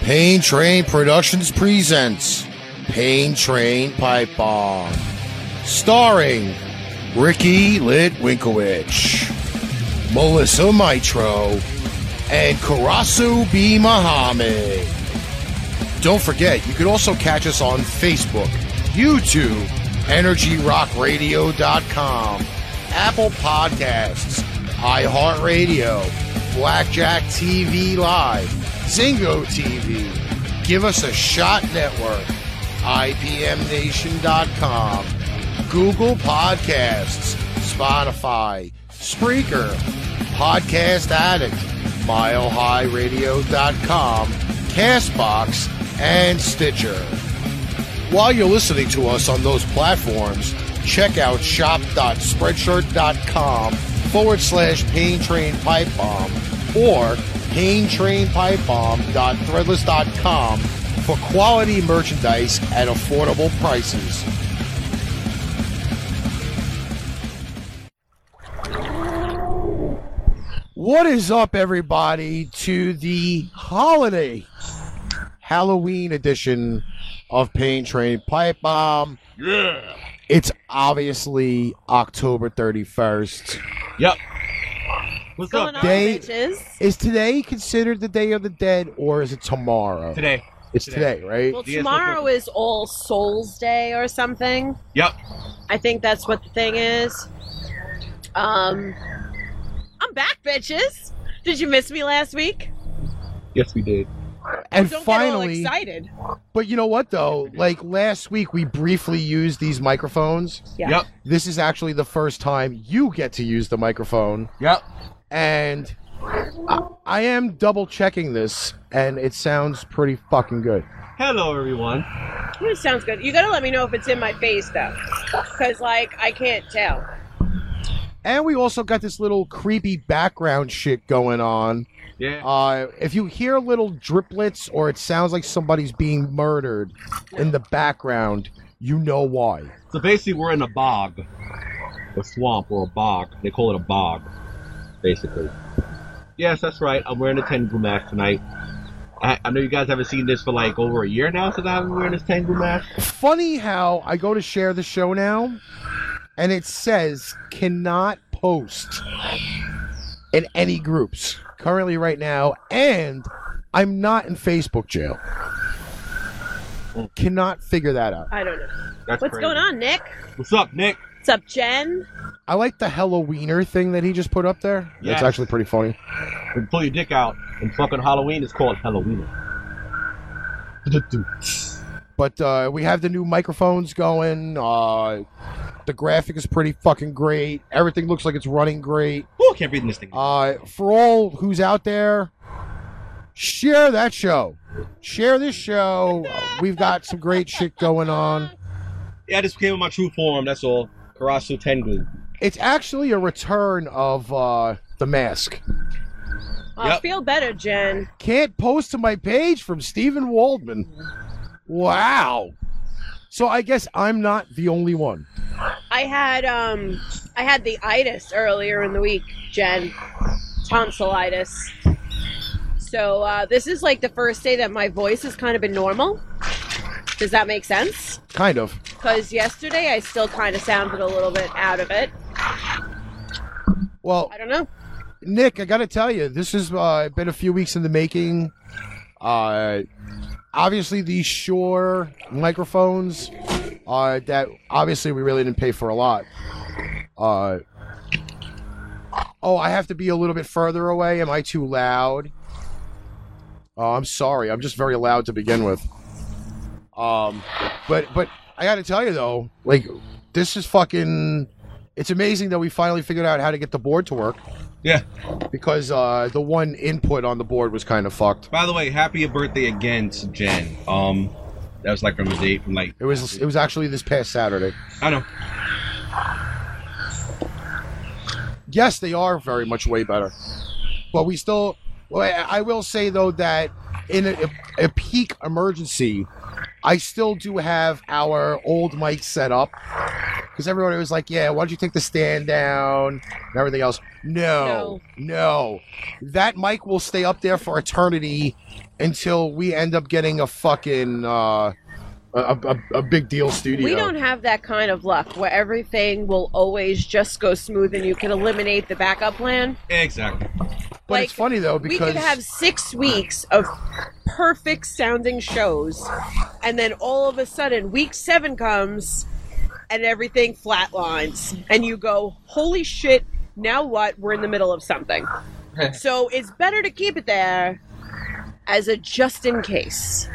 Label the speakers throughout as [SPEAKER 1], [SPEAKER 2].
[SPEAKER 1] Pain Train Productions presents Pain Train Pipe Bomb, starring Ricky Litwinkowicz, Melissa Mitro, and Karasu B. Muhammad. Don't forget, you can also catch us on Facebook, YouTube, EnergyRockRadio.com, Apple Podcasts, iHeartRadio, Blackjack TV Live, Zingo TV, Give Us a Shot Network, IPMNation.com, Google Podcasts, Spotify, Spreaker, Podcast Addict, MileHighRadio.com, Castbox, and Stitcher. While you're listening to us on those platforms, check out shop.spreadshirt.com forward slash pain train pipe bomb or paintrainpipebomb.threadless.com for quality merchandise at affordable prices. What is up, everybody, to the holiday Halloween edition of Pain Train Pipe Bomb. Yeah. It's obviously October 31st.
[SPEAKER 2] Yep. What's
[SPEAKER 3] going
[SPEAKER 2] up
[SPEAKER 3] on,
[SPEAKER 1] Dave?
[SPEAKER 3] bitches?
[SPEAKER 1] Is today considered the Day of the Dead or is it tomorrow?
[SPEAKER 2] today?
[SPEAKER 1] It's today, right?
[SPEAKER 3] Well,
[SPEAKER 2] DS
[SPEAKER 3] tomorrow is All Souls Day or something.
[SPEAKER 2] Yep.
[SPEAKER 3] I think that's what the thing is. Um, I'm back, bitches. Did you miss me last week?
[SPEAKER 2] Yes, we did.
[SPEAKER 1] and
[SPEAKER 3] Don't
[SPEAKER 1] finally,
[SPEAKER 3] get all excited.
[SPEAKER 1] but you know what though? Like last week we briefly used these microphones.
[SPEAKER 3] Yeah.
[SPEAKER 2] Yep.
[SPEAKER 1] This is actually the first time you get to use the microphone.
[SPEAKER 2] Yep.
[SPEAKER 1] And I, I am double checking this and it sounds pretty fucking good.
[SPEAKER 2] Hello, everyone.
[SPEAKER 3] Ooh, sounds good. You gotta let me know if it's in my face though, because like I can't tell.
[SPEAKER 1] And we also got this little creepy background shit going on.
[SPEAKER 2] Yeah.
[SPEAKER 1] Uh, if you hear little driplets or it sounds like somebody's being murdered in the background, you know why.
[SPEAKER 2] So basically, we're in a bog, a swamp or a bog. They call it a bog, basically. Yes, that's right. I'm wearing a Tengu mask tonight. I, I know you guys haven't seen this for like over a year now since I've been wearing this Tengu mask.
[SPEAKER 1] Funny how I go to share the show now and it says cannot post in any groups currently right now and I'm not in Facebook jail. Cannot figure that out.
[SPEAKER 3] I don't know.
[SPEAKER 2] That's
[SPEAKER 3] What's
[SPEAKER 2] crazy.
[SPEAKER 3] going on, Nick?
[SPEAKER 2] What's up, Nick?
[SPEAKER 3] What's up, Jen?
[SPEAKER 1] I like the Halloweener thing that he just put up there. That's
[SPEAKER 2] Yes.
[SPEAKER 1] actually pretty funny.
[SPEAKER 2] And pull your dick out. And fucking Halloween is called Halloween.
[SPEAKER 1] But uh, we have the new microphones going. Uh, the graphic is pretty fucking great. Everything looks like it's running great.
[SPEAKER 2] Woo, I can't breathe in this thing.
[SPEAKER 1] Uh, for all who's out there, share that show. Share this show. Uh, we've got some great shit going on.
[SPEAKER 2] yeah, I just came in my true form. That's all. Karasu Tengu.
[SPEAKER 1] It's actually a return of uh, the mask.
[SPEAKER 3] I
[SPEAKER 2] Yep.
[SPEAKER 3] Oh, feel better, Jen.
[SPEAKER 1] Can't post to my page from Steven Waldman. Wow. So I guess I'm not the only one.
[SPEAKER 3] I had um I had the itis earlier in the week, Jen. Tonsillitis. So uh, this is like the first day that my voice has kind of been normal. Does that make sense?
[SPEAKER 1] Kind of.
[SPEAKER 3] Because yesterday I still kind of sounded a little bit out of it.
[SPEAKER 1] Well,
[SPEAKER 3] I don't know.
[SPEAKER 1] Nick, I gotta tell you, this has uh, been a few weeks in the making. Uh, obviously, these Shure microphones uh, that obviously we really didn't pay for a lot. Uh, oh, I have to be a little bit further away. Am I too loud? Oh, I'm sorry. I'm just very loud to begin with. Um, but but I gotta tell you though, like this is fucking. It's amazing that we finally figured out how to get the board to work
[SPEAKER 2] Yeah.
[SPEAKER 1] because uh, the one input on the board was kind of fucked.
[SPEAKER 2] By the way, happy birthday again to Jen. Um, that was like from a date from like
[SPEAKER 1] It was it was actually this past Saturday.
[SPEAKER 2] I don't know.
[SPEAKER 1] Yes, they are very much way better, but we still. Well, I I will say though that in a, a peak emergency, I still do have our old mic set up because everybody was like, "Yeah, why don't you take the stand down and everything else?" No, no, that mic will stay up there for eternity until we end up getting a fucking uh, a, a, a big deal studio.
[SPEAKER 3] We don't have that kind of luck where everything will always just go smooth and you can eliminate the backup plan.
[SPEAKER 2] Exactly.
[SPEAKER 1] but it's
[SPEAKER 3] like,
[SPEAKER 1] funny though
[SPEAKER 3] We
[SPEAKER 1] because
[SPEAKER 3] could have six weeks of perfect sounding shows, and then all of a sudden, week seven comes and everything flatlines, and you go, Holy shit, now what? We're in the middle of something. so it's better to keep it there as a just in case.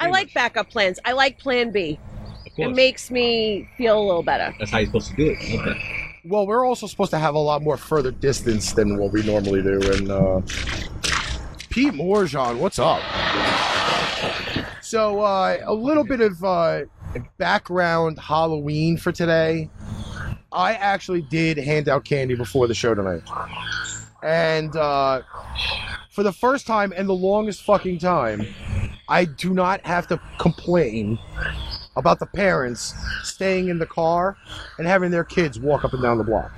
[SPEAKER 3] I like backup plans, I like plan B.
[SPEAKER 2] Of
[SPEAKER 3] It
[SPEAKER 2] course.
[SPEAKER 3] makes me feel a little better.
[SPEAKER 2] That's how you're supposed to do it. Okay.
[SPEAKER 1] well, we're also supposed to have a lot more further distance than what we normally do. And uh, Pete Morjon, what's up? So uh, a little bit of uh, background Halloween for today. I actually did hand out candy before the show tonight, and uh, for the first time and the longest fucking time, I do not have to complain about the parents staying in the car and having their kids walk up and down the block.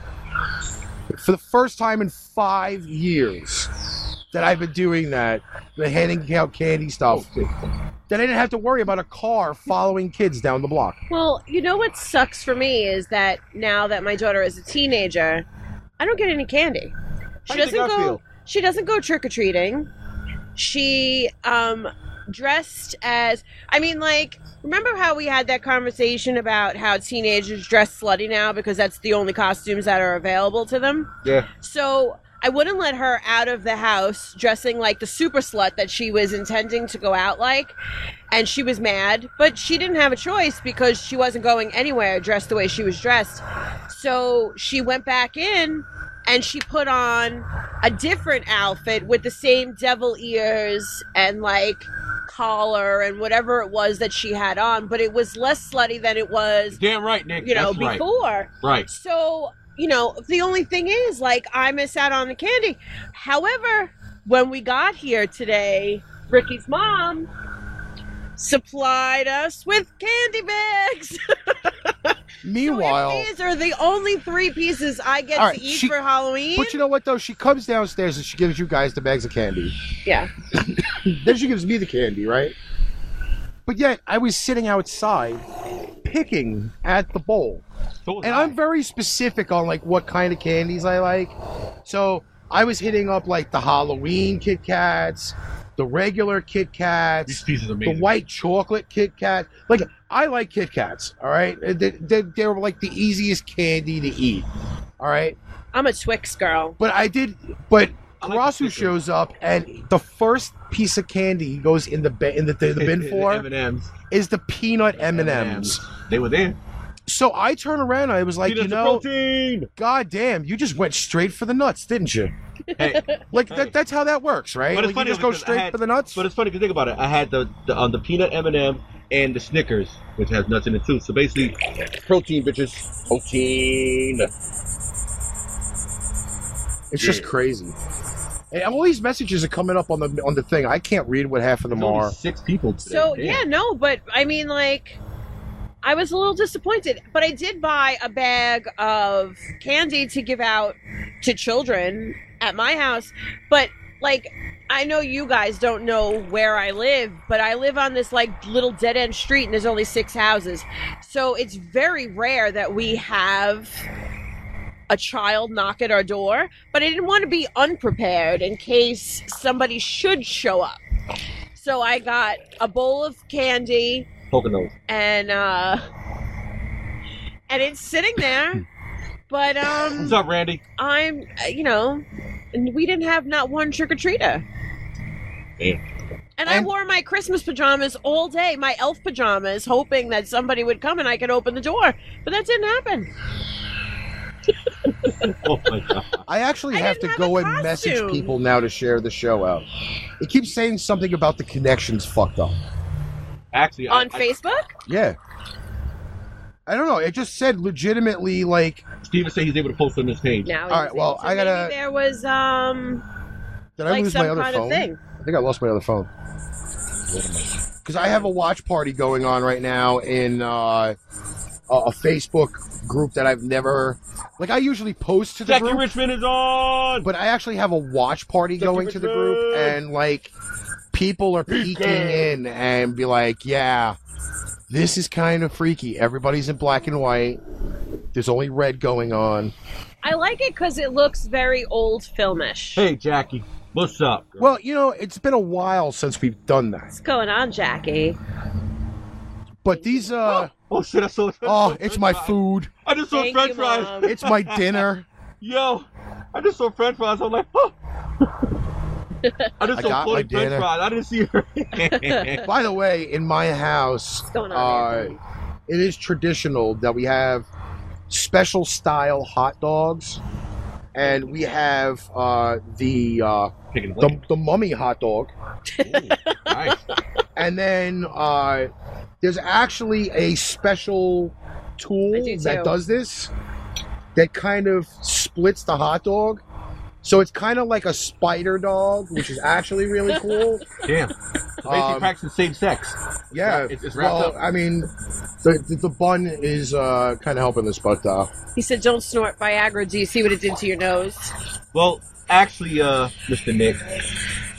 [SPEAKER 1] For the first time in five years that I've been doing that, the handing out candy stuff, that I didn't have to worry about a car following kids down the block.
[SPEAKER 3] Well, you know what sucks for me is that now that my daughter is a teenager, I don't get any candy. She
[SPEAKER 2] How do you
[SPEAKER 3] doesn't
[SPEAKER 2] think I
[SPEAKER 3] go.
[SPEAKER 2] feel?
[SPEAKER 3] She doesn't go trick or treating. She um dressed as I mean like remember how we had that conversation about how teenagers dress slutty now because that's the only costumes that are available to them?
[SPEAKER 2] Yeah.
[SPEAKER 3] So I wouldn't let her out of the house dressing like the super slut that she was intending to go out like. And she was mad, but she didn't have a choice because she wasn't going anywhere dressed the way she was dressed. So she went back in and she put on a different outfit with the same devil ears and like collar and whatever it was that she had on, but it was less slutty than it was,
[SPEAKER 2] Damn right, Nick.
[SPEAKER 3] you know,
[SPEAKER 2] That's right.
[SPEAKER 3] before.
[SPEAKER 2] Right.
[SPEAKER 3] So, you know, the only thing is, like, I miss out on the candy. However, when we got here today, Ricky's mom supplied us with candy bags.
[SPEAKER 1] Meanwhile,
[SPEAKER 3] These are the only three pieces I get
[SPEAKER 1] All right,
[SPEAKER 3] to eat
[SPEAKER 1] she-
[SPEAKER 3] for Halloween.
[SPEAKER 1] but you know what though? She comes downstairs and she gives you guys the bags of candy.
[SPEAKER 3] yeah.
[SPEAKER 1] Then she gives me the candy, right? But yet, I was sitting outside picking at the bowl.
[SPEAKER 2] So was
[SPEAKER 1] and
[SPEAKER 2] I.
[SPEAKER 1] I'm very specific on like what kind of candies I like. So I was hitting up like the Halloween Kit Kats, the regular Kit
[SPEAKER 2] These
[SPEAKER 1] Kats,
[SPEAKER 2] pieces are
[SPEAKER 1] the
[SPEAKER 2] amazing.
[SPEAKER 1] white chocolate Kit Kat. Like I like Kit Kats. All right, they, they, they're like the easiest candy to eat. All right,
[SPEAKER 3] I'm a Twix girl.
[SPEAKER 1] but I did. But
[SPEAKER 2] I like the
[SPEAKER 1] Karasu
[SPEAKER 2] sticker.
[SPEAKER 1] shows up, and the first piece of candy he goes in the bin, in the, the, the bin for
[SPEAKER 2] M&Ms.
[SPEAKER 1] is the peanut M and M's.
[SPEAKER 2] They were there.
[SPEAKER 1] So I turn around, I was like,
[SPEAKER 2] Peanuts
[SPEAKER 1] you
[SPEAKER 2] are
[SPEAKER 1] know.
[SPEAKER 2] protein.
[SPEAKER 1] God damn, you just went straight for the nuts, didn't you?
[SPEAKER 2] Hey,
[SPEAKER 1] Like
[SPEAKER 2] Hey.
[SPEAKER 1] that, that's how that works, right?
[SPEAKER 2] But it's
[SPEAKER 1] Like,
[SPEAKER 2] funny
[SPEAKER 1] you just go
[SPEAKER 2] because I
[SPEAKER 1] straight
[SPEAKER 2] had-
[SPEAKER 1] for the nuts.
[SPEAKER 2] but it's funny because think about it. I had the the, um, the peanut M and m and the Snickers, which has nuts in it too. So basically, protein, bitches. Protein.
[SPEAKER 1] It's just crazy. And all these messages are coming up on the on the thing. I can't read what half of them
[SPEAKER 2] Only
[SPEAKER 1] are.
[SPEAKER 2] Six people. Today.
[SPEAKER 3] So,
[SPEAKER 2] Damn.
[SPEAKER 3] yeah, no, but I mean, like, I was a little disappointed, but I did buy a bag of candy to give out to children at my house. But, like, I know you guys don't know where I live, but I live on this, like, little dead end street and there's only six houses. So it's very rare that we have a child knock at our door, but I didn't want to be unprepared in case somebody should show up. So I got a bowl of candy
[SPEAKER 2] Poconos.
[SPEAKER 3] and uh and it's sitting there. But
[SPEAKER 2] What's
[SPEAKER 3] um
[SPEAKER 2] up, Randy?
[SPEAKER 3] I'm uh, you know, and we didn't have not one trick or treater.
[SPEAKER 2] Damn.
[SPEAKER 3] And I
[SPEAKER 1] And-
[SPEAKER 3] wore my Christmas pajamas all day, my elf pajamas, hoping that somebody would come and I could open the door. But that didn't happen.
[SPEAKER 2] Oh my god.
[SPEAKER 1] I actually
[SPEAKER 3] I
[SPEAKER 1] have to
[SPEAKER 3] didn't have
[SPEAKER 1] go
[SPEAKER 3] a
[SPEAKER 1] and message
[SPEAKER 3] costume.
[SPEAKER 1] people now to share the show out. It keeps saying something about the connections fucked up.
[SPEAKER 2] Actually, I-
[SPEAKER 3] On
[SPEAKER 2] I-
[SPEAKER 3] Facebook?
[SPEAKER 1] Yeah. I don't know. It just said legitimately like
[SPEAKER 2] Steven said he's able to post on this page.
[SPEAKER 3] No. it
[SPEAKER 1] All right,
[SPEAKER 3] isn't.
[SPEAKER 1] well,
[SPEAKER 3] So
[SPEAKER 1] I gotta-
[SPEAKER 3] maybe there was um
[SPEAKER 1] did I
[SPEAKER 3] like
[SPEAKER 1] lose
[SPEAKER 3] some
[SPEAKER 1] my other
[SPEAKER 3] kind
[SPEAKER 1] phone?
[SPEAKER 3] of thing.
[SPEAKER 1] I think I lost my other phone.
[SPEAKER 2] What am I-
[SPEAKER 1] Because because I have a watch party going on right now in uh, a, a Facebook group that I've never like. I usually post to the
[SPEAKER 2] Jackie
[SPEAKER 1] group,
[SPEAKER 2] Richmond is on.
[SPEAKER 1] but I actually have a watch party
[SPEAKER 2] Jackie
[SPEAKER 1] going to the group,
[SPEAKER 2] Richmond!
[SPEAKER 1] and like people are peeking in and be like, "Yeah, this is kind of freaky. Everybody's in black and white. There's only red going on."
[SPEAKER 3] I like it because it looks very old filmish.
[SPEAKER 2] Hey, Jackie, what's up? girl?
[SPEAKER 1] Well, you know, it's been a while since we've done that,
[SPEAKER 3] What's going on, Jackie?
[SPEAKER 1] but these uh.
[SPEAKER 2] oh shit, I saw. I just saw
[SPEAKER 1] Oh,
[SPEAKER 2] a
[SPEAKER 1] it's
[SPEAKER 2] french
[SPEAKER 1] my
[SPEAKER 2] fry.
[SPEAKER 1] food.
[SPEAKER 2] I just saw
[SPEAKER 3] Thank
[SPEAKER 2] French
[SPEAKER 3] you,
[SPEAKER 2] fries.
[SPEAKER 3] Mom.
[SPEAKER 1] It's my dinner.
[SPEAKER 2] Yo, I just saw French fries. I'm like, huh. I just
[SPEAKER 1] I
[SPEAKER 2] saw
[SPEAKER 1] got my
[SPEAKER 2] floating French
[SPEAKER 1] dinner.
[SPEAKER 2] fries. I didn't see her.
[SPEAKER 1] By the way, in my house,
[SPEAKER 3] What's going on?
[SPEAKER 1] uh, it is traditional that we have special style hot dogs, and we have uh, the, uh,
[SPEAKER 2] Chicken
[SPEAKER 1] the the mummy hot dog,
[SPEAKER 2] wing. Ooh, nice.
[SPEAKER 1] and then uh, there's actually a special tool
[SPEAKER 3] I do
[SPEAKER 1] that
[SPEAKER 3] too.
[SPEAKER 1] does this that kind of splits the hot dog. So it's kind of like a spider dog, which is actually really cool.
[SPEAKER 2] Damn. Basically
[SPEAKER 1] Um,
[SPEAKER 2] practicing same sex.
[SPEAKER 1] Yeah,
[SPEAKER 2] It's- it's wrapped
[SPEAKER 1] well,
[SPEAKER 2] up.
[SPEAKER 1] I mean, the, the, the bun is uh, kind of helping this, but uh,
[SPEAKER 3] He said, "Don't snort Viagra. Do you see what it did to your nose?"
[SPEAKER 2] Well, actually, uh, Mr. Nick,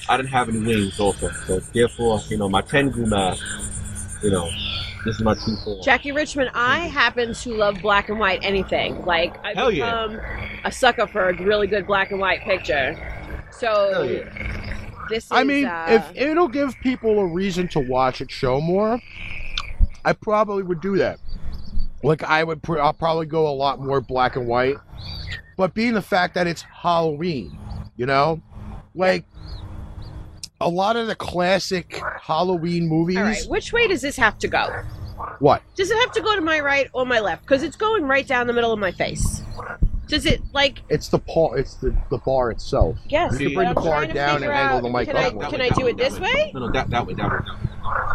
[SPEAKER 2] I didn't have any wings also. So therefore, you know, my tengu mask, you know, this is my true form.
[SPEAKER 3] Jackie Richmond, I happen to love black and white anything. Like I
[SPEAKER 2] Hell
[SPEAKER 3] have
[SPEAKER 2] yeah.
[SPEAKER 3] become a sucker for a really good black and white picture. So
[SPEAKER 2] Hell yeah.
[SPEAKER 3] this is
[SPEAKER 1] I mean,
[SPEAKER 3] uh,
[SPEAKER 1] if it'll give people a reason to watch it show more, I probably would do that. Like, I would, pr- I'll probably go a lot more black and white, but being the fact that it's Halloween, you know, like a lot of the classic Halloween movies.
[SPEAKER 3] all right, which way does this have to go?
[SPEAKER 1] What?
[SPEAKER 3] Does it have to go to my right or my left? Because it's going right down the middle of my face. Does it like
[SPEAKER 1] It's the paw. It's the the bar itself.
[SPEAKER 3] yes?
[SPEAKER 2] You can
[SPEAKER 3] but
[SPEAKER 2] bring
[SPEAKER 3] I'm
[SPEAKER 2] the
[SPEAKER 1] bar
[SPEAKER 3] trying to
[SPEAKER 1] down and
[SPEAKER 3] figure
[SPEAKER 1] angle
[SPEAKER 3] out,
[SPEAKER 1] the mic
[SPEAKER 3] Can
[SPEAKER 1] up
[SPEAKER 3] I,
[SPEAKER 1] a little.
[SPEAKER 2] That
[SPEAKER 3] can
[SPEAKER 2] way,
[SPEAKER 3] I
[SPEAKER 2] that
[SPEAKER 3] do it
[SPEAKER 2] that
[SPEAKER 3] this way?
[SPEAKER 2] No, no, that, that way, that way. that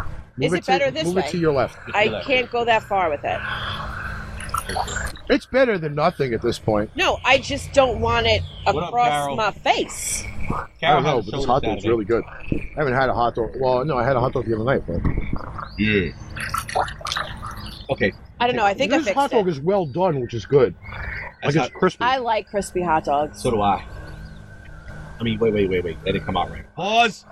[SPEAKER 2] way.
[SPEAKER 1] Move
[SPEAKER 3] it
[SPEAKER 1] to-
[SPEAKER 3] better this
[SPEAKER 1] Move
[SPEAKER 3] way?
[SPEAKER 1] it to your left.
[SPEAKER 3] I can't go that far with it.
[SPEAKER 1] It's better than nothing at this point.
[SPEAKER 3] No, I just don't want it
[SPEAKER 2] What up,
[SPEAKER 3] across
[SPEAKER 2] Carol?
[SPEAKER 3] my face.
[SPEAKER 1] I
[SPEAKER 2] has
[SPEAKER 1] don't know,
[SPEAKER 2] a
[SPEAKER 1] but this
[SPEAKER 2] show
[SPEAKER 1] hot dog's
[SPEAKER 2] Saturday.
[SPEAKER 1] really good. I haven't had a hot dog. Well, no, I had a hot dog the other night, but
[SPEAKER 2] Yeah. Okay.
[SPEAKER 3] I don't know. I think I
[SPEAKER 1] this hot
[SPEAKER 3] fixed
[SPEAKER 1] dog
[SPEAKER 3] it.
[SPEAKER 1] is well done, which is good. Like
[SPEAKER 2] That's
[SPEAKER 1] it's crispy.
[SPEAKER 3] I like crispy hot dogs.
[SPEAKER 2] So do I. I mean, wait, wait, wait, wait. That didn't come out right. Pause.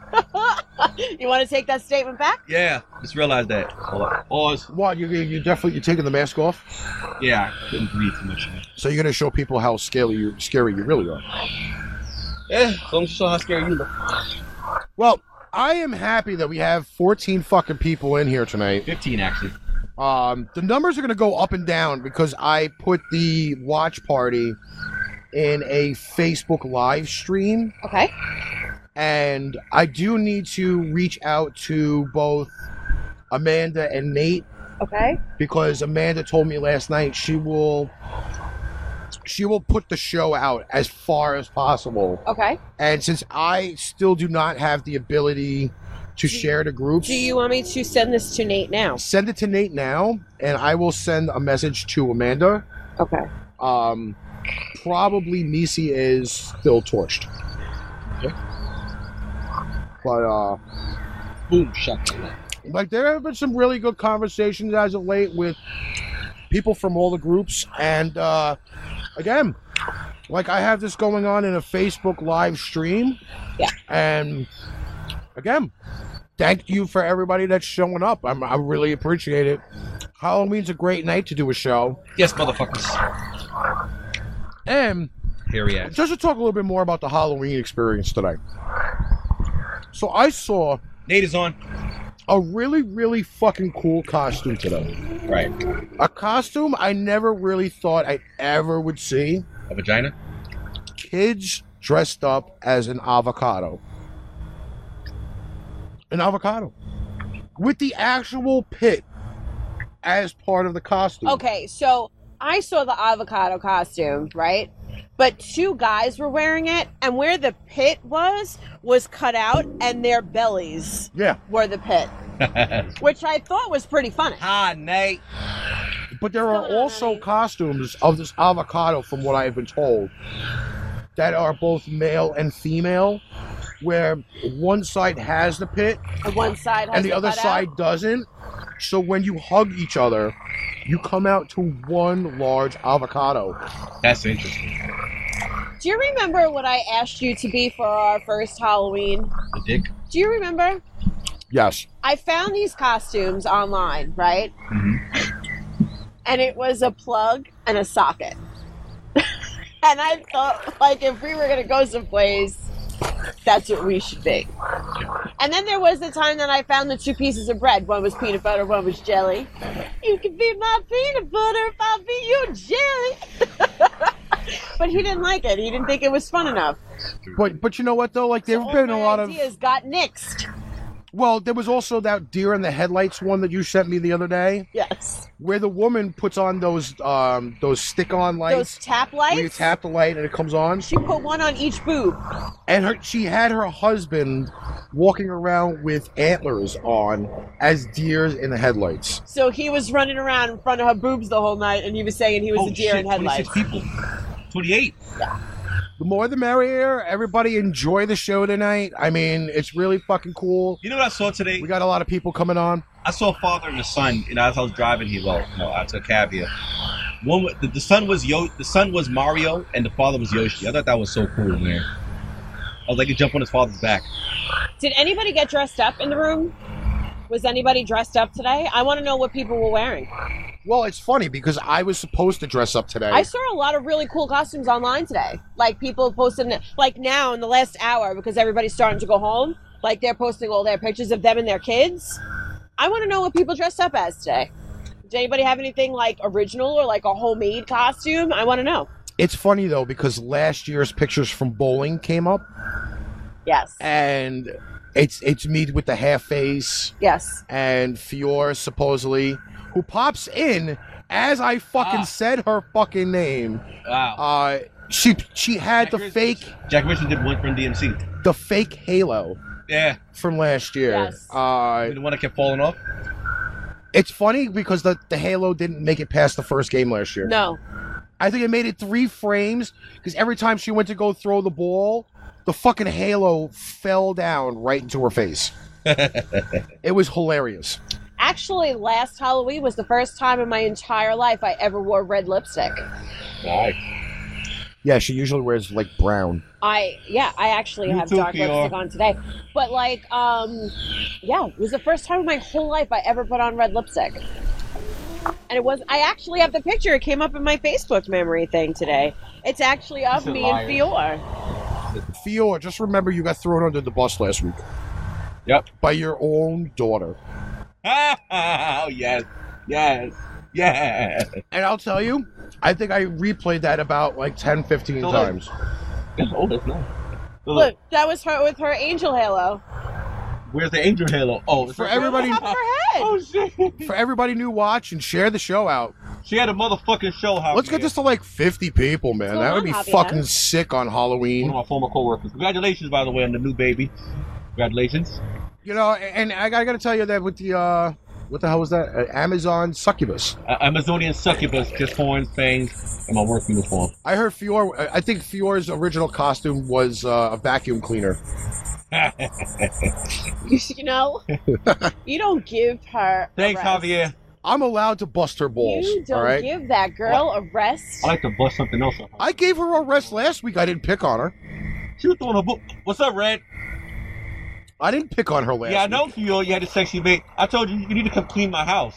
[SPEAKER 3] You want to take that statement back?
[SPEAKER 2] Yeah. Just realized that. Hold on. Pause.
[SPEAKER 1] What you you definitely you're taking the mask off,
[SPEAKER 2] Yeah. I couldn't breathe too much.
[SPEAKER 1] so you're gonna show people how scary you scary you really are.
[SPEAKER 2] Yeah. Eh, As long as you saw how scary you look.
[SPEAKER 1] Well, I am happy that we have 14 fucking people in here tonight.
[SPEAKER 2] 15, actually.
[SPEAKER 1] Um, the numbers are gonna go up and down because I put the watch party in a Facebook live stream.
[SPEAKER 3] Okay.
[SPEAKER 1] and I do need to reach out to both Amanda and Nate
[SPEAKER 3] Okay.
[SPEAKER 1] because Amanda told me last night she will she will put the show out as far as possible.
[SPEAKER 3] Okay.
[SPEAKER 1] And since I still do not have the ability to share the groups,
[SPEAKER 3] Do you want me to send this to Nate now?
[SPEAKER 1] send it to Nate now and I will send a message to Amanda.
[SPEAKER 3] Okay.
[SPEAKER 1] Um probably Nisi is still torched. But uh
[SPEAKER 2] Boom. Shut the light.
[SPEAKER 1] like there have been some really good conversations as of late with people from all the groups and uh again like i have this going on in a facebook live stream
[SPEAKER 3] Yeah.
[SPEAKER 1] and again thank you for everybody that's showing up I'm, i really appreciate it halloween's a great night to do a show
[SPEAKER 2] Yes, motherfuckers.
[SPEAKER 1] and
[SPEAKER 2] Hairy ass.
[SPEAKER 1] just to talk a little bit more about the halloween experience today so i saw
[SPEAKER 2] Nate is on.
[SPEAKER 1] a really really fucking cool costume today
[SPEAKER 2] Right.
[SPEAKER 1] a costume I never really thought I ever would see.
[SPEAKER 2] A vagina?
[SPEAKER 1] Kids dressed up as an avocado. An avocado. With the actual pit as part of the costume.
[SPEAKER 3] Okay. So I saw the avocado costume, right? But two guys were wearing it, and where the pit was was cut out, and their bellies
[SPEAKER 1] Yeah,
[SPEAKER 3] were the pit, which I thought was pretty funny.
[SPEAKER 2] Hi, Nate.
[SPEAKER 1] but there are
[SPEAKER 3] Still
[SPEAKER 1] also
[SPEAKER 3] alright.
[SPEAKER 1] costumes of this avocado, from what I have been told, that are both male and female, where one side has the pit
[SPEAKER 3] And one side has
[SPEAKER 1] and the other
[SPEAKER 3] butt out.
[SPEAKER 1] side doesn't. So when you hug each other, you come out to one large avocado.
[SPEAKER 4] That's interesting.
[SPEAKER 3] Do you remember what I asked you to be for our first Halloween?
[SPEAKER 4] The dick.
[SPEAKER 3] Do you remember?
[SPEAKER 1] Yes.
[SPEAKER 3] I found these costumes online, right?
[SPEAKER 4] Mhm.
[SPEAKER 3] And it was a plug and a socket. and I thought, like, if we were going to go someplace, that's what we should be. And then there was the time that I found the two pieces of bread. One was peanut butter, one was jelly. You can be my peanut butter if I'll be your jelly. but he didn't like it. He didn't think it was fun enough.
[SPEAKER 1] But but you know what though? Like there
[SPEAKER 3] So
[SPEAKER 1] have
[SPEAKER 3] all
[SPEAKER 1] been a
[SPEAKER 3] my
[SPEAKER 1] lot of
[SPEAKER 3] ideas got nixed.
[SPEAKER 1] well, there was also that deer in the headlights one that you sent me the other day,
[SPEAKER 3] Yes.
[SPEAKER 1] where the woman puts on those um those stick on lights
[SPEAKER 3] Those tap
[SPEAKER 1] where you
[SPEAKER 3] lights.
[SPEAKER 1] tap the light and it comes on.
[SPEAKER 3] She put one on each boob.
[SPEAKER 1] And her she had her husband walking around with antlers on as deers in the headlights.
[SPEAKER 3] So he was running around in front of her boobs the whole night, and he was saying he was
[SPEAKER 4] oh,
[SPEAKER 3] a deer
[SPEAKER 4] shit,
[SPEAKER 3] in headlights.
[SPEAKER 4] 26 people. 28.
[SPEAKER 1] The more the merrier. Everybody enjoy the show tonight. I mean, it's really fucking cool.
[SPEAKER 4] You know what I saw today?
[SPEAKER 1] We got a lot of people coming on.
[SPEAKER 4] I saw a father and a son, and as I was driving here, well, no, I took a cab here. One, wa- the, the son was Yo, the son was Mario, and the father was Yoshi. I thought that was so cool, man. I was like, he jump on his father's back.
[SPEAKER 3] Did anybody get dressed up in the room? Was anybody dressed up today? I want to know what people were wearing.
[SPEAKER 1] Well, it's funny because I was supposed to dress up today.
[SPEAKER 3] I saw a lot of really cool costumes online today. Like people posting, like now in the last hour, because everybody's starting to go home. Like they're posting all their pictures of them and their kids. I want to know what people dressed up as today. Did anybody have anything like original or like a homemade costume? I want to know.
[SPEAKER 1] It's funny though because last year's pictures from bowling came up,
[SPEAKER 3] Yes.
[SPEAKER 1] Uh, and it's it's me with the half face
[SPEAKER 3] Yes.
[SPEAKER 1] and Fior supposedly, who pops in as I fucking
[SPEAKER 4] Ah.
[SPEAKER 1] said her fucking name.
[SPEAKER 4] Wow.
[SPEAKER 1] Uh, she she had the
[SPEAKER 4] Jack
[SPEAKER 1] fake
[SPEAKER 4] Jack Richardson did one from DMC.
[SPEAKER 1] the fake halo
[SPEAKER 4] Yeah,
[SPEAKER 1] from last year.
[SPEAKER 3] Yes.
[SPEAKER 1] Uh,
[SPEAKER 4] the one that kept falling off.
[SPEAKER 1] It's funny because the, the Halo didn't make it past the first game last year.
[SPEAKER 3] No.
[SPEAKER 1] I think it made it three frames because every time she went to go throw the ball, the fucking Halo fell down right into her face. it was hilarious.
[SPEAKER 3] Actually, last Halloween was the first time in my entire life I ever wore red lipstick.
[SPEAKER 4] Nice.
[SPEAKER 1] Yeah, she usually wears like brown.
[SPEAKER 3] I yeah, I actually
[SPEAKER 4] You
[SPEAKER 3] have
[SPEAKER 4] too,
[SPEAKER 3] dark
[SPEAKER 4] PR.
[SPEAKER 3] lipstick on today. But like um yeah, it was the first time in my whole life I ever put on red lipstick. And it was I actually have the picture. It came up in my Facebook memory thing today. It's actually of
[SPEAKER 4] He's a
[SPEAKER 3] me
[SPEAKER 4] liar.
[SPEAKER 3] and Fior.
[SPEAKER 1] Fior, just remember you got thrown under the bus last week.
[SPEAKER 4] Yep.
[SPEAKER 1] By your own daughter.
[SPEAKER 4] oh yes, yes, yes.
[SPEAKER 1] And I'll tell you, I think I replayed that about like 10, 15
[SPEAKER 4] Don't-
[SPEAKER 1] times.
[SPEAKER 4] Oh, that's nice.
[SPEAKER 3] Look, that was her with her angel halo.
[SPEAKER 4] where's the angel halo? Oh, it's
[SPEAKER 1] For
[SPEAKER 4] right there.
[SPEAKER 1] everybody-
[SPEAKER 3] Top of her head.
[SPEAKER 4] Oh shit!
[SPEAKER 1] For everybody new, watch and share the show out.
[SPEAKER 4] She had a motherfucking show. Javier.
[SPEAKER 1] Let's get this to like 50 people, man.
[SPEAKER 3] What's
[SPEAKER 1] That would be
[SPEAKER 3] going on, Javier?
[SPEAKER 1] fucking sick on
[SPEAKER 4] One of
[SPEAKER 1] Halloween.
[SPEAKER 4] my former coworkers. Congratulations, by the way, on the new baby. Congratulations.
[SPEAKER 1] You know, and I, I gotta tell you that with the, uh, what the hell was that? Uh, Amazon Succubus.
[SPEAKER 4] Uh, Amazonian succubus, just horns, fangs, and my work uniform.
[SPEAKER 1] I heard Fior, uh, I think Fior's original costume was uh, a vacuum cleaner.
[SPEAKER 3] You know? you don't give her a
[SPEAKER 4] Thanks,
[SPEAKER 3] rest.
[SPEAKER 4] Javier.
[SPEAKER 1] I'm allowed to bust her balls,
[SPEAKER 3] You don't
[SPEAKER 1] all right?
[SPEAKER 3] give that girl a rest.
[SPEAKER 4] I like to bust something else up.
[SPEAKER 1] I gave her a rest last week. I didn't pick on her.
[SPEAKER 4] she was throwing a book. What's up, Red?
[SPEAKER 1] I didn't pick on her last
[SPEAKER 4] yeah, I
[SPEAKER 1] week.
[SPEAKER 4] know, Kyo. You had a sexy mate. I told you you need to come clean my house.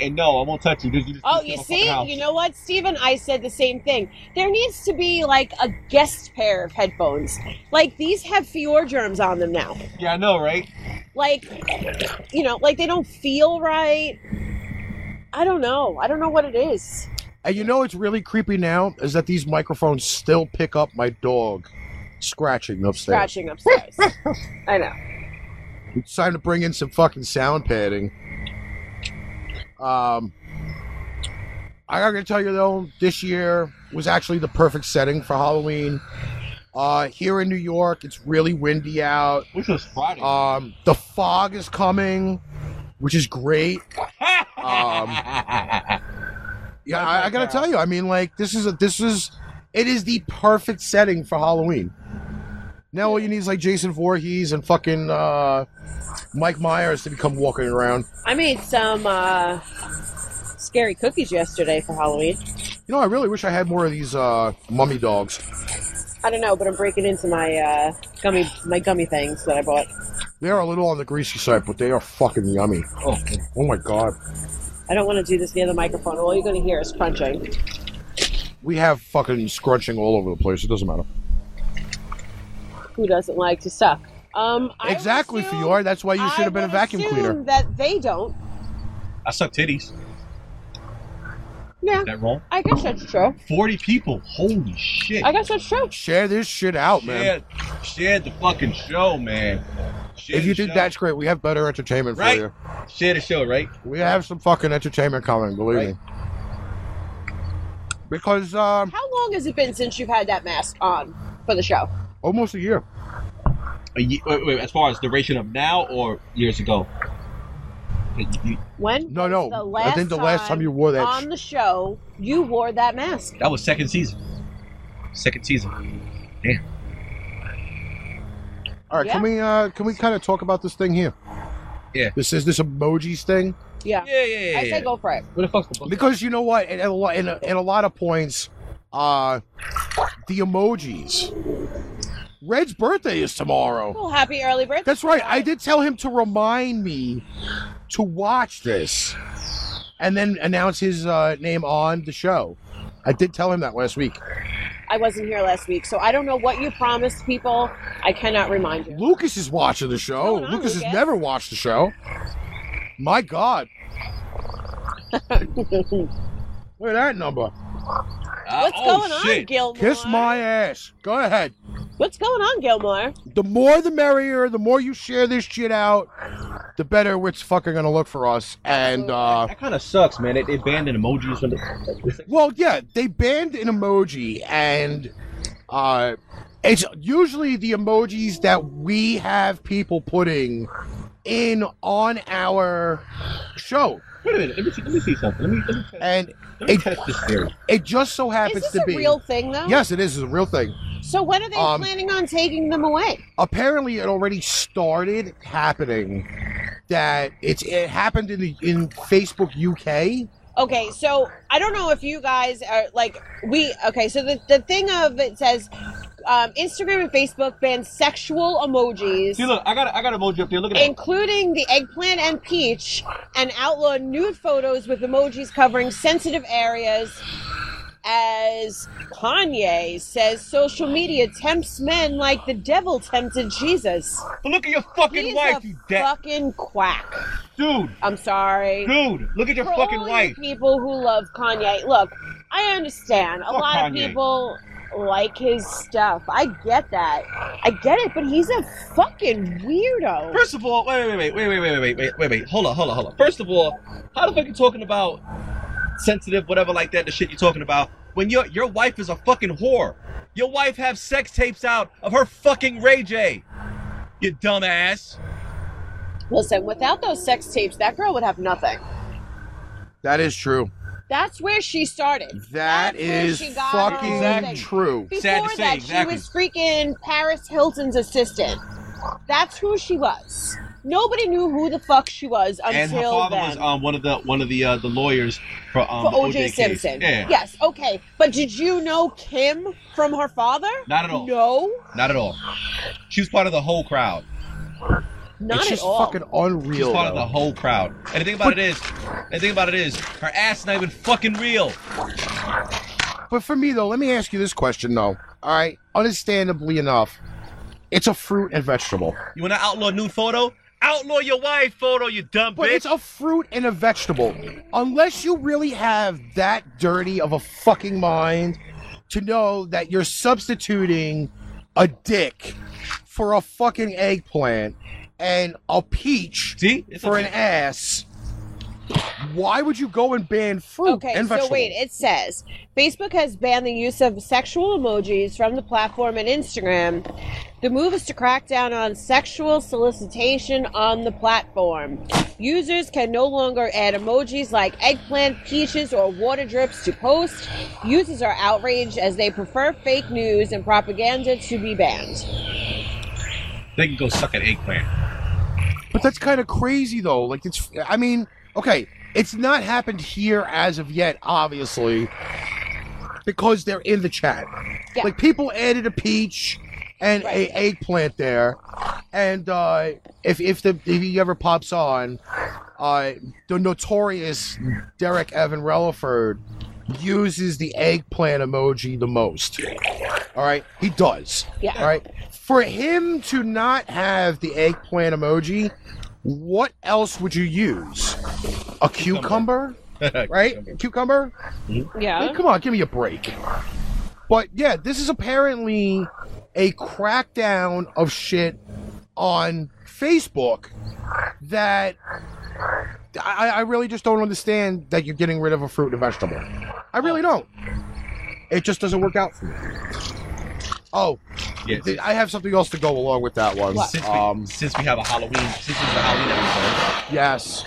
[SPEAKER 4] And no, I won't touch you. Just, you just
[SPEAKER 3] Oh,
[SPEAKER 4] clean
[SPEAKER 3] you
[SPEAKER 4] my
[SPEAKER 3] see,
[SPEAKER 4] fucking house.
[SPEAKER 3] you know what, Steven? I said the same thing. There needs to be like a guest pair of headphones. Like these have Fior germs on them now.
[SPEAKER 4] Yeah, I know, right?
[SPEAKER 3] Like, you know, like they don't feel right. I don't know. I don't know what it is.
[SPEAKER 1] And you know what's really creepy now is that these microphones still pick up my dog scratching upstairs.
[SPEAKER 3] Scratching upstairs. I know.
[SPEAKER 1] It's time to bring in some fucking sound padding. Um, I gotta tell you though, this year was actually the perfect setting for Halloween. Uh, here in New York, it's really windy out.
[SPEAKER 4] Which was Friday.
[SPEAKER 1] Um, the fog is coming, which is great.
[SPEAKER 4] Oh,
[SPEAKER 1] Yeah, I, I gotta tell you, I mean, like this is a this is it is the perfect setting for Halloween. Now all you need is like Jason Voorhees and fucking uh, Mike Myers to become walking around.
[SPEAKER 3] I made some uh, scary cookies yesterday for Halloween.
[SPEAKER 1] You know, I really wish I had more of these uh, mummy dogs.
[SPEAKER 3] I don't know, but I'm breaking into my uh, gummy my gummy things that I bought.
[SPEAKER 1] They are a little on the greasy side, but they are fucking yummy.
[SPEAKER 4] Oh,
[SPEAKER 1] Oh my god.
[SPEAKER 3] I don't want to do this near the microphone. All you're going to hear is crunching.
[SPEAKER 1] We have fucking scrunching all over the place. It doesn't matter.
[SPEAKER 3] Who doesn't like to suck? Um, I would
[SPEAKER 1] exactly,
[SPEAKER 3] assume-
[SPEAKER 1] Fior. That's why you should
[SPEAKER 3] I
[SPEAKER 1] have been a
[SPEAKER 3] would
[SPEAKER 1] vacuum
[SPEAKER 3] assume
[SPEAKER 1] cleaner.
[SPEAKER 3] That they don't.
[SPEAKER 4] I suck titties. Is
[SPEAKER 3] Yeah,
[SPEAKER 4] that wrong?
[SPEAKER 3] I guess that's true.
[SPEAKER 4] Forty people. Holy shit.
[SPEAKER 3] I guess that's true.
[SPEAKER 1] Share this shit out, man.
[SPEAKER 4] Share, share the fucking show, man. Share
[SPEAKER 1] If you
[SPEAKER 4] the
[SPEAKER 1] think
[SPEAKER 4] show.
[SPEAKER 1] that's great, we have better entertainment for
[SPEAKER 4] Right.
[SPEAKER 1] you.
[SPEAKER 4] share the show, right?
[SPEAKER 1] We have some fucking entertainment coming, believe
[SPEAKER 4] Right.
[SPEAKER 1] me. Because um,
[SPEAKER 3] How long has it been since you've had that mask on for the show?
[SPEAKER 1] almost a year.
[SPEAKER 4] A ye- wait, wait, as far as duration of now or years ago? You-
[SPEAKER 3] When?
[SPEAKER 1] No, no.
[SPEAKER 3] The
[SPEAKER 1] I
[SPEAKER 3] last
[SPEAKER 1] think the last time you wore that. sh-
[SPEAKER 3] on the show, you wore that mask.
[SPEAKER 4] That was second season. Second season.
[SPEAKER 1] All right, can
[SPEAKER 3] Yeah.
[SPEAKER 1] we uh, can we kind of talk about this thing here?
[SPEAKER 4] Yeah.
[SPEAKER 1] This is this emojis thing
[SPEAKER 3] Yeah.
[SPEAKER 4] Yeah, yeah, yeah.
[SPEAKER 3] I
[SPEAKER 4] yeah.
[SPEAKER 3] say go for it.
[SPEAKER 4] Where the fuck's the book?
[SPEAKER 1] because you know what, in, in, a, lo- in, a, in a lot of points, uh, the emojis. Red's birthday is tomorrow.
[SPEAKER 3] Well, happy early birthday.
[SPEAKER 1] That's right. I did tell him to remind me to watch this and then announce his uh, name on the show. I did tell him that last week.
[SPEAKER 3] I wasn't here last week, so I don't know what you promised people. I cannot remind you.
[SPEAKER 1] Lucas is watching the show.
[SPEAKER 3] No, not
[SPEAKER 1] Lucas, has
[SPEAKER 3] Lucas.
[SPEAKER 1] never watched the show. My God. Look at that number.
[SPEAKER 4] Ah,
[SPEAKER 3] What's
[SPEAKER 4] oh,
[SPEAKER 3] going on,
[SPEAKER 4] shit.
[SPEAKER 3] Gilmore?
[SPEAKER 1] Kiss my ass. Go ahead.
[SPEAKER 3] What's going on, Gilmore?
[SPEAKER 1] The more the merrier, the more you share this shit out, the better it's fucking gonna look for us. And uh
[SPEAKER 4] That kind of sucks, man. They, they banned an emojis from the.
[SPEAKER 1] well yeah, they banned an emoji and uh it's usually the emojis that we have people putting in on our show.
[SPEAKER 4] Wait a minute. Let me see, let me see something. Let me, let me, test,
[SPEAKER 1] And
[SPEAKER 4] let me
[SPEAKER 1] it-
[SPEAKER 4] test this theory.
[SPEAKER 1] it just so
[SPEAKER 3] Is
[SPEAKER 1] happens
[SPEAKER 3] this
[SPEAKER 1] to
[SPEAKER 3] a
[SPEAKER 1] be
[SPEAKER 3] real thing, though?
[SPEAKER 1] Yes, it is. It's a real thing.
[SPEAKER 3] So when are they
[SPEAKER 1] Um,
[SPEAKER 3] planning on taking them away?
[SPEAKER 1] Apparently, it already started happening. That it's it happened in the in Facebook UK.
[SPEAKER 3] Okay, so I don't know if you guys are like we. Okay, so the the thing of it says. Um, Instagram and Facebook ban sexual emojis,
[SPEAKER 4] See, look, I got, a, I got an emoji up there. Look at that.
[SPEAKER 3] including the eggplant and peach, and outlaw nude photos with emojis covering sensitive areas. As Kanye says, social media tempts men like the devil tempted Jesus.
[SPEAKER 4] Look at your fucking
[SPEAKER 3] He's
[SPEAKER 4] wife,
[SPEAKER 3] a
[SPEAKER 4] you de-
[SPEAKER 3] fucking quack.
[SPEAKER 4] dude.
[SPEAKER 3] I'm sorry.
[SPEAKER 4] Dude, look at your
[SPEAKER 3] for
[SPEAKER 4] fucking
[SPEAKER 3] all you
[SPEAKER 4] wife.
[SPEAKER 3] people who love Kanye, look, I understand. A
[SPEAKER 4] Fuck
[SPEAKER 3] lot of
[SPEAKER 4] Kanye.
[SPEAKER 3] people like his stuff. I get that. I get it, but he's a fucking weirdo.
[SPEAKER 4] First of all, wait, wait, wait, wait, wait, wait, wait, wait, wait, wait, wait. Hold on, hold on, hold on. First of all, how the fuck you talking about sensitive, whatever like that, the shit you're talking about, when your your wife is a fucking whore? Your wife have sex tapes out of her fucking Ray J. You dumbass.
[SPEAKER 3] Listen, without those sex tapes, that girl would have nothing.
[SPEAKER 1] That is true.
[SPEAKER 3] That's where she started.
[SPEAKER 1] That
[SPEAKER 3] That's where
[SPEAKER 1] is
[SPEAKER 3] she got her
[SPEAKER 1] fucking
[SPEAKER 3] thing.
[SPEAKER 1] true.
[SPEAKER 3] Before
[SPEAKER 4] Sad to say,
[SPEAKER 3] that,
[SPEAKER 4] exactly.
[SPEAKER 3] she was freaking Paris Hilton's assistant. That's who she was. Nobody knew who the fuck she was until
[SPEAKER 4] and her father
[SPEAKER 3] then.
[SPEAKER 4] was um one of the one of the uh, the lawyers for um
[SPEAKER 3] for
[SPEAKER 4] the
[SPEAKER 3] OJ,
[SPEAKER 4] case.
[SPEAKER 3] Simpson.
[SPEAKER 4] Yeah,
[SPEAKER 3] Yes, okay. But did you know Kim from her father?
[SPEAKER 4] Not at all.
[SPEAKER 3] No,
[SPEAKER 4] not at all. She was part of the whole crowd.
[SPEAKER 3] not
[SPEAKER 1] it's
[SPEAKER 3] at
[SPEAKER 1] just
[SPEAKER 3] all.
[SPEAKER 1] fucking
[SPEAKER 4] She's
[SPEAKER 1] unreal.
[SPEAKER 4] part of the
[SPEAKER 1] though.
[SPEAKER 4] whole crowd. And the thing about it is, and the thing about it is, her ass not even fucking real.
[SPEAKER 1] But for me though, let me ask you this question though. All right, understandably enough, it's a fruit and vegetable.
[SPEAKER 4] You want to outlaw nude photo? Outlaw your wife photo, you dumb
[SPEAKER 1] But it's
[SPEAKER 4] bitch.
[SPEAKER 1] a fruit and a vegetable. Unless you really have that dirty of a fucking mind to know that you're substituting a dick for a fucking eggplant and a peach
[SPEAKER 4] See, it's
[SPEAKER 1] for
[SPEAKER 4] a,
[SPEAKER 1] an ass, why would you go and ban fruit
[SPEAKER 3] Okay,
[SPEAKER 1] and
[SPEAKER 3] so
[SPEAKER 1] vegetable?
[SPEAKER 3] wait, it says Facebook has banned the use of sexual emojis from the platform and Instagram. The move is to crack down on sexual solicitation on the platform. Users can no longer add emojis like eggplant, peaches, or water drips to posts. Users are outraged as they prefer fake news and propaganda to be banned.
[SPEAKER 4] They can go suck an eggplant.
[SPEAKER 1] But that's kind of crazy, though. Like, it's, I mean, okay, it's not happened here as of yet, obviously, because they're in the chat.
[SPEAKER 3] Yeah.
[SPEAKER 1] Like, people added a peach and
[SPEAKER 3] Right.
[SPEAKER 1] a eggplant there, and uh, if if the if he ever pops on, uh, the notorious Derek Evan Relaford uses the eggplant emoji the most. All right, he does.
[SPEAKER 3] Yeah.
[SPEAKER 1] All right. For him to not have the eggplant emoji, what else would you use? A cucumber, right? Cucumber? I mean,
[SPEAKER 3] Yeah.
[SPEAKER 1] Oh, come on, give me a break. But yeah, this is apparently a crackdown of shit on Facebook that I, I really just don't understand that you're getting rid of a fruit and vegetable. I really don't. It just doesn't work out for me. Oh,
[SPEAKER 4] Yeah,
[SPEAKER 1] Th- I have something else to go along with that one.
[SPEAKER 4] Since we,
[SPEAKER 1] Um,
[SPEAKER 4] since we have a Halloween, since it's a Halloween episode,
[SPEAKER 1] yes.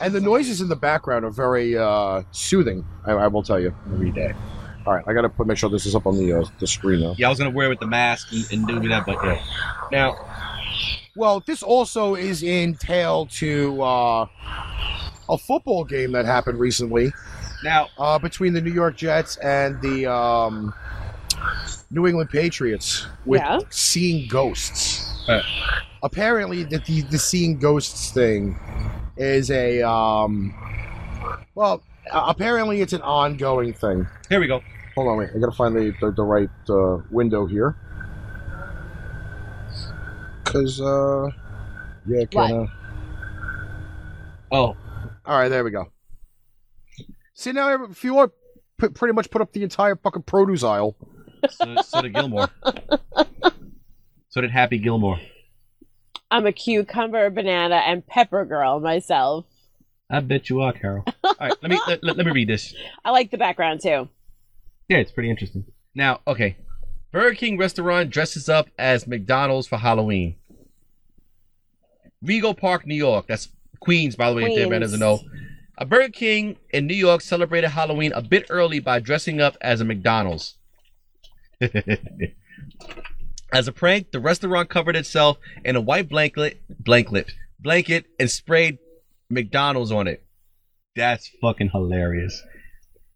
[SPEAKER 1] And the noises in the background are very uh, soothing. I, I will tell you.
[SPEAKER 4] every day.
[SPEAKER 1] All right, I gotta put make sure this is up on the uh, the screen now.
[SPEAKER 4] Yeah, I was gonna wear it with the mask and, and do that, but yeah. Now,
[SPEAKER 1] Well, this also is in tail to uh, a football game that happened recently
[SPEAKER 4] now,
[SPEAKER 1] uh, between the New York Jets and the um, New England Patriots with
[SPEAKER 3] Yeah.
[SPEAKER 1] seeing ghosts.
[SPEAKER 4] Huh.
[SPEAKER 1] Apparently, that the, the seeing ghosts thing is a um, well. a- Apparently, it's an ongoing thing.
[SPEAKER 4] here we go.
[SPEAKER 1] Hold on, wait. I gotta find the the, the right uh, window here. Cause uh, yeah,
[SPEAKER 3] What?
[SPEAKER 1] kinda.
[SPEAKER 4] Oh,
[SPEAKER 1] All right, there we go. See now, if you want, p- pretty much put up the entire fucking produce aisle.
[SPEAKER 4] so, so did Gilmore. So did Happy Gilmore.
[SPEAKER 3] I'm a cucumber, banana, and pepper girl myself.
[SPEAKER 4] I bet you are, Carol. All right, let me let, let, let me read this.
[SPEAKER 3] I like the background too.
[SPEAKER 4] Yeah, it's pretty interesting. Now, okay, Burger King restaurant dresses up as McDonald's for Halloween. Regal Park, New York. That's Queens, by the way. If everybody
[SPEAKER 3] Queens.
[SPEAKER 4] doesn't know, a Burger King in New York celebrated Halloween a bit early by dressing up as a McDonald's. as a prank, the restaurant covered itself in a white blanket, blanket, blanket, and sprayed McDonald's on it. That's fucking hilarious.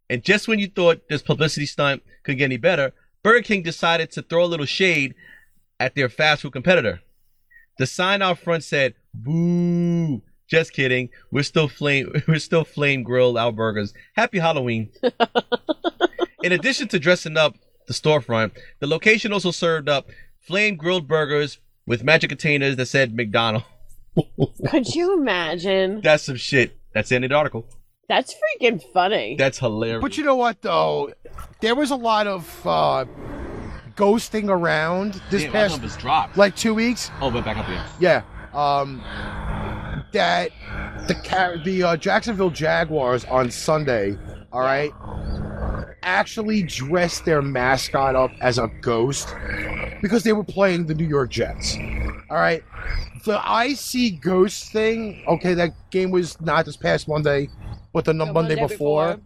[SPEAKER 4] And just when you thought this publicity stunt could get any better, Burger King decided to throw a little shade at their fast food competitor. The sign out front said, "Boo! Just kidding. We're still flame. We're still flame grilled our burgers. Happy Halloween." In addition to dressing up the storefront, the location also served up flame grilled burgers with magic containers that said McDonald's.
[SPEAKER 3] Could you imagine?
[SPEAKER 4] That's some shit. That's the end of the article.
[SPEAKER 3] That's freaking funny.
[SPEAKER 4] That's hilarious.
[SPEAKER 1] But you know what though, there was a lot of uh, ghosting around this
[SPEAKER 4] Damn, my
[SPEAKER 1] past
[SPEAKER 4] numbers dropped.
[SPEAKER 1] like two weeks.
[SPEAKER 4] Oh, but back up here.
[SPEAKER 1] Yeah, um, that the Ca- the uh, Jacksonville Jaguars on Sunday. All right. Actually, dressed their mascot up as a ghost because they were playing the New York Jets. All right. The I see ghost thing. Okay, that game was not this past Monday, but the,
[SPEAKER 3] The
[SPEAKER 1] num Monday, before,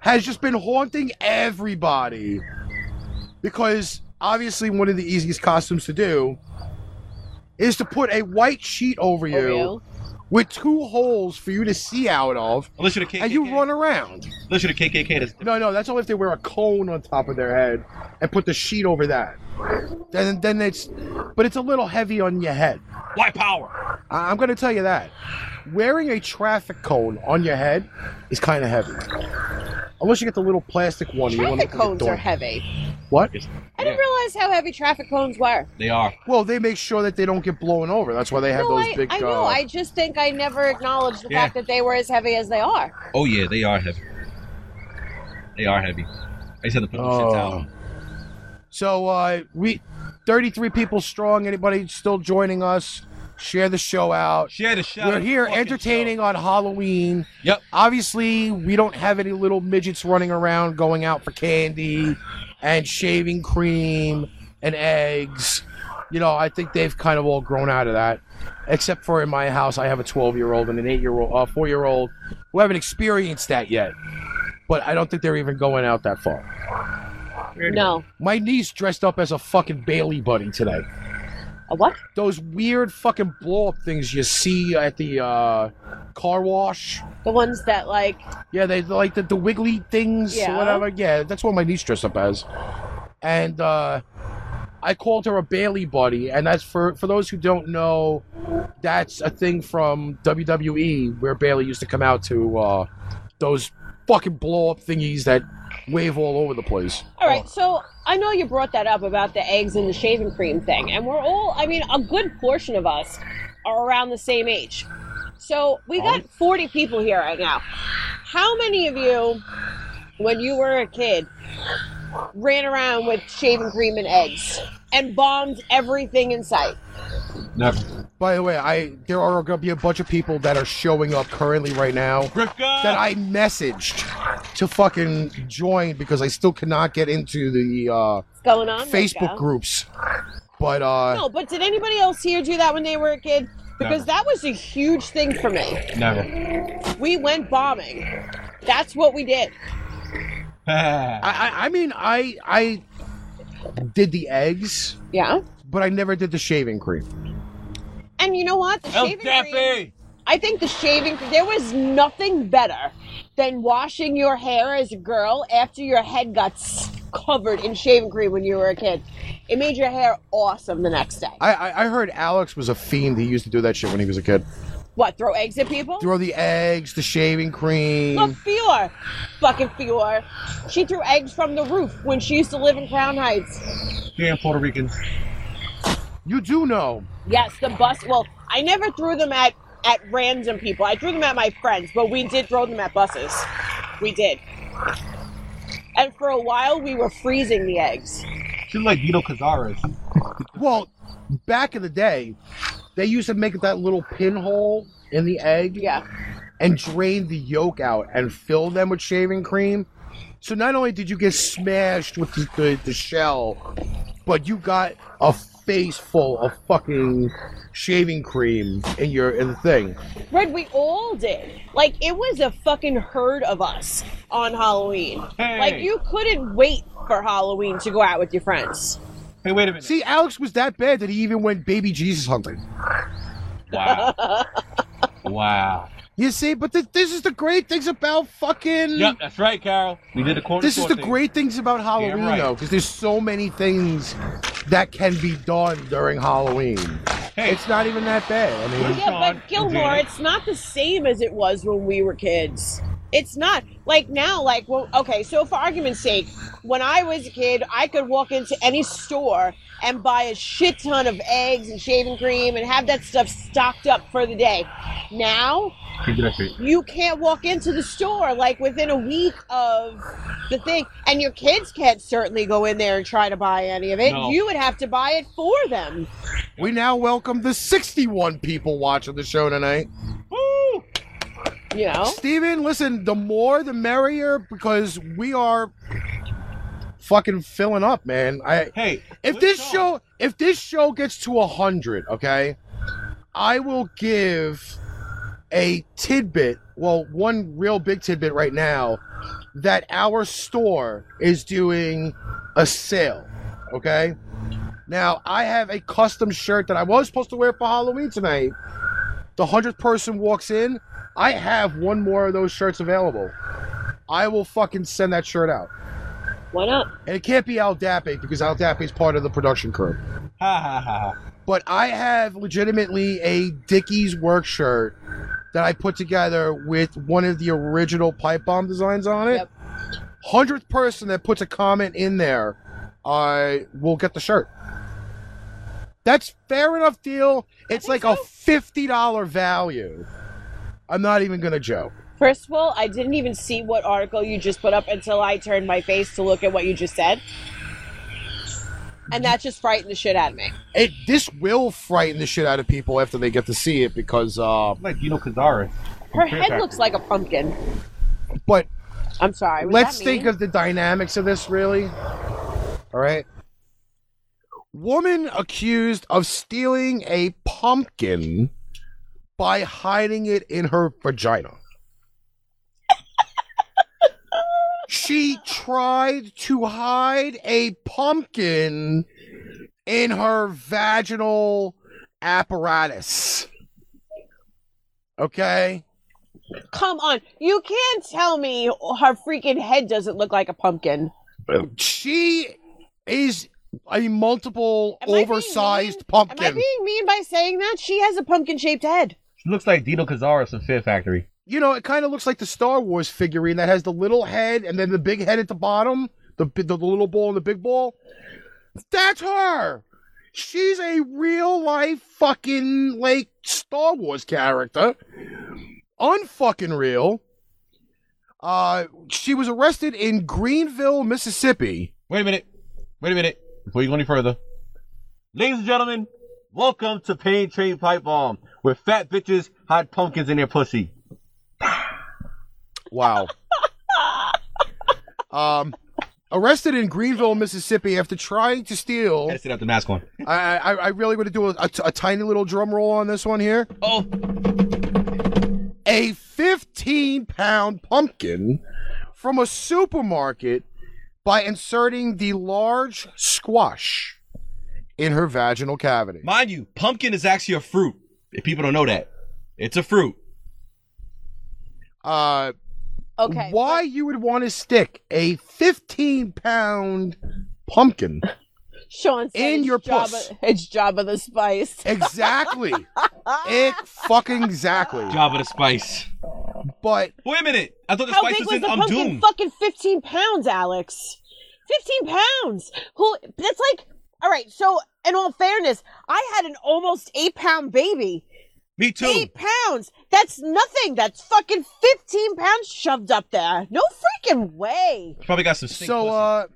[SPEAKER 1] has just been haunting everybody because obviously one of the easiest costumes to do is to put a white sheet over you,
[SPEAKER 3] For real?
[SPEAKER 1] with two holes for you to see out of,
[SPEAKER 4] Unless you're the KKK.
[SPEAKER 1] and you run around.
[SPEAKER 4] Unless you're the KKK. That's
[SPEAKER 1] No, no, that's only if they wear a cone on top of their head and put the sheet over that. Then, then it's, but it's a little heavy on your head.
[SPEAKER 4] white power.
[SPEAKER 1] I- I'm going to tell you that. Wearing a traffic cone on your head is kind of heavy. Unless you get the little plastic one. you want
[SPEAKER 3] Traffic
[SPEAKER 1] to
[SPEAKER 3] cones are heavy.
[SPEAKER 1] What?
[SPEAKER 3] I didn't realize how heavy traffic cones were.
[SPEAKER 4] They are.
[SPEAKER 1] Well, they make sure that they don't get blown over. That's why they have
[SPEAKER 3] no,
[SPEAKER 1] those
[SPEAKER 3] I,
[SPEAKER 1] big.
[SPEAKER 3] I
[SPEAKER 1] uh,
[SPEAKER 3] know. I just think I never acknowledged the
[SPEAKER 4] Yeah.
[SPEAKER 3] fact that they were as heavy as they are.
[SPEAKER 4] Oh yeah, they are heavy. They are heavy. I just had to put them
[SPEAKER 1] Oh.
[SPEAKER 4] shits out.
[SPEAKER 1] So uh, we, 33 people strong. Anybody still joining us? Share the show out.
[SPEAKER 4] Share the show.
[SPEAKER 1] We're here entertaining on Halloween.
[SPEAKER 4] Yep.
[SPEAKER 1] Obviously, we don't have any little midgets running around going out for candy and shaving cream and eggs. You know, I think they've kind of all grown out of that. Except for in my house, I have a 12 year old and an 8 year old, uh, 4 year old who haven't experienced that yet. But I don't think they're even going out that far.
[SPEAKER 3] No.
[SPEAKER 1] My niece dressed up as a fucking Bailey buddy today.
[SPEAKER 3] A what?
[SPEAKER 1] Those weird fucking blow up things you see at the uh, car wash.
[SPEAKER 3] The ones that like
[SPEAKER 1] Yeah, they like the, the wiggly things
[SPEAKER 3] Yeah.
[SPEAKER 1] or whatever. Yeah, that's what my niece dressed up as. And uh, I called her a Bailey buddy, and that's for for those who don't know, that's a thing from WWE where Bailey used to come out to uh, those fucking blow up thingies that wave all over the place.
[SPEAKER 3] All right, so I know you brought that up about the eggs and the shaving cream thing, and we're all, I mean, a good portion of us are around the same age. So we got 40 people here right now. How many of you, when you were a kid, ran around with shaving cream and eggs and bombed everything in sight?
[SPEAKER 2] Never.
[SPEAKER 1] By the way, I there are going to be a bunch of people that are showing up currently right now that I messaged to fucking join because I still cannot get into the. Uh,
[SPEAKER 3] What's going on?
[SPEAKER 1] Facebook
[SPEAKER 3] Rivka?
[SPEAKER 1] groups. But uh
[SPEAKER 3] No, but did anybody else here do that when they were a kid?
[SPEAKER 2] Never.
[SPEAKER 3] Because that was a huge thing for me.
[SPEAKER 2] Never.
[SPEAKER 3] We went bombing. That's what we did.
[SPEAKER 1] I, I I mean I I did the eggs,
[SPEAKER 3] Yeah.
[SPEAKER 1] but I never did the shaving cream.
[SPEAKER 3] And you know what?
[SPEAKER 4] Oh,
[SPEAKER 3] The shaving cream. I think the shaving. There was nothing better than washing your hair as a girl after your head got s- covered in shaving cream when you were a kid. It made your hair awesome the next day.
[SPEAKER 1] I, I I heard Alex was a fiend. He used to do that shit when he was a kid.
[SPEAKER 3] What? Throw eggs at people?
[SPEAKER 1] Throw the eggs, the shaving
[SPEAKER 3] Look,
[SPEAKER 1] cream.
[SPEAKER 3] Fior, fucking Fior. She threw eggs from the roof when she used to live in Crown Heights.
[SPEAKER 2] Damn Puerto Ricans.
[SPEAKER 1] You do know.
[SPEAKER 3] Yes, the bus. Well, I never threw them at at random people. I threw them at my friends, but we did throw them at buses. We did. And for a while, we were freezing the eggs.
[SPEAKER 2] She look like Vito Cazares.
[SPEAKER 1] Well, back in the day, they used to make that little pinhole in the egg
[SPEAKER 3] Yeah.
[SPEAKER 1] and drain the yolk out and fill them with shaving cream. So not only did you get smashed with the, the, the shell, but you got a face full of fucking shaving cream in your in the thing.
[SPEAKER 3] Red, we all did. Like it was a fucking herd of us on Halloween.
[SPEAKER 2] Hey.
[SPEAKER 3] Like you couldn't wait for Halloween to go out with your friends.
[SPEAKER 2] Hey, wait a minute.
[SPEAKER 1] See, Alex was that bad that he even went baby Jesus hunting.
[SPEAKER 2] Wow. wow.
[SPEAKER 1] You see, but th- this is the great things about fucking.
[SPEAKER 2] Yep, that's right, Carol. We did the corner
[SPEAKER 1] This is
[SPEAKER 2] store
[SPEAKER 1] the
[SPEAKER 2] thing.
[SPEAKER 1] great things about Halloween,
[SPEAKER 2] right.
[SPEAKER 1] though, because there's so many things that can be done during Halloween.
[SPEAKER 2] Hey.
[SPEAKER 1] It's not even that bad. I mean,
[SPEAKER 3] Yeah,
[SPEAKER 2] Sean,
[SPEAKER 3] but Gilmore,
[SPEAKER 2] Janet.
[SPEAKER 3] it's not the same as it was when we were kids. It's not like now, like well, okay. So for argument's sake, when I was a kid, I could walk into any store and buy a shit ton of eggs and shaving cream and have that stuff stocked up for the day. Now
[SPEAKER 2] She did that shit.
[SPEAKER 3] you can't walk into the store like within a week of the thing, and your kids can't certainly go in there and try to buy any of it.
[SPEAKER 2] No.
[SPEAKER 3] You would have to buy it for them.
[SPEAKER 1] We now welcome the 61 people watching the show tonight.
[SPEAKER 2] Woo!
[SPEAKER 3] You know.
[SPEAKER 1] Steven, listen, the more the merrier because we are fucking filling up, man. I
[SPEAKER 2] Hey.
[SPEAKER 1] if
[SPEAKER 2] good
[SPEAKER 1] this
[SPEAKER 2] song.
[SPEAKER 1] show if this show gets to 100, okay? I will give a tidbit, well, one real big tidbit right now that our store is doing a sale, okay? Now, I have a custom shirt that I was supposed to wear for Halloween tonight. The 100th person walks in, I have one more of those shirts available. I will fucking send that shirt out.
[SPEAKER 3] Why not?
[SPEAKER 1] And it can't be Al Dappe because Al Dappe is part of the production crew.
[SPEAKER 2] Ha ha ha. ha.
[SPEAKER 1] But I have legitimately a Dickies work shirt that I put together with one of the original pipe bomb designs on it.
[SPEAKER 3] Yep.
[SPEAKER 1] Hundredth person that puts a comment in there, I will get the shirt. That's fair enough deal. It's like
[SPEAKER 3] think
[SPEAKER 1] a fifty dollar value. I'm not even gonna joke.
[SPEAKER 3] First of all, I didn't even see what article you just put up until I turned my face to look at what you just said. And that just frightened the shit out of me.
[SPEAKER 1] It this will frighten the shit out of people after they get to see it because uh
[SPEAKER 2] Like Vito Cazares.
[SPEAKER 3] Her head looks like a pumpkin.
[SPEAKER 1] but
[SPEAKER 3] I'm sorry. was
[SPEAKER 1] Let's
[SPEAKER 3] that
[SPEAKER 1] think
[SPEAKER 3] mean?
[SPEAKER 1] of the dynamics of this, really. All right. Woman accused of stealing a pumpkin by hiding it in her vagina. she tried to hide a pumpkin in her vaginal apparatus. Okay?
[SPEAKER 3] Come on, you can't tell me her freaking head doesn't look like a pumpkin.
[SPEAKER 1] She is a multiple
[SPEAKER 3] Am I being
[SPEAKER 1] oversized
[SPEAKER 3] Am
[SPEAKER 1] pumpkin.
[SPEAKER 3] I being mean by saying that? She has a pumpkin shaped head.
[SPEAKER 4] She looks like Dino Cazares from Fear Factory.
[SPEAKER 1] you know, it kind of looks like the Star Wars figurine that has the little head and then the big head at the bottom, the bi- the little ball and the big ball. That's her. She's a real life fucking like Star Wars character. Unfucking real. Uh, she was arrested in Greenville, Mississippi.
[SPEAKER 4] Wait a minute. Wait a minute. Before you go any further. Ladies and gentlemen, welcome to Pain Train Pipe Bomb, where fat bitches hide pumpkins in their pussy.
[SPEAKER 1] Wow. um, arrested in Greenville, Mississippi after trying to steal.
[SPEAKER 4] I had to sit out the mask on.
[SPEAKER 1] I, I, I really want to do a, a t- a tiny little drum roll on this one here.
[SPEAKER 4] Oh,
[SPEAKER 1] A 15 pound pumpkin from a supermarket by inserting the large squash in her vaginal cavity.
[SPEAKER 4] mind you, pumpkin is actually a fruit. If people don't know that, it's a fruit.
[SPEAKER 1] Uh,
[SPEAKER 3] Okay.
[SPEAKER 1] why you would want to stick a 15 pound pumpkin?
[SPEAKER 3] Sean said
[SPEAKER 1] In
[SPEAKER 3] it's
[SPEAKER 1] your
[SPEAKER 3] Jabba,
[SPEAKER 1] puss.
[SPEAKER 3] It's Jabba the Spice.
[SPEAKER 1] Exactly. it fucking exactly.
[SPEAKER 4] Job of the spice.
[SPEAKER 1] But
[SPEAKER 4] Wait a minute. I thought the
[SPEAKER 3] How
[SPEAKER 4] spice was
[SPEAKER 3] big was
[SPEAKER 4] in
[SPEAKER 3] the
[SPEAKER 4] I'm
[SPEAKER 3] pumpkin?
[SPEAKER 4] Doomed.
[SPEAKER 3] Fucking fifteen pounds, Alex. Fifteen pounds. Who? That's like. All right. So, in all fairness, I had an almost eight pound baby.
[SPEAKER 4] Me too.
[SPEAKER 3] Eight pounds. That's nothing. That's fucking fifteen pounds shoved up there. No freaking way.
[SPEAKER 4] Probably got some stink
[SPEAKER 1] So,
[SPEAKER 4] pussy.
[SPEAKER 1] uh,
[SPEAKER 3] mind.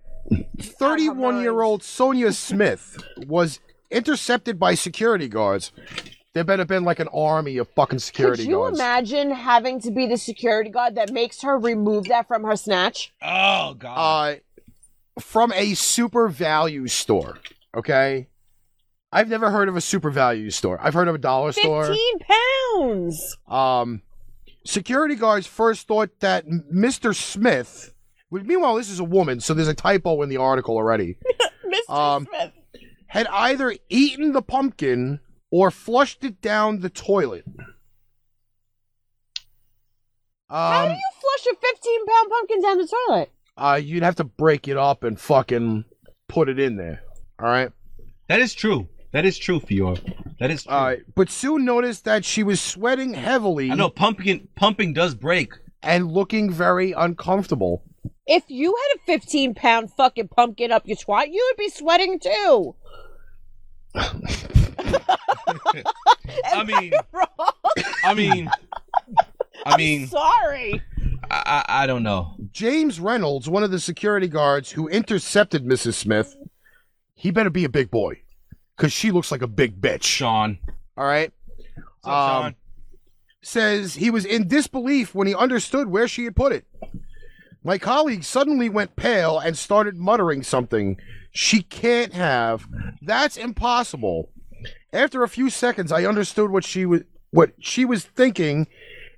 [SPEAKER 1] 31 year old Sonia Smith was intercepted by security guards. There better been like an army of fucking security
[SPEAKER 3] Could you
[SPEAKER 1] guards.
[SPEAKER 3] imagine having to be the security guard that makes her remove that from her snatch?
[SPEAKER 4] oh god.
[SPEAKER 1] uh, from a super value store, okay? I've never heard of a super value store. I've heard of a dollar store.
[SPEAKER 3] Fifteen pounds.
[SPEAKER 1] Um, security guards first thought that M- Mr. Smith. Meanwhile, this is a woman, so there's a typo in the article already.
[SPEAKER 3] Mr.
[SPEAKER 1] Um,
[SPEAKER 3] Smith.
[SPEAKER 1] had either eaten the pumpkin or flushed it down the toilet.
[SPEAKER 3] How do
[SPEAKER 1] Um,
[SPEAKER 3] you flush a 15 pound pumpkin down the toilet?
[SPEAKER 1] uh, you'd have to break it up and fucking put it in there. All right.
[SPEAKER 4] that is true. That is true, Fior. That is true.
[SPEAKER 1] All right. But Sue noticed that she was sweating heavily
[SPEAKER 4] I know pumpkin pumping does break.
[SPEAKER 1] and looking very uncomfortable.
[SPEAKER 3] If you had a 15 pound fucking pumpkin up your twat, you would be sweating too.
[SPEAKER 4] I mean, I mean, I mean,
[SPEAKER 3] Sorry.
[SPEAKER 4] I, I, I don't know.
[SPEAKER 1] James Reynolds, one of the security guards who intercepted Mrs. Smith, he better be a big boy because she looks like a big bitch.
[SPEAKER 4] Sean.
[SPEAKER 1] All right.
[SPEAKER 4] What's up,
[SPEAKER 1] Um,
[SPEAKER 4] Sean?
[SPEAKER 1] says he was in disbelief when he understood where she had put it. My colleague suddenly went pale and started muttering something. She can't have. That's impossible. After a few seconds, I understood what she was what she was thinking,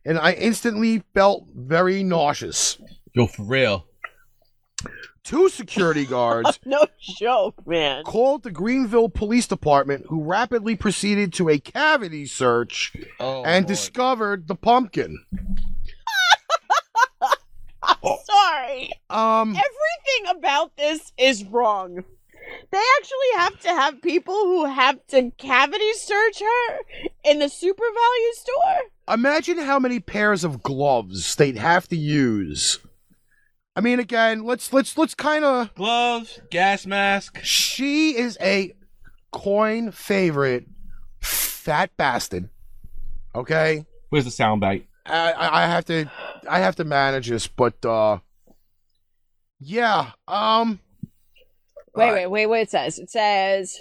[SPEAKER 1] and I instantly felt very nauseous.
[SPEAKER 4] Yo, for real.
[SPEAKER 1] Two security guards
[SPEAKER 3] No joke, man.
[SPEAKER 1] called the Greenville Police Department, who rapidly proceeded to a cavity search
[SPEAKER 4] Oh,
[SPEAKER 1] and
[SPEAKER 4] Lord.
[SPEAKER 1] discovered the pumpkin.
[SPEAKER 3] Sorry.
[SPEAKER 1] Um,
[SPEAKER 3] Everything about this is wrong. They actually have to have people who have to cavity search her in the super value store.
[SPEAKER 1] imagine how many pairs of gloves they'd have to use. I mean, again, let's let's let's kind of.
[SPEAKER 4] gloves, gas mask.
[SPEAKER 1] She is a coin favorite, fat bastard. Okay,
[SPEAKER 4] Where's the sound bite?
[SPEAKER 1] I, I I have to I have to manage this, but uh, yeah. Um, uh,
[SPEAKER 3] Wait, wait, wait, wait. It says, it says,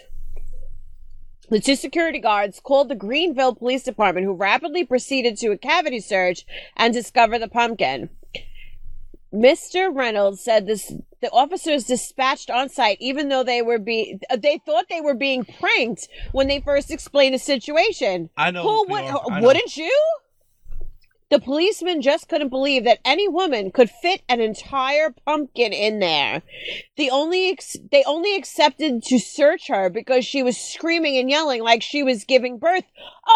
[SPEAKER 3] the two security guards called the Greenville Police Department, who rapidly proceeded to a cavity search and discovered the pumpkin. Mr. Reynolds said this: the officers dispatched on site, even though they were be uh, they thought they were being pranked when they first explained the situation.
[SPEAKER 4] I know.
[SPEAKER 3] Who
[SPEAKER 4] PR,
[SPEAKER 3] would?
[SPEAKER 4] I know.
[SPEAKER 3] Wouldn't you? The policeman just couldn't believe that any woman could fit an entire pumpkin in there. The only ex- they only accepted to search her because she was screaming and yelling like she was giving birth.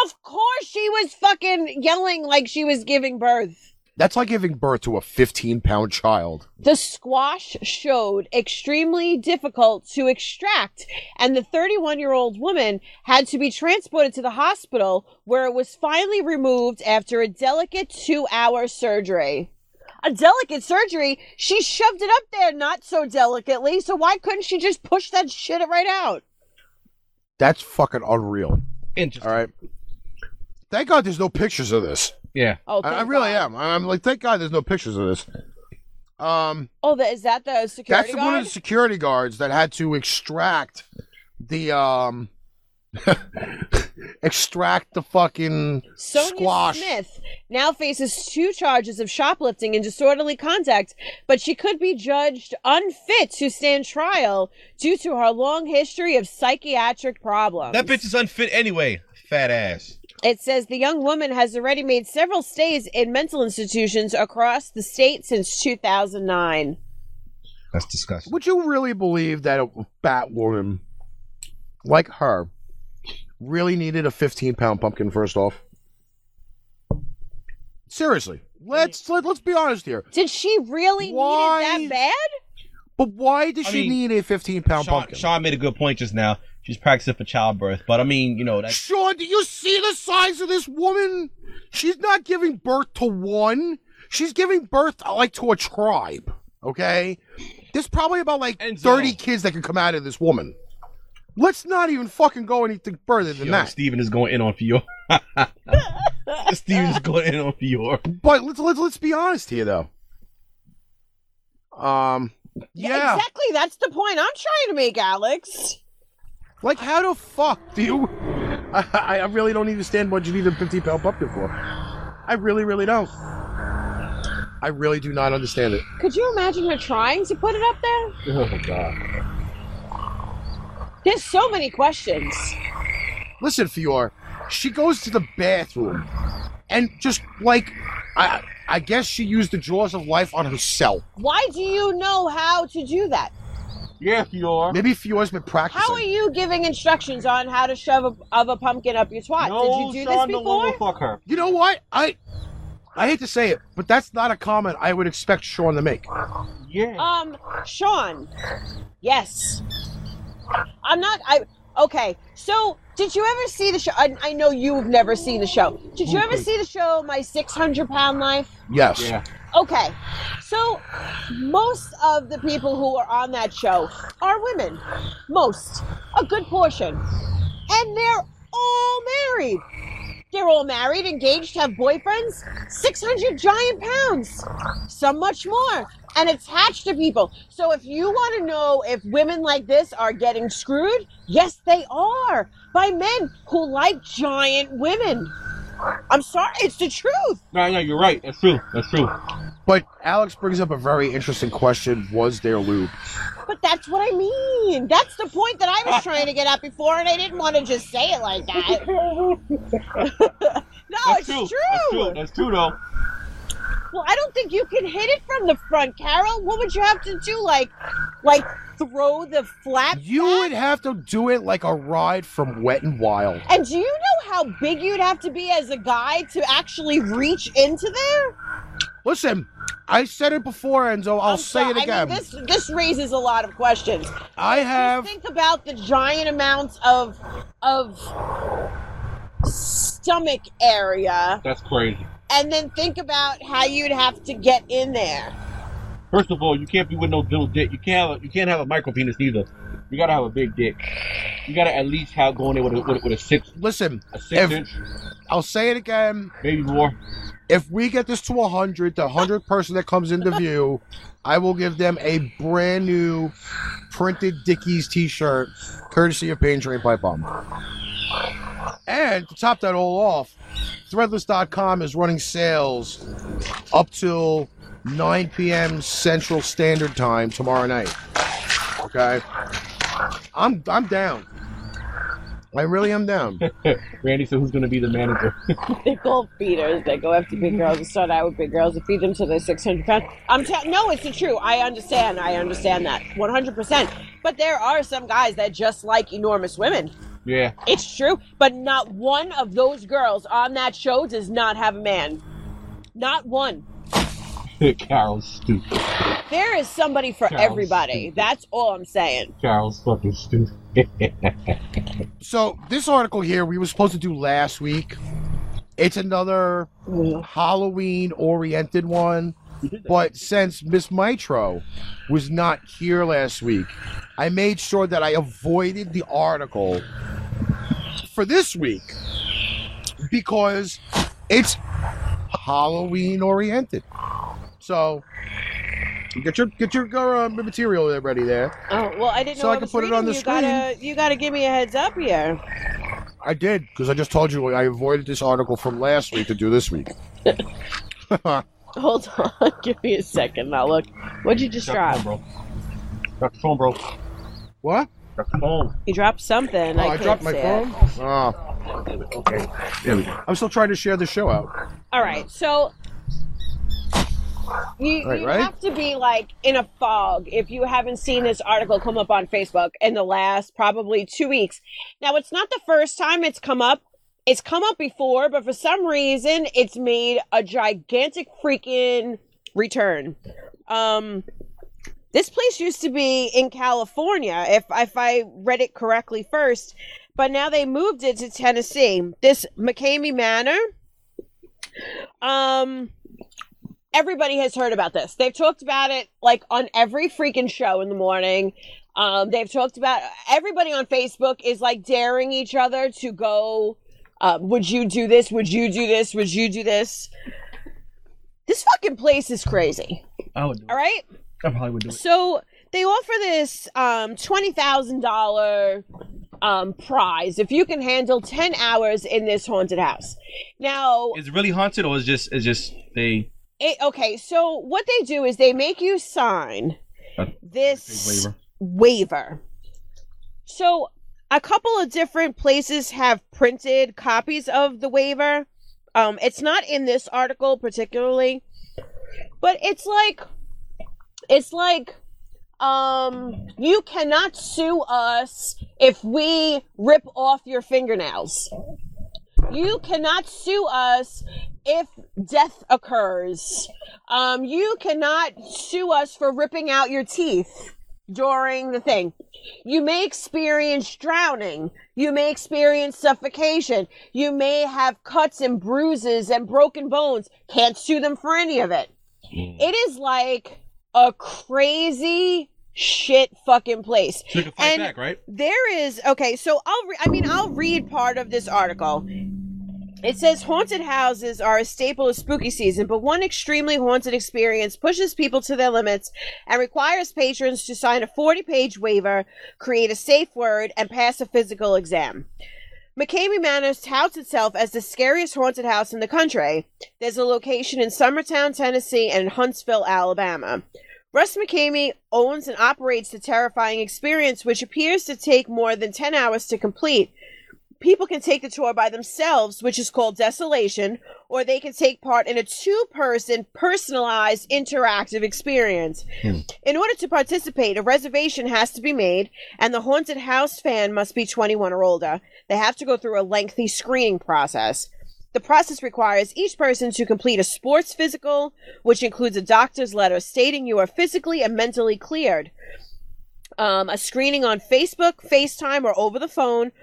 [SPEAKER 3] Of course she was fucking yelling like she was giving birth.
[SPEAKER 1] That's like giving birth to a 15 pound child.
[SPEAKER 3] The squash showed extremely difficult to extract, and the 31 year old woman had to be transported to the hospital where it was finally removed after a delicate two hour surgery. A delicate surgery? She shoved it up there not so delicately, so why couldn't she just push that shit right out?
[SPEAKER 1] That's fucking unreal.
[SPEAKER 4] Interesting.
[SPEAKER 1] All right. Thank God there's no pictures of this.
[SPEAKER 4] Yeah.
[SPEAKER 3] Oh,
[SPEAKER 1] I, I
[SPEAKER 3] thank
[SPEAKER 1] really
[SPEAKER 3] God.
[SPEAKER 1] am. I- I'm like, thank God there's no pictures of this. Um,
[SPEAKER 3] Oh, the, is that the security
[SPEAKER 1] That's
[SPEAKER 3] guard?
[SPEAKER 1] one of the security guards that had to extract the um extract the fucking
[SPEAKER 3] Sonia
[SPEAKER 1] squash.
[SPEAKER 3] Smith now faces two charges of shoplifting and disorderly conduct, but she could be judged unfit to stand trial due to her long history of psychiatric problems.
[SPEAKER 4] That bitch is unfit anyway. Fat ass.
[SPEAKER 3] It says the young woman has already made several stays in mental institutions across the state since 2009.
[SPEAKER 4] That's disgusting.
[SPEAKER 1] Would you really believe that a Batwoman like her really needed a 15 pound pumpkin first off? Seriously. Let's let, let's be honest here.
[SPEAKER 3] Did she really
[SPEAKER 1] Why-
[SPEAKER 3] need it that bad?
[SPEAKER 1] But why does
[SPEAKER 4] I
[SPEAKER 1] she
[SPEAKER 4] mean,
[SPEAKER 1] need a 15 pound
[SPEAKER 4] Sean,
[SPEAKER 1] pumpkin?
[SPEAKER 4] Sean made a good point just now. She's practicing for childbirth, but I mean, you know, that's
[SPEAKER 1] Sean, do you see the size of this woman? She's not giving birth to one. She's giving birth like to a tribe. Okay, there's probably about like
[SPEAKER 4] Enzo.
[SPEAKER 1] thirty kids that can come out of this woman. Let's not even fucking go anything further than
[SPEAKER 4] Yo,
[SPEAKER 1] that.
[SPEAKER 4] Steven is going in on Fior. Steven's going in on Fior.
[SPEAKER 1] But let's let's let's be honest here, though. Um, yeah,
[SPEAKER 3] Exactly, that's the point I'm trying to make, Alex.
[SPEAKER 1] like how the fuck do you? I, I I really don't understand what you need a fifty pound pumpkin for. I really really don't. I really do not understand it.
[SPEAKER 3] Could you imagine her trying to put it up there?
[SPEAKER 2] Oh god.
[SPEAKER 3] There's so many questions.
[SPEAKER 1] listen, Fior, she goes to the bathroom and just like I I guess she used the jaws of life on herself.
[SPEAKER 3] Why do you know how to do that?
[SPEAKER 2] Yeah, Fior.
[SPEAKER 1] Maybe Fior's been practicing.
[SPEAKER 3] How are you giving instructions on how to shove a, of a pumpkin up your twat?
[SPEAKER 2] No,
[SPEAKER 3] Did you do
[SPEAKER 2] Sean,
[SPEAKER 3] this
[SPEAKER 2] no one will
[SPEAKER 3] before?
[SPEAKER 2] fuck her.
[SPEAKER 1] You know what? I I hate to say it, but that's not a comment I would expect Sean to make.
[SPEAKER 2] Yeah.
[SPEAKER 3] Um, Sean. Yes. I'm not. I okay. So, did you ever see the show? I, I know you've never seen the show. Did you ever see the show My 600 Pound Life?
[SPEAKER 1] Yes.
[SPEAKER 2] yeah.
[SPEAKER 3] Okay. So, most of the people who are on that show are women. Most. A good portion. And they're all married. They're all married, engaged, have boyfriends. 600 giant pounds. Some much more. And attached to people. So, if you want to know if women like this are getting screwed, yes, they are. By men who like giant women. I'm sorry, it's the truth.
[SPEAKER 2] No, no, you're right. That's true. That's true.
[SPEAKER 1] But Alex brings up a very interesting question. Was there lube?
[SPEAKER 3] But that's what I mean. That's the point that I
[SPEAKER 1] Ah.
[SPEAKER 3] was trying to get at before, and I didn't want to just say it like that. no,
[SPEAKER 2] That's
[SPEAKER 3] Oh, it's
[SPEAKER 2] true. That's
[SPEAKER 3] true.
[SPEAKER 2] true. That's true though.
[SPEAKER 3] Well, I don't think you can hit it from the front, Carol. What would you have to do? Like, like throw the flap?
[SPEAKER 1] You
[SPEAKER 3] back?
[SPEAKER 1] would have to do it like a ride from Wet and Wild.
[SPEAKER 3] And do you know how big you'd have to be as a guy to actually reach into there?
[SPEAKER 1] Listen, I said it before, Enzo. I'll
[SPEAKER 3] I'm
[SPEAKER 1] say
[SPEAKER 3] so-
[SPEAKER 1] it again.
[SPEAKER 3] I mean, this this raises a lot of questions.
[SPEAKER 1] I have
[SPEAKER 3] Just think about the giant amounts of of stomach area
[SPEAKER 2] That's crazy.
[SPEAKER 3] and then think about how you'd have to get in there
[SPEAKER 2] First of all, you can't be with no little dick. You can't have a, you can't have a micro penis neither. You gotta have a big dick. You gotta at least have going there with a, with a, with a six
[SPEAKER 1] listen.
[SPEAKER 2] a six
[SPEAKER 1] Ev-
[SPEAKER 2] inch,
[SPEAKER 1] I'll say it again.
[SPEAKER 2] maybe more.
[SPEAKER 1] If we get this to 100, the 100 person that comes into view, I will give them a brand new printed Dickies t shirt, courtesy of Pain Train Pipe Bomb. And to top that all off, threadless.com is running sales up till 9 p.m. Central Standard Time tomorrow night. Okay? I'm, I'm down. I really am down.
[SPEAKER 2] Randy said, "Who's going to be the manager?"
[SPEAKER 3] They're gold feeders. They go after big girls and start out with big girls and feed them till they're 600 pounds. I'm tell no, it's the truth. I understand. I understand that 100%. But there are some guys that just like enormous women.
[SPEAKER 2] yeah,
[SPEAKER 3] It's true. But not one of those girls on that show does not have a man. Not one.
[SPEAKER 2] Carol's stupid.
[SPEAKER 3] There is somebody for
[SPEAKER 2] Sounds
[SPEAKER 3] everybody. That's all I'm saying.
[SPEAKER 2] Carol's fucking stupid.
[SPEAKER 1] So this article here we were supposed to do last week. It's another Halloween oriented one. But since Miss Mitro was not here last week, I made sure that I avoided the article for this week because it's Halloween oriented. So get your get your uh, material ready there.
[SPEAKER 3] Oh well, I didn't
[SPEAKER 1] So
[SPEAKER 3] know
[SPEAKER 1] I
[SPEAKER 3] I
[SPEAKER 1] can
[SPEAKER 3] was
[SPEAKER 1] put it on
[SPEAKER 3] reading.
[SPEAKER 1] the
[SPEAKER 3] you Gotta, you gotta give me a heads up here.
[SPEAKER 1] I did because I just told you I avoided this article from last week to do this week.
[SPEAKER 3] Hold on, give me a second. Now look, what'd you just
[SPEAKER 2] Drop the
[SPEAKER 3] drop?
[SPEAKER 2] phone, bro. Drop the phone, bro.
[SPEAKER 1] What?
[SPEAKER 2] Drop the phone.
[SPEAKER 3] You dropped something.
[SPEAKER 1] Oh,
[SPEAKER 3] I,
[SPEAKER 1] I,
[SPEAKER 3] can't
[SPEAKER 1] dropped my
[SPEAKER 3] see it.
[SPEAKER 1] phone. Oh,
[SPEAKER 2] Damn it. Okay. There we go.
[SPEAKER 1] I'm still trying to share the show out.
[SPEAKER 3] All right, so you,
[SPEAKER 1] All right,
[SPEAKER 3] you
[SPEAKER 1] right?
[SPEAKER 3] have to be like in a fog if you haven't seen this article come up on Facebook in the last probably two weeks. Now, it's not the first time it's come up. It's come up before, but for some reason, it's made a gigantic freaking return. Um, this place used to be in California, if if I read it correctly first, but now they moved it to Tennessee. This McCamey Manor um everybody has heard about this they've talked about it like on every freaking show in the morning um they've talked about everybody on facebook is like daring each other to go uh, would you do this would you do this would you do this this fucking place is crazy
[SPEAKER 4] I would do
[SPEAKER 3] all right
[SPEAKER 4] I probably would do
[SPEAKER 3] so they offer this um, twenty thousand dollar um, prize if you can handle ten hours in this haunted house. Now,
[SPEAKER 4] Is it really haunted or is just is just they
[SPEAKER 3] it, okay, so what they do is they make you sign
[SPEAKER 4] A
[SPEAKER 3] this
[SPEAKER 4] waiver?
[SPEAKER 3] waiver. So a couple of different places have printed copies of the waiver. Um, it's not in this article particularly, but it's like it's like um you cannot sue us if we rip off your fingernails. You cannot sue us if death occurs. Um, you cannot sue us for ripping out your teeth during the thing. You may experience drowning. You may experience suffocation. You may have cuts and bruises and broken bones. Can't sue them for any of it. It is like a crazy shit fucking place.
[SPEAKER 4] So you can fight
[SPEAKER 3] And-
[SPEAKER 4] back, right?
[SPEAKER 3] There is okay, so I'll re- I mean I'll read part of this article. It says haunted houses are a staple of spooky season, but one extremely haunted experience pushes people to their limits and requires patrons to sign a 40-page waiver, create a safe word, and pass a physical exam. McCamey Manor touts itself as the scariest haunted house in the country. There's a location in Summertown, Tennessee, and in Huntsville, Alabama. Russ McCamey owns and operates the terrifying experience, which appears to take more than 10 hours to complete. People can take the tour by themselves, which is called Desolation, or they can take part in a two person, personalized, interactive experience. In order to participate, a reservation has to be made, and the haunted house fan must be 21 or older. They have to go through a lengthy screening process. The process requires each person to complete a sports physical, which includes a doctor's letter stating you are physically and mentally cleared. Um, a screening on Facebook, FaceTime, or over the phone.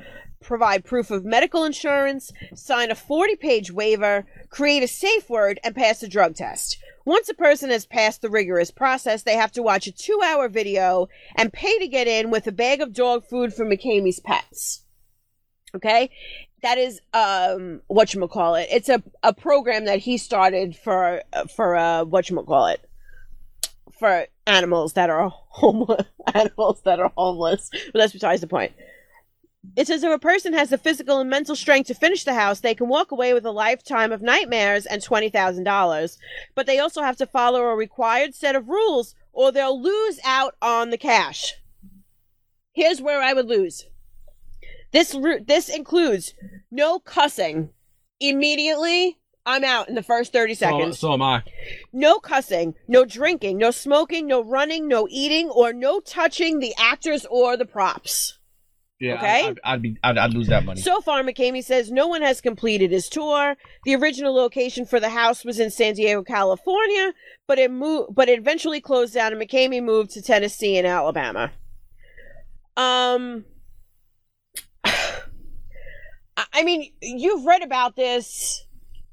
[SPEAKER 3] Provide proof of medical insurance, sign a 40 page waiver, create a safe word, and pass a drug test. Once a person has passed the rigorous process, they have to watch a two hour video and pay to get in with a bag of dog food from McCamey's Pets. Okay? that is um what you call it it's a, a program that he started for for uh what you call it for animals that are homeless animals that are homeless but that's besides the point it says if a person has the physical and mental strength to finish the house they can walk away with a lifetime of nightmares and $20000 but they also have to follow a required set of rules or they'll lose out on the cash here's where i would lose This root this includes no cussing. Immediately, I'm out in the first 30
[SPEAKER 2] So,
[SPEAKER 3] seconds.
[SPEAKER 2] so am I.
[SPEAKER 3] No cussing, no drinking, no smoking, no running, no eating, or no touching the actors or the props.
[SPEAKER 4] Yeah,
[SPEAKER 3] Okay.
[SPEAKER 4] I, I'd, I'd be, I'd, I'd lose that money.
[SPEAKER 3] So far, McCamey says no one has completed his tour. The original location for the house was in San Diego, California, but it moved, but it eventually closed down, and McCamey moved to Tennessee and Alabama. Um, I I mean, you've read about this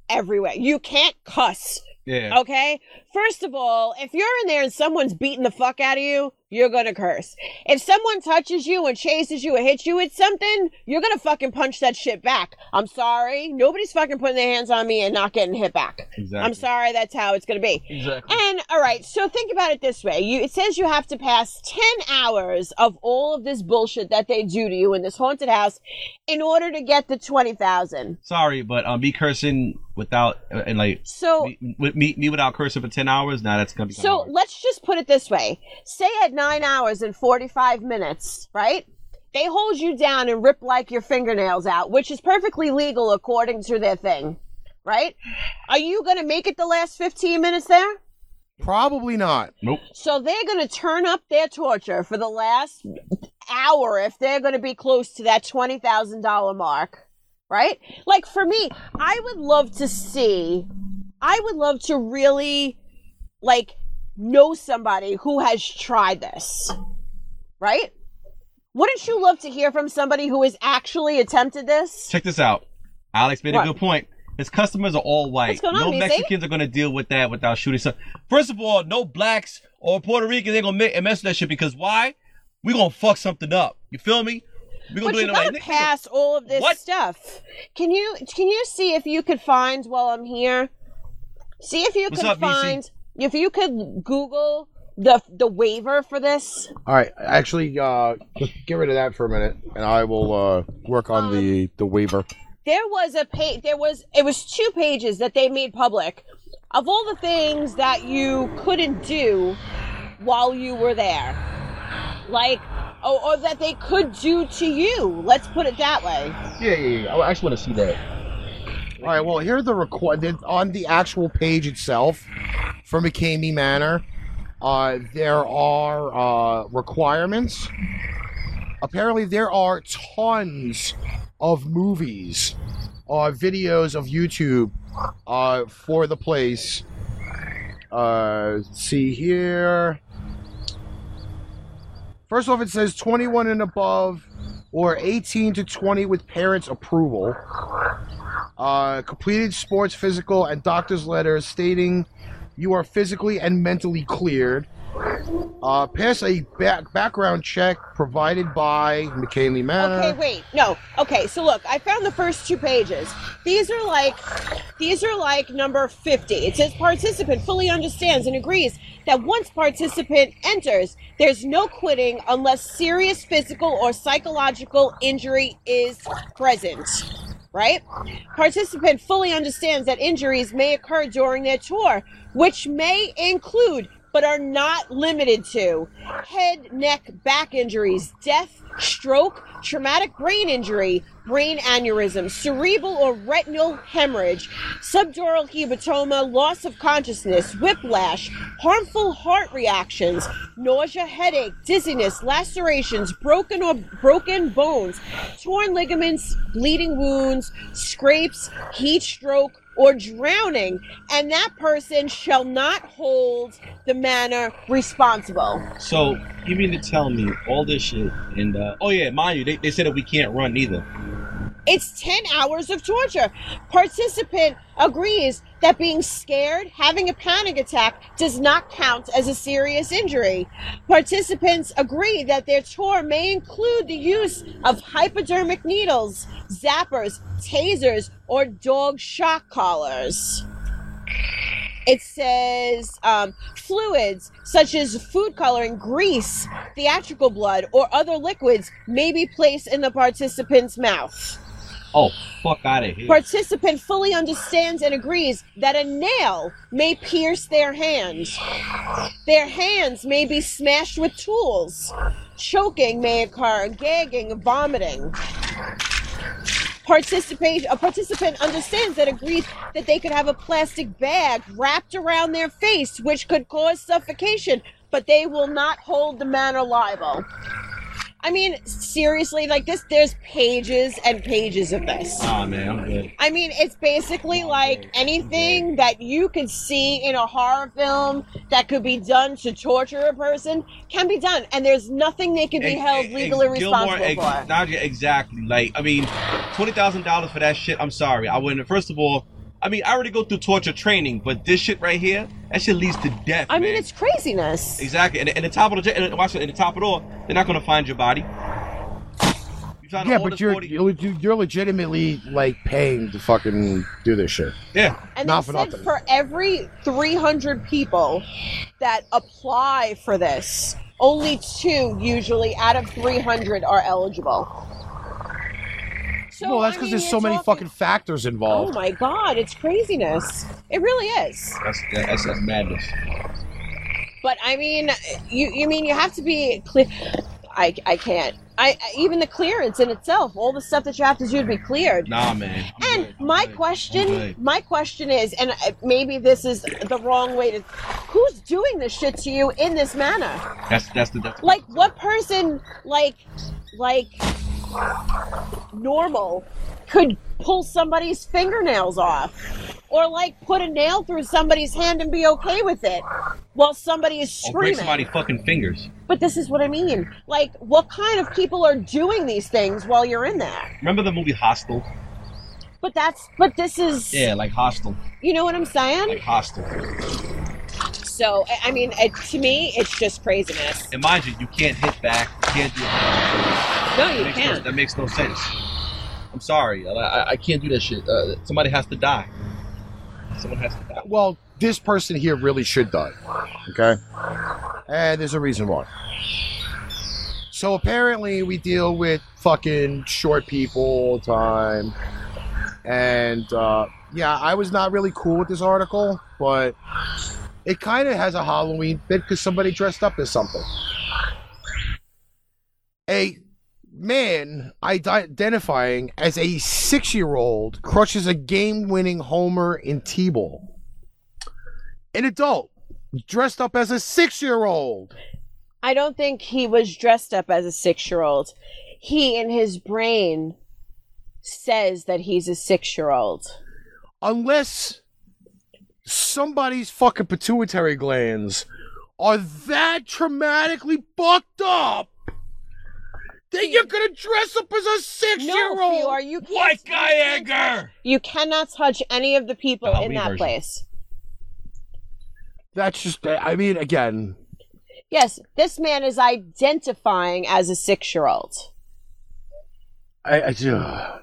[SPEAKER 3] everywhere. You can't cuss.
[SPEAKER 4] yeah,
[SPEAKER 3] Okay. First of all, if you're in there and someone's beating the fuck out of you, you're gonna curse. If someone touches you and chases you and hits you with something, you're gonna fucking punch that shit back. I'm sorry. Nobody's fucking putting their hands on me and not getting hit back.
[SPEAKER 4] exactly.
[SPEAKER 3] I'm sorry. That's how it's gonna be.
[SPEAKER 4] Exactly.
[SPEAKER 3] And all right, so think about it this way: you, it says you have to pass ten hours of all of this bullshit that they do to you in this haunted house in order to get the twenty thousand.
[SPEAKER 4] Sorry, but um, me cursing without uh, and like
[SPEAKER 3] So
[SPEAKER 4] me, with me, me without cursing for ten hours. Now nah, that's gonna be kinda
[SPEAKER 3] So
[SPEAKER 4] hard.
[SPEAKER 3] let's just put it this way: say at nine hours and forty-five minutes, right? They hold you down and rip like your fingernails out, which is perfectly legal according to their thing, right? Are you going to make it the last fifteen minutes there?
[SPEAKER 1] Probably not.
[SPEAKER 4] nope.
[SPEAKER 3] So they're going to turn up their torture for the last hour if they're going to be close to that $20,000 mark, right? Like for me, I would love to see, I would love to really like know somebody who has tried this, right? Wouldn't you love to hear from somebody who has actually attempted this?
[SPEAKER 4] Check this out. Alex made
[SPEAKER 3] What?
[SPEAKER 4] a good point. His customers are all white.
[SPEAKER 3] What's going on,
[SPEAKER 4] no
[SPEAKER 3] Mizzy?
[SPEAKER 4] Mexicans are gonna deal with that without shooting. So first of all, no blacks or Puerto Ricans ain't gonna mi- mess with that shit because why? We gonna fuck something up. You feel me? We gonna
[SPEAKER 3] But you
[SPEAKER 4] blame the
[SPEAKER 3] gotta
[SPEAKER 4] white niggas.
[SPEAKER 3] pass all of this
[SPEAKER 4] What?
[SPEAKER 3] stuff. Can you can you see if you could find while I'm here? See if you
[SPEAKER 4] What's
[SPEAKER 3] could
[SPEAKER 4] up, BC?
[SPEAKER 3] find if you could Google the the waiver for this.
[SPEAKER 1] All right, actually, uh, get rid of that for a minute, and I will uh, work on the the waiver.
[SPEAKER 3] There was a page. There was it was two pages that they made public of all the things that you couldn't do while you were there, like or, or that they could do to you. Let's put it that way.
[SPEAKER 2] Yeah, yeah, yeah. I actually want to see that.
[SPEAKER 1] All right. Well, here are the record on the actual page itself for McCamey Manor. Uh, there are uh, requirements. Apparently, there are tons of movies, uh, videos of YouTube uh, for the place. Uh, let's see here. First off, it says 21 and above, or 18 to 20 with parents' approval uh, completed sports physical and doctor's letters stating you are physically and mentally cleared. Uh, pass a back background check provided by McKinley Manor.
[SPEAKER 3] Okay, wait. No. Okay, so look, I found the first two pages. These are like these are like number 50. It says participant fully understands and agrees that once participant enters, there's no quitting unless serious physical or psychological injury is present. Right? Participant fully understands that injuries may occur during their tour, which may include but are not limited to head, neck, back injuries, death, stroke, traumatic brain injury, brain aneurysm, cerebral or retinal hemorrhage, subdural hematoma, loss of consciousness, whiplash, harmful heart reactions, nausea, headache, dizziness, lacerations, broken or broken bones, torn ligaments, bleeding wounds, scrapes, heat stroke, or drowning, and that person shall not hold the manor responsible.
[SPEAKER 4] So you mean to tell me all this shit and uh, oh yeah, mind you, they, they said that we can't run either.
[SPEAKER 3] It's 10 hours of torture. Participant agrees that being scared, having a panic attack, does not count as a serious injury. Participants agree that their tour may include the use of hypodermic needles, zappers, tasers, or dog shock collars. It says um, fluids such as food coloring, grease, theatrical blood, or other liquids may be placed in the participant's mouth.
[SPEAKER 4] Oh fuck out of here.
[SPEAKER 3] Participant fully understands and agrees that a nail may pierce their hand. Their hands may be smashed with tools. Choking may occur, gagging, vomiting. Participation, a participant understands that agrees that they could have a plastic bag wrapped around their face, which could cause suffocation, but they will not hold the manner liable. I mean, seriously, like this, there's pages and pages of this.
[SPEAKER 2] Ah, man, I'm good.
[SPEAKER 3] I mean, it's basically like anything that you could see in a horror film that could be done to torture a person can be done, and there's nothing they can be
[SPEAKER 4] Ex-
[SPEAKER 3] held
[SPEAKER 4] ex-
[SPEAKER 3] legally
[SPEAKER 4] Gilmore,
[SPEAKER 3] responsible
[SPEAKER 4] ex-
[SPEAKER 3] for.
[SPEAKER 4] Nadia, exactly. Like, I mean, twenty thousand dollars for that shit. I'm sorry, I wouldn't. First of all, I mean, I already go through torture training, but this shit right here, that shit leads to death.
[SPEAKER 3] I mean,
[SPEAKER 4] man.
[SPEAKER 3] it's craziness.
[SPEAKER 4] exactly. And, and the top of the and watch it. And the top of it all, they're not gonna find your body. You found
[SPEAKER 1] Yeah,
[SPEAKER 4] all
[SPEAKER 1] but
[SPEAKER 4] this
[SPEAKER 1] you're
[SPEAKER 4] 40
[SPEAKER 1] you're you're legitimately like paying to fucking do this shit.
[SPEAKER 4] yeah.
[SPEAKER 3] And
[SPEAKER 1] Not
[SPEAKER 3] they
[SPEAKER 1] for
[SPEAKER 3] said
[SPEAKER 1] nothing.
[SPEAKER 3] for every 300 people that apply for this, only two usually out of 300 are eligible. So,
[SPEAKER 1] well, that's
[SPEAKER 3] I
[SPEAKER 1] because
[SPEAKER 3] mean,
[SPEAKER 1] there's so
[SPEAKER 3] it's
[SPEAKER 1] many
[SPEAKER 3] all-
[SPEAKER 1] fucking factors
[SPEAKER 3] Oh
[SPEAKER 1] involved.
[SPEAKER 3] my god, it's craziness. It really is.
[SPEAKER 4] That's, that's that's madness.
[SPEAKER 3] But I mean, you you mean you have to be clear. I, I can't. I I- even the clearance in itself, all the stuff that you have to do to be cleared.
[SPEAKER 4] Nah, man. I'm
[SPEAKER 3] And
[SPEAKER 4] good, I'm
[SPEAKER 3] my
[SPEAKER 4] good, I'm
[SPEAKER 3] question,
[SPEAKER 4] good.
[SPEAKER 3] my question is, and I- maybe this is the wrong way to, who's doing this shit to you in this manner?
[SPEAKER 4] That's that's the that's the-
[SPEAKER 3] Like, what person, like, like, normal, could pull somebody's fingernails off, or like put a nail through somebody's hand and be okay with it, while somebody is
[SPEAKER 4] Or oh, break
[SPEAKER 3] screaming?
[SPEAKER 4] somebody fucking fingers.
[SPEAKER 3] But this is what I mean. Like, what kind of people are doing these things while you're in there?
[SPEAKER 4] Remember the movie Hostel?
[SPEAKER 3] But that's, but this is,
[SPEAKER 4] Yeah, like Hostel,
[SPEAKER 3] you know what I'm saying?
[SPEAKER 4] like Hostel.
[SPEAKER 3] So, I- I mean, it, to me, it's just craziness.
[SPEAKER 4] And mind you, you can't hit back. You can't do
[SPEAKER 3] No,
[SPEAKER 4] That
[SPEAKER 3] you
[SPEAKER 4] makes no-
[SPEAKER 3] can't.
[SPEAKER 4] that makes no sense. I'm sorry. I, I, I can't do that shit. Uh, somebody has to die. Someone has to die.
[SPEAKER 1] Well, this person here really should die. Okay? And there's a reason why. So apparently we deal with fucking short people all the time. And uh, yeah, I was not really cool with this article, but it kind of has a Halloween bit because somebody dressed up as something. A man ide- identifying as a six year old crushes a game winning homer in T ball an adult dressed up as a six year old.
[SPEAKER 3] I don't think he was dressed up as a six year old. He, in his brain, says that he's a six year old.
[SPEAKER 1] Unless somebody's fucking pituitary glands are that traumatically fucked up that you're gonna dress up as a six year
[SPEAKER 3] No, you are.
[SPEAKER 1] old.
[SPEAKER 3] You can't.
[SPEAKER 4] White guy
[SPEAKER 3] you can't touch-
[SPEAKER 4] anger.
[SPEAKER 3] You cannot touch any of the people
[SPEAKER 4] The
[SPEAKER 3] in
[SPEAKER 4] Halloween
[SPEAKER 3] that
[SPEAKER 4] version.
[SPEAKER 3] place.
[SPEAKER 1] That's just, I mean, again,
[SPEAKER 3] Yes, this man is identifying as a six year old.
[SPEAKER 1] I, I do. I,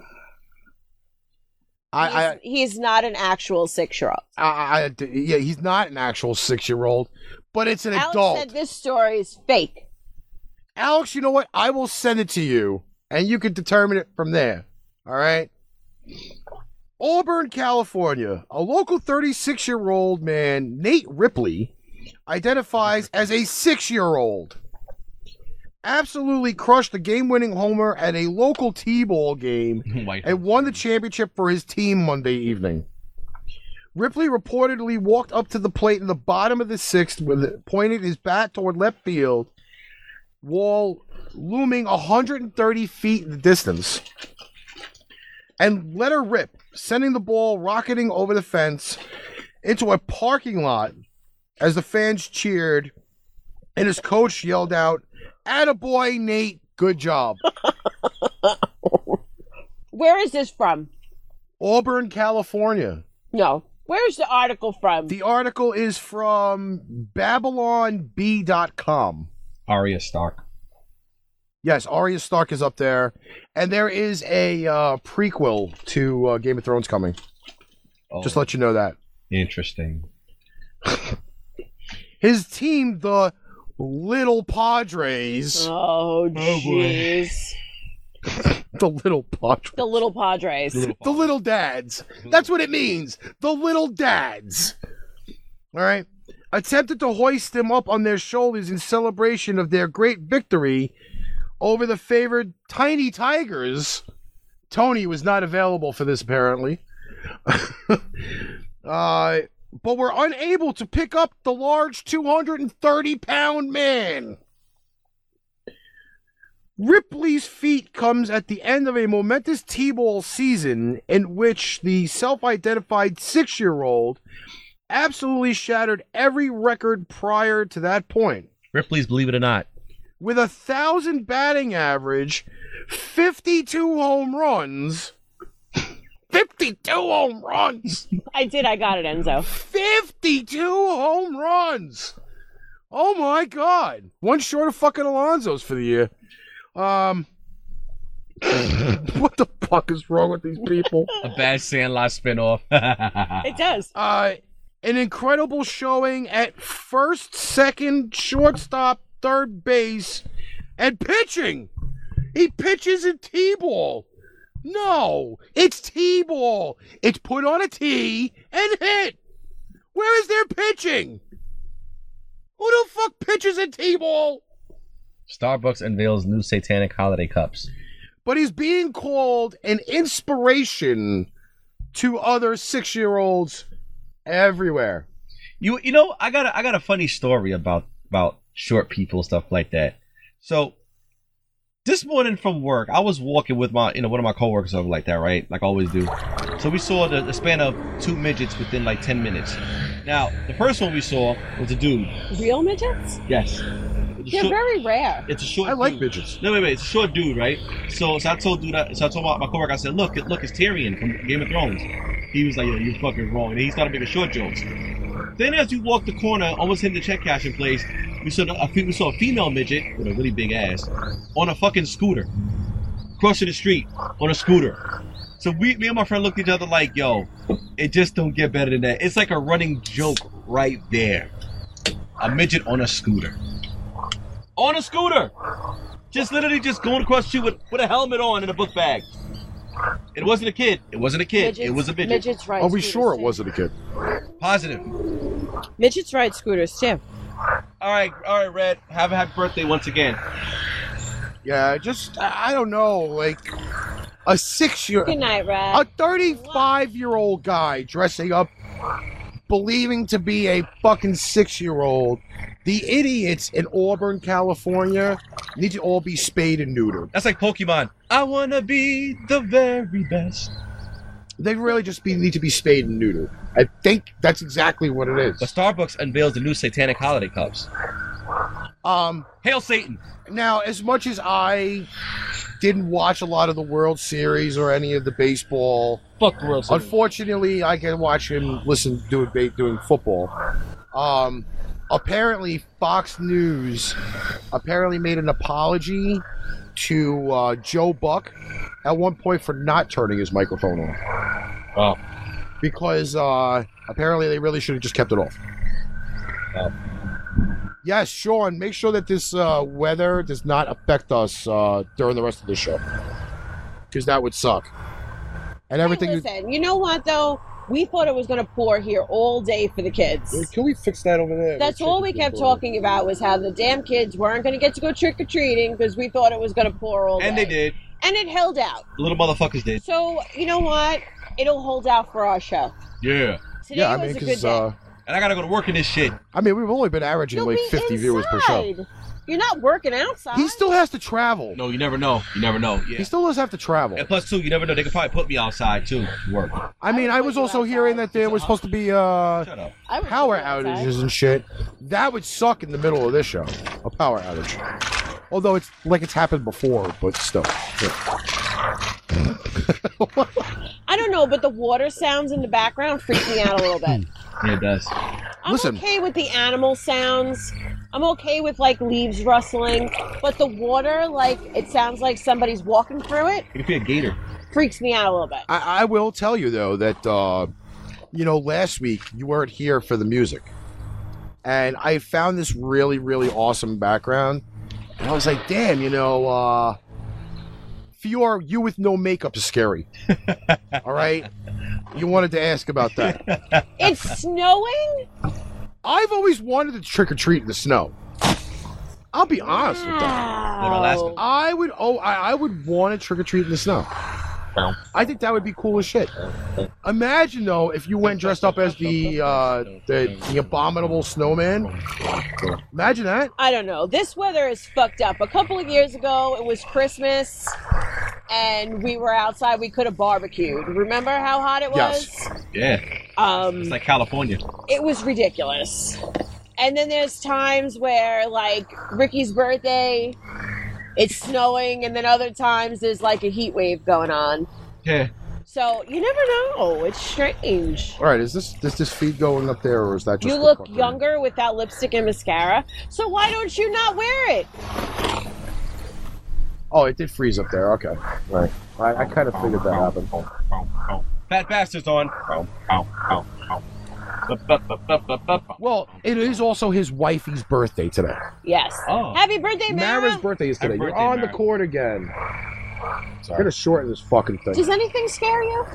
[SPEAKER 1] I,
[SPEAKER 3] He's, he's not an actual six year old.
[SPEAKER 1] I, I, yeah, he's not an actual six year old, but it's an
[SPEAKER 3] Alex
[SPEAKER 1] adult.
[SPEAKER 3] said this story is fake.
[SPEAKER 1] Alex, you know what? I will send it to you and you can determine it from there. All right. Auburn, California. A local 36 year old man, Nate Ripley, identifies as a six year old. Absolutely crushed the game winning homer at a local T ball game
[SPEAKER 4] White.
[SPEAKER 1] and won the championship for his team Monday evening. Ripley reportedly walked up to the plate in the bottom of the sixth with it pointed his bat toward left field wall looming 130 feet in the distance and let her rip, sending the ball rocketing over the fence into a parking lot as the fans cheered and his coach yelled out, Attaboy, Nate, good job.
[SPEAKER 3] Where is this from?
[SPEAKER 1] Auburn, California.
[SPEAKER 3] No. Where's the article from?
[SPEAKER 1] The article is from BabylonB.com.
[SPEAKER 4] Arya Stark.
[SPEAKER 1] Yes, Arya Stark is up there, and there is a uh, prequel to uh, Game of Thrones coming.
[SPEAKER 4] Oh,
[SPEAKER 1] Just let you know that
[SPEAKER 4] interesting.
[SPEAKER 1] his team, the Little Padres,
[SPEAKER 3] oh, jeez.
[SPEAKER 1] the Little Padres,
[SPEAKER 3] the little Padres.
[SPEAKER 1] the Little Dads. That's what it means. The Little Dads. All right. attempted to hoist him up on their shoulders in celebration of their great victory over the favored Tiny Tigers. Tony was not available for this, apparently. uh, but were unable to pick up the large 230 pound man. Ripley's feat comes at the end of a momentous T ball season in which the self identified six year old absolutely shattered every record prior to that point
[SPEAKER 4] Ripley's Believe It or Not.
[SPEAKER 1] with a thousand batting average, 52 home runs. 52 home runs!
[SPEAKER 3] I did. I got it, Enzo.
[SPEAKER 1] 52 home runs. Oh my god. One short of fucking Alonzo's for the year. Um What the fuck is wrong with these people?
[SPEAKER 4] A bad Sandlot spinoff.
[SPEAKER 3] It does.
[SPEAKER 1] Uh an incredible showing at first, second, shortstop, third base, and pitching. He pitches in T-ball. No, it's T-ball. It's put on a tee and hit. Where is their pitching? Who the fuck pitches in T-ball?
[SPEAKER 4] Starbucks unveils new satanic holiday cups.
[SPEAKER 1] But he's being called an inspiration to other six-year-olds everywhere.
[SPEAKER 4] You you know, I got a, I got a funny story about about short people stuff like that. So this morning from work, I was walking with my you know one of my coworkers over like that, right? Like I always do. So we saw the, the span of two midgets within like ten minutes. Now the first one we saw was a dude.
[SPEAKER 3] Real midgets?
[SPEAKER 4] Yes. It's a
[SPEAKER 3] They're
[SPEAKER 4] short-
[SPEAKER 3] very rare.
[SPEAKER 4] it's a short.
[SPEAKER 1] I like
[SPEAKER 4] dude.
[SPEAKER 1] midgets.
[SPEAKER 4] No, wait, wait. It's a short dude, right? So, so I told dude, I- so I told my, my coworker, I said, look, it- look, it's Tyrion from Game of Thrones. He was like, yo, you're fucking wrong. And he started making short jokes. Then as we walked the corner, almost hitting the check cashing place, we saw the, I think we saw a female midget with a really big ass on a fucking scooter, crossing the street on a scooter. So we, me and my friend looked at each other like, yo, it just don't get better than that. It's like a running joke right there. A midget on a scooter. On a scooter! Just literally just going across the street with, with a helmet on and a book bag. It wasn't a kid. It wasn't a kid. It was a midget.
[SPEAKER 3] Midgets ride.
[SPEAKER 1] Are we
[SPEAKER 3] scooters,
[SPEAKER 1] sure it
[SPEAKER 3] too.
[SPEAKER 1] wasn't a kid?
[SPEAKER 4] Positive.
[SPEAKER 3] Midgets ride scooters too.
[SPEAKER 4] All right, all right, Red. Have a happy birthday once again.
[SPEAKER 1] Yeah, just I I don't know, like a six year
[SPEAKER 3] Good night, Red.
[SPEAKER 1] a thirty five year old guy dressing up believing to be a fucking six year old. The idiots in Auburn, California need to all be spayed and neutered.
[SPEAKER 4] That's like Pokemon. I wanna be the very best.
[SPEAKER 1] They really just be, need to be spayed and neutered. I think that's exactly what it
[SPEAKER 4] But
[SPEAKER 1] is.
[SPEAKER 4] Starbucks unveils the new satanic holiday cups.
[SPEAKER 1] Um
[SPEAKER 4] Hail Satan!
[SPEAKER 1] Now, as much as I didn't watch a lot of the World Series or any of the baseball,
[SPEAKER 4] Fuck the world. Satan.
[SPEAKER 1] unfortunately, I can watch him listen doing ba- doing football. Um, apparently, Fox News apparently made an apology to uh, Joe Buck at one point for not turning his microphone on.
[SPEAKER 4] Oh.
[SPEAKER 1] Because uh, apparently they really should have just kept it off.
[SPEAKER 4] Oh.
[SPEAKER 1] Yes, Sean, make sure that this uh, weather does not affect us uh, during the rest of the show. Because that would suck. And everything.
[SPEAKER 3] Hey, listen, you know what though? We thought it was going to pour here all day for the
[SPEAKER 1] Yeah,
[SPEAKER 3] kids.
[SPEAKER 1] Can we fix that over there?
[SPEAKER 3] That's
[SPEAKER 1] Make sure
[SPEAKER 3] all we
[SPEAKER 1] it's
[SPEAKER 3] kept
[SPEAKER 1] over.
[SPEAKER 3] talking about was how the damn kids weren't going to get to go trick or treating because we thought it was going to pour all day.
[SPEAKER 4] And they did.
[SPEAKER 3] And it held out.
[SPEAKER 4] Little motherfuckers did.
[SPEAKER 3] So you know what? It'll hold out for our show.
[SPEAKER 4] Yeah.
[SPEAKER 3] Today
[SPEAKER 1] Yeah, I
[SPEAKER 3] was
[SPEAKER 1] mean,
[SPEAKER 3] a good
[SPEAKER 1] because
[SPEAKER 3] day.
[SPEAKER 1] uh,
[SPEAKER 4] And I gotta go to work in this shit.
[SPEAKER 1] I mean, we've only been averaging
[SPEAKER 3] You'll
[SPEAKER 1] like
[SPEAKER 3] be
[SPEAKER 1] 50 viewers per show.
[SPEAKER 3] inside. You're not working outside.
[SPEAKER 1] He still has to travel.
[SPEAKER 4] No, you never know. You never know.
[SPEAKER 1] He
[SPEAKER 4] Yeah.
[SPEAKER 1] still does have to travel.
[SPEAKER 4] And plus two, you never know. They could probably put me outside too. to Work.
[SPEAKER 1] I mean, I was also hearing that there was supposed to be uh,
[SPEAKER 4] Shut up.
[SPEAKER 3] I was
[SPEAKER 1] power
[SPEAKER 3] working outside.
[SPEAKER 1] outages and shit. That would suck in the middle of this show. A power outage. Although it's like it's happened before, but still. Yeah.
[SPEAKER 3] I don't know, but the water sounds in the background freak me out a little bit.
[SPEAKER 4] Yeah, it does.
[SPEAKER 3] I'm
[SPEAKER 1] Listen.
[SPEAKER 3] okay with the animal sounds. I'm okay with like leaves rustling, but the water, like it sounds like somebody's walking through it,
[SPEAKER 4] It could be a gator.
[SPEAKER 3] freaks me out a little bit.
[SPEAKER 1] I, I will tell you though that uh, you know last week you weren't here for the music, and I found this really really awesome background, and I was like, damn, you know, uh, Fior, you with no makeup is scary. All right, you wanted to ask about that.
[SPEAKER 3] It's snowing.
[SPEAKER 1] I've always wanted to trick or treat in the snow. I'll be honest with that.
[SPEAKER 4] Like Alaska.
[SPEAKER 3] Wow.
[SPEAKER 1] I would oh I, I would want to trick or treat in the snow. I think that would be cool as shit. Imagine though if you went dressed up as the uh, the, the abominable snowman. Imagine that.
[SPEAKER 3] I don't know. This weather is fucked up. A couple of years ago, it was Christmas, and we were outside. We could have barbecued. Remember how hot it was?
[SPEAKER 1] Yes.
[SPEAKER 4] Yeah,
[SPEAKER 3] Um,
[SPEAKER 4] it's like California.
[SPEAKER 3] it was ridiculous. And then there's times where, like Ricky's birthday, it's snowing, and then other times there's like a heat wave going on.
[SPEAKER 2] Yeah.
[SPEAKER 3] So you never know. It's strange.
[SPEAKER 1] All right, is this this this feed going up there or is that just
[SPEAKER 3] You
[SPEAKER 1] the
[SPEAKER 3] look
[SPEAKER 1] fucking-
[SPEAKER 3] younger with that lipstick and mascara. So why don't you not wear it?
[SPEAKER 1] Oh, it did freeze up there. Okay. Right. I, I kind of figured that happened.
[SPEAKER 4] Fat bastard's on.
[SPEAKER 1] Well, it is also his wifey's birthday today.
[SPEAKER 3] Yes.
[SPEAKER 4] Oh.
[SPEAKER 3] Happy birthday, Mara.
[SPEAKER 1] Mara's birthday is today.
[SPEAKER 4] Happy
[SPEAKER 1] You're
[SPEAKER 4] birthday,
[SPEAKER 1] on the
[SPEAKER 4] Mara.
[SPEAKER 1] court again. I'm
[SPEAKER 4] Sorry.
[SPEAKER 1] gonna shorten this fucking thing.
[SPEAKER 3] Does anything scare you?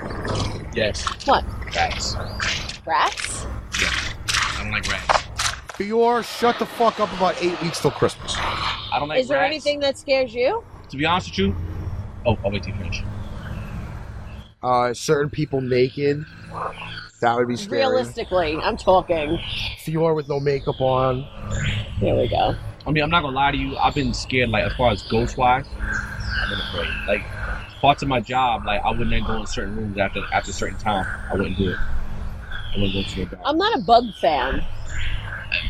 [SPEAKER 4] Yes,
[SPEAKER 3] What?
[SPEAKER 4] rats.
[SPEAKER 3] Rats?
[SPEAKER 4] I don't like rats.
[SPEAKER 1] Fior, shut the fuck up about eight weeks till Christmas.
[SPEAKER 4] I don't like
[SPEAKER 3] Is there
[SPEAKER 4] rats.
[SPEAKER 3] anything that scares you?
[SPEAKER 4] To be honest with you, oh, I'll wait till you finish.
[SPEAKER 1] Uh, certain people naked. That would be scary.
[SPEAKER 3] Realistically, I'm talking.
[SPEAKER 1] Fior with no makeup on.
[SPEAKER 3] There we go.
[SPEAKER 4] I mean, I'm not gonna lie to you. I've been scared, like as far as ghost wise. I've been afraid. Like parts of my job, like I wouldn't go in certain rooms after after a certain time. I wouldn't do it. I wouldn't go to the bathroom.
[SPEAKER 3] I'm not a bug fan.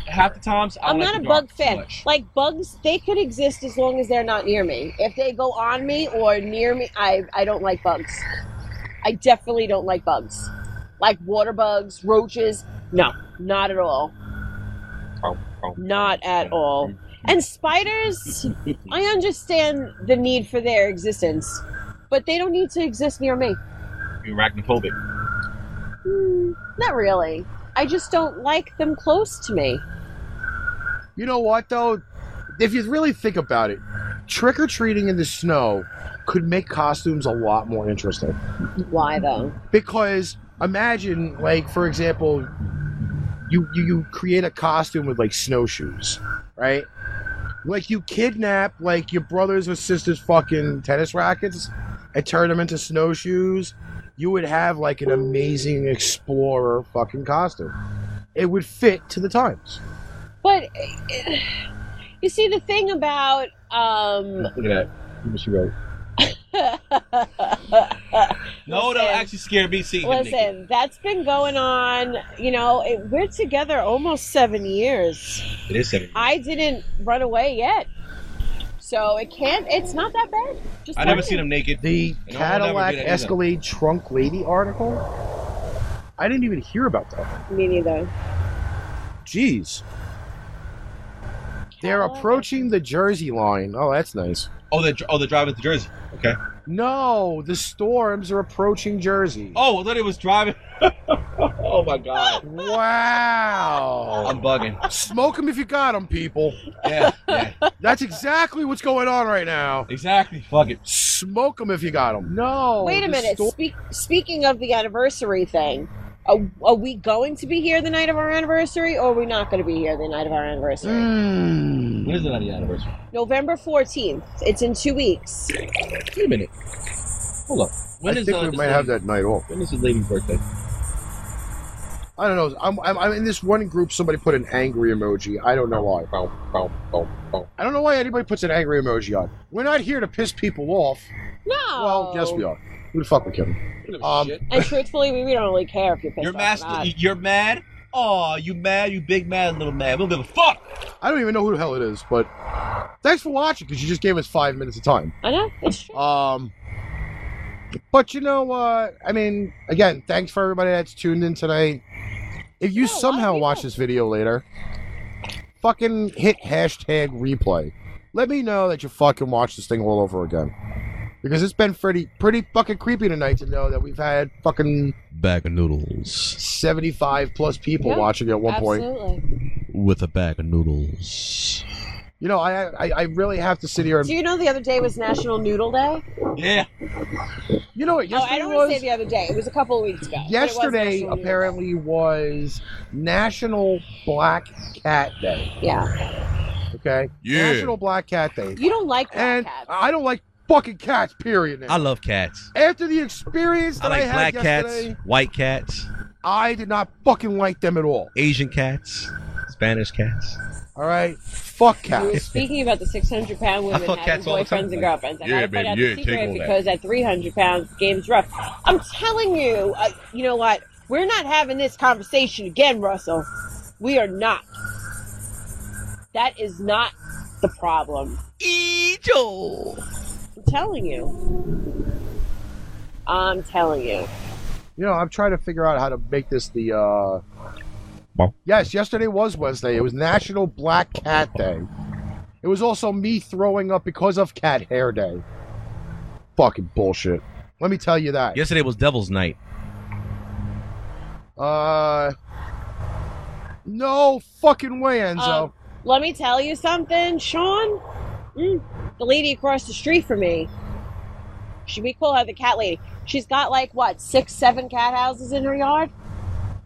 [SPEAKER 4] Half the times, I
[SPEAKER 3] I'm
[SPEAKER 4] don't
[SPEAKER 3] not
[SPEAKER 4] like
[SPEAKER 3] a
[SPEAKER 4] the
[SPEAKER 3] bug
[SPEAKER 4] dark too
[SPEAKER 3] fan.
[SPEAKER 4] much.
[SPEAKER 3] Like bugs, they could exist as long as they're not near me. If they go on me or near me, I I don't like bugs. I definitely don't like bugs. Like water bugs, roaches. No, not at all. Not at all. And spiders, I understand the need for their existence, but they don't need to exist near me.
[SPEAKER 4] You're arachnophobic.
[SPEAKER 3] Hmm, not really. I just don't like them close to me.
[SPEAKER 1] You know what though? If you really think about it, trick or treating in the snow could make costumes a lot more interesting.
[SPEAKER 3] Why though?
[SPEAKER 1] because imagine like for example you you, you create a costume with like snowshoes right like you kidnap like your brothers or sisters fucking tennis rackets and turn them into snowshoes you would have like an amazing explorer fucking costume it would fit to the times
[SPEAKER 3] But eh, you see, the thing about um,
[SPEAKER 2] Look at that. Look what she wrote.
[SPEAKER 4] No,
[SPEAKER 3] uh, Listen.
[SPEAKER 4] that actually scared me seeing him naked.
[SPEAKER 3] listen, that's been going on. You know, it, we're together almost seven years.
[SPEAKER 4] It is seven.
[SPEAKER 3] I didn't run away yet, so it can't. It's not that bad. Just
[SPEAKER 4] I never
[SPEAKER 3] wondering.
[SPEAKER 4] seen him naked.
[SPEAKER 1] the
[SPEAKER 4] And I'll never do
[SPEAKER 1] cadillac
[SPEAKER 4] that either.
[SPEAKER 1] escalade trunk lady article i didn't even hear about that
[SPEAKER 3] Me neither.
[SPEAKER 1] Jeez. They're
[SPEAKER 3] Cadillac.
[SPEAKER 1] approaching the Jersey line. Oh, that's nice.
[SPEAKER 4] Oh, the oh, the driving to Jersey. Okay.
[SPEAKER 1] No, the storms are approaching Jersey.
[SPEAKER 4] Oh, I thought it was driving. oh my god.
[SPEAKER 1] Wow.
[SPEAKER 4] I'm bugging.
[SPEAKER 1] Smoke them if you got them, people.
[SPEAKER 4] Yeah, yeah,
[SPEAKER 1] That's exactly what's going on right now.
[SPEAKER 4] exactly. Fuck it.
[SPEAKER 1] Smoke them if you got them. No.
[SPEAKER 3] Wait a
[SPEAKER 1] the
[SPEAKER 3] minute.
[SPEAKER 1] sto-
[SPEAKER 3] Speak, speaking of the anniversary thing, are, are we going to be here the night of our anniversary, or are we not going to be here the night of our anniversary?
[SPEAKER 1] Mm.
[SPEAKER 4] When is it on the anniversary?
[SPEAKER 3] November fourteenth. It's in two weeks.
[SPEAKER 4] Wait a minute. Hold up.
[SPEAKER 1] I
[SPEAKER 4] When is
[SPEAKER 1] think
[SPEAKER 4] uh,
[SPEAKER 1] we
[SPEAKER 4] this
[SPEAKER 1] might have
[SPEAKER 4] lady-
[SPEAKER 1] that night off.
[SPEAKER 4] When is his lady's birthday?
[SPEAKER 1] I don't know. I'm, I'm, I'm in this one group. Somebody put an angry emoji. I don't know why. I don't know why anybody puts an angry emoji on. We're not here to piss people off.
[SPEAKER 3] No.
[SPEAKER 1] Well, yes, we are. Who the fuck we kidding? Um, shit.
[SPEAKER 3] And truthfully, we, we don't really care if you're pissed
[SPEAKER 4] You're
[SPEAKER 3] off
[SPEAKER 4] mad.
[SPEAKER 3] or not.
[SPEAKER 4] You're mad. Oh, you mad? You big mad little mad. We don't give a fuck.
[SPEAKER 1] I don't even know who the hell it is, but thanks for watching because you just gave us five minutes of time.
[SPEAKER 3] I know. It's true.
[SPEAKER 1] Um, but you know what? I mean, again, thanks for everybody that's tuned in tonight. If you
[SPEAKER 3] Yeah, a lot of
[SPEAKER 1] somehow watch
[SPEAKER 3] people.
[SPEAKER 1] this video later, fucking hit hashtag replay. Let me know that you fucking watch this thing all over again. Because it's been pretty pretty fucking creepy tonight to know that we've had fucking
[SPEAKER 5] bag of noodles
[SPEAKER 1] 75 plus people
[SPEAKER 3] Yeah,
[SPEAKER 1] watching at one point.
[SPEAKER 3] Absolutely.
[SPEAKER 5] with a bag of noodles.
[SPEAKER 1] You know, I I, I really have to sit here and
[SPEAKER 3] Do you know the other day was National Noodle Day?
[SPEAKER 2] Yeah.
[SPEAKER 1] you know what
[SPEAKER 3] No,
[SPEAKER 1] yesterday
[SPEAKER 3] Oh, I don't
[SPEAKER 1] was.
[SPEAKER 3] want to say the other day. It was a couple of weeks ago. but it was
[SPEAKER 1] yesterday
[SPEAKER 3] National Noodle Day.
[SPEAKER 1] apparently was National Black Cat Day.
[SPEAKER 3] Yeah.
[SPEAKER 1] Okay,
[SPEAKER 5] Yeah.
[SPEAKER 1] National Black Cat Day,
[SPEAKER 3] You don't like black
[SPEAKER 1] and
[SPEAKER 3] cats.
[SPEAKER 1] I don't like fucking cats. Period. Now.
[SPEAKER 4] I love cats.
[SPEAKER 1] After the experience
[SPEAKER 4] I
[SPEAKER 1] that I,
[SPEAKER 4] like
[SPEAKER 1] had
[SPEAKER 4] black
[SPEAKER 1] yesterday,
[SPEAKER 4] cats, white cats,
[SPEAKER 1] I did not fucking like them at all.
[SPEAKER 4] Asian cats, Spanish cats.
[SPEAKER 1] All right, fuck
[SPEAKER 3] We were
[SPEAKER 1] cats.
[SPEAKER 3] speaking about the 600 pound women
[SPEAKER 4] I fuck
[SPEAKER 3] having
[SPEAKER 4] cats all the
[SPEAKER 3] boyfriends
[SPEAKER 4] time.
[SPEAKER 3] and girlfriends. I
[SPEAKER 5] Yeah,
[SPEAKER 3] gotta find
[SPEAKER 5] baby,
[SPEAKER 3] out
[SPEAKER 5] yeah,
[SPEAKER 3] the
[SPEAKER 5] take all
[SPEAKER 3] secret
[SPEAKER 5] that.
[SPEAKER 3] because at 300 pounds, the game's rough. I'm telling you, uh, you know what? We're not having this conversation again, Russell. We are not. That is not the problem.
[SPEAKER 4] Ejo.
[SPEAKER 3] I'm telling you. I'm telling you.
[SPEAKER 1] You know, I'm trying to figure out how to make this the. uh
[SPEAKER 5] Well.
[SPEAKER 1] Yes, yesterday was Wednesday. It was National Black Cat Day. It was also me throwing up because of Cat Hair Day. Fucking bullshit. Let me tell you that.
[SPEAKER 4] Yesterday was Devil's Night.
[SPEAKER 1] Uh. No fucking way, Enzo.
[SPEAKER 3] Um, let me tell you something, Sean. Mm, the lady across the street from me. Should we call her the cat lady? She's got like what six, seven cat houses in her yard,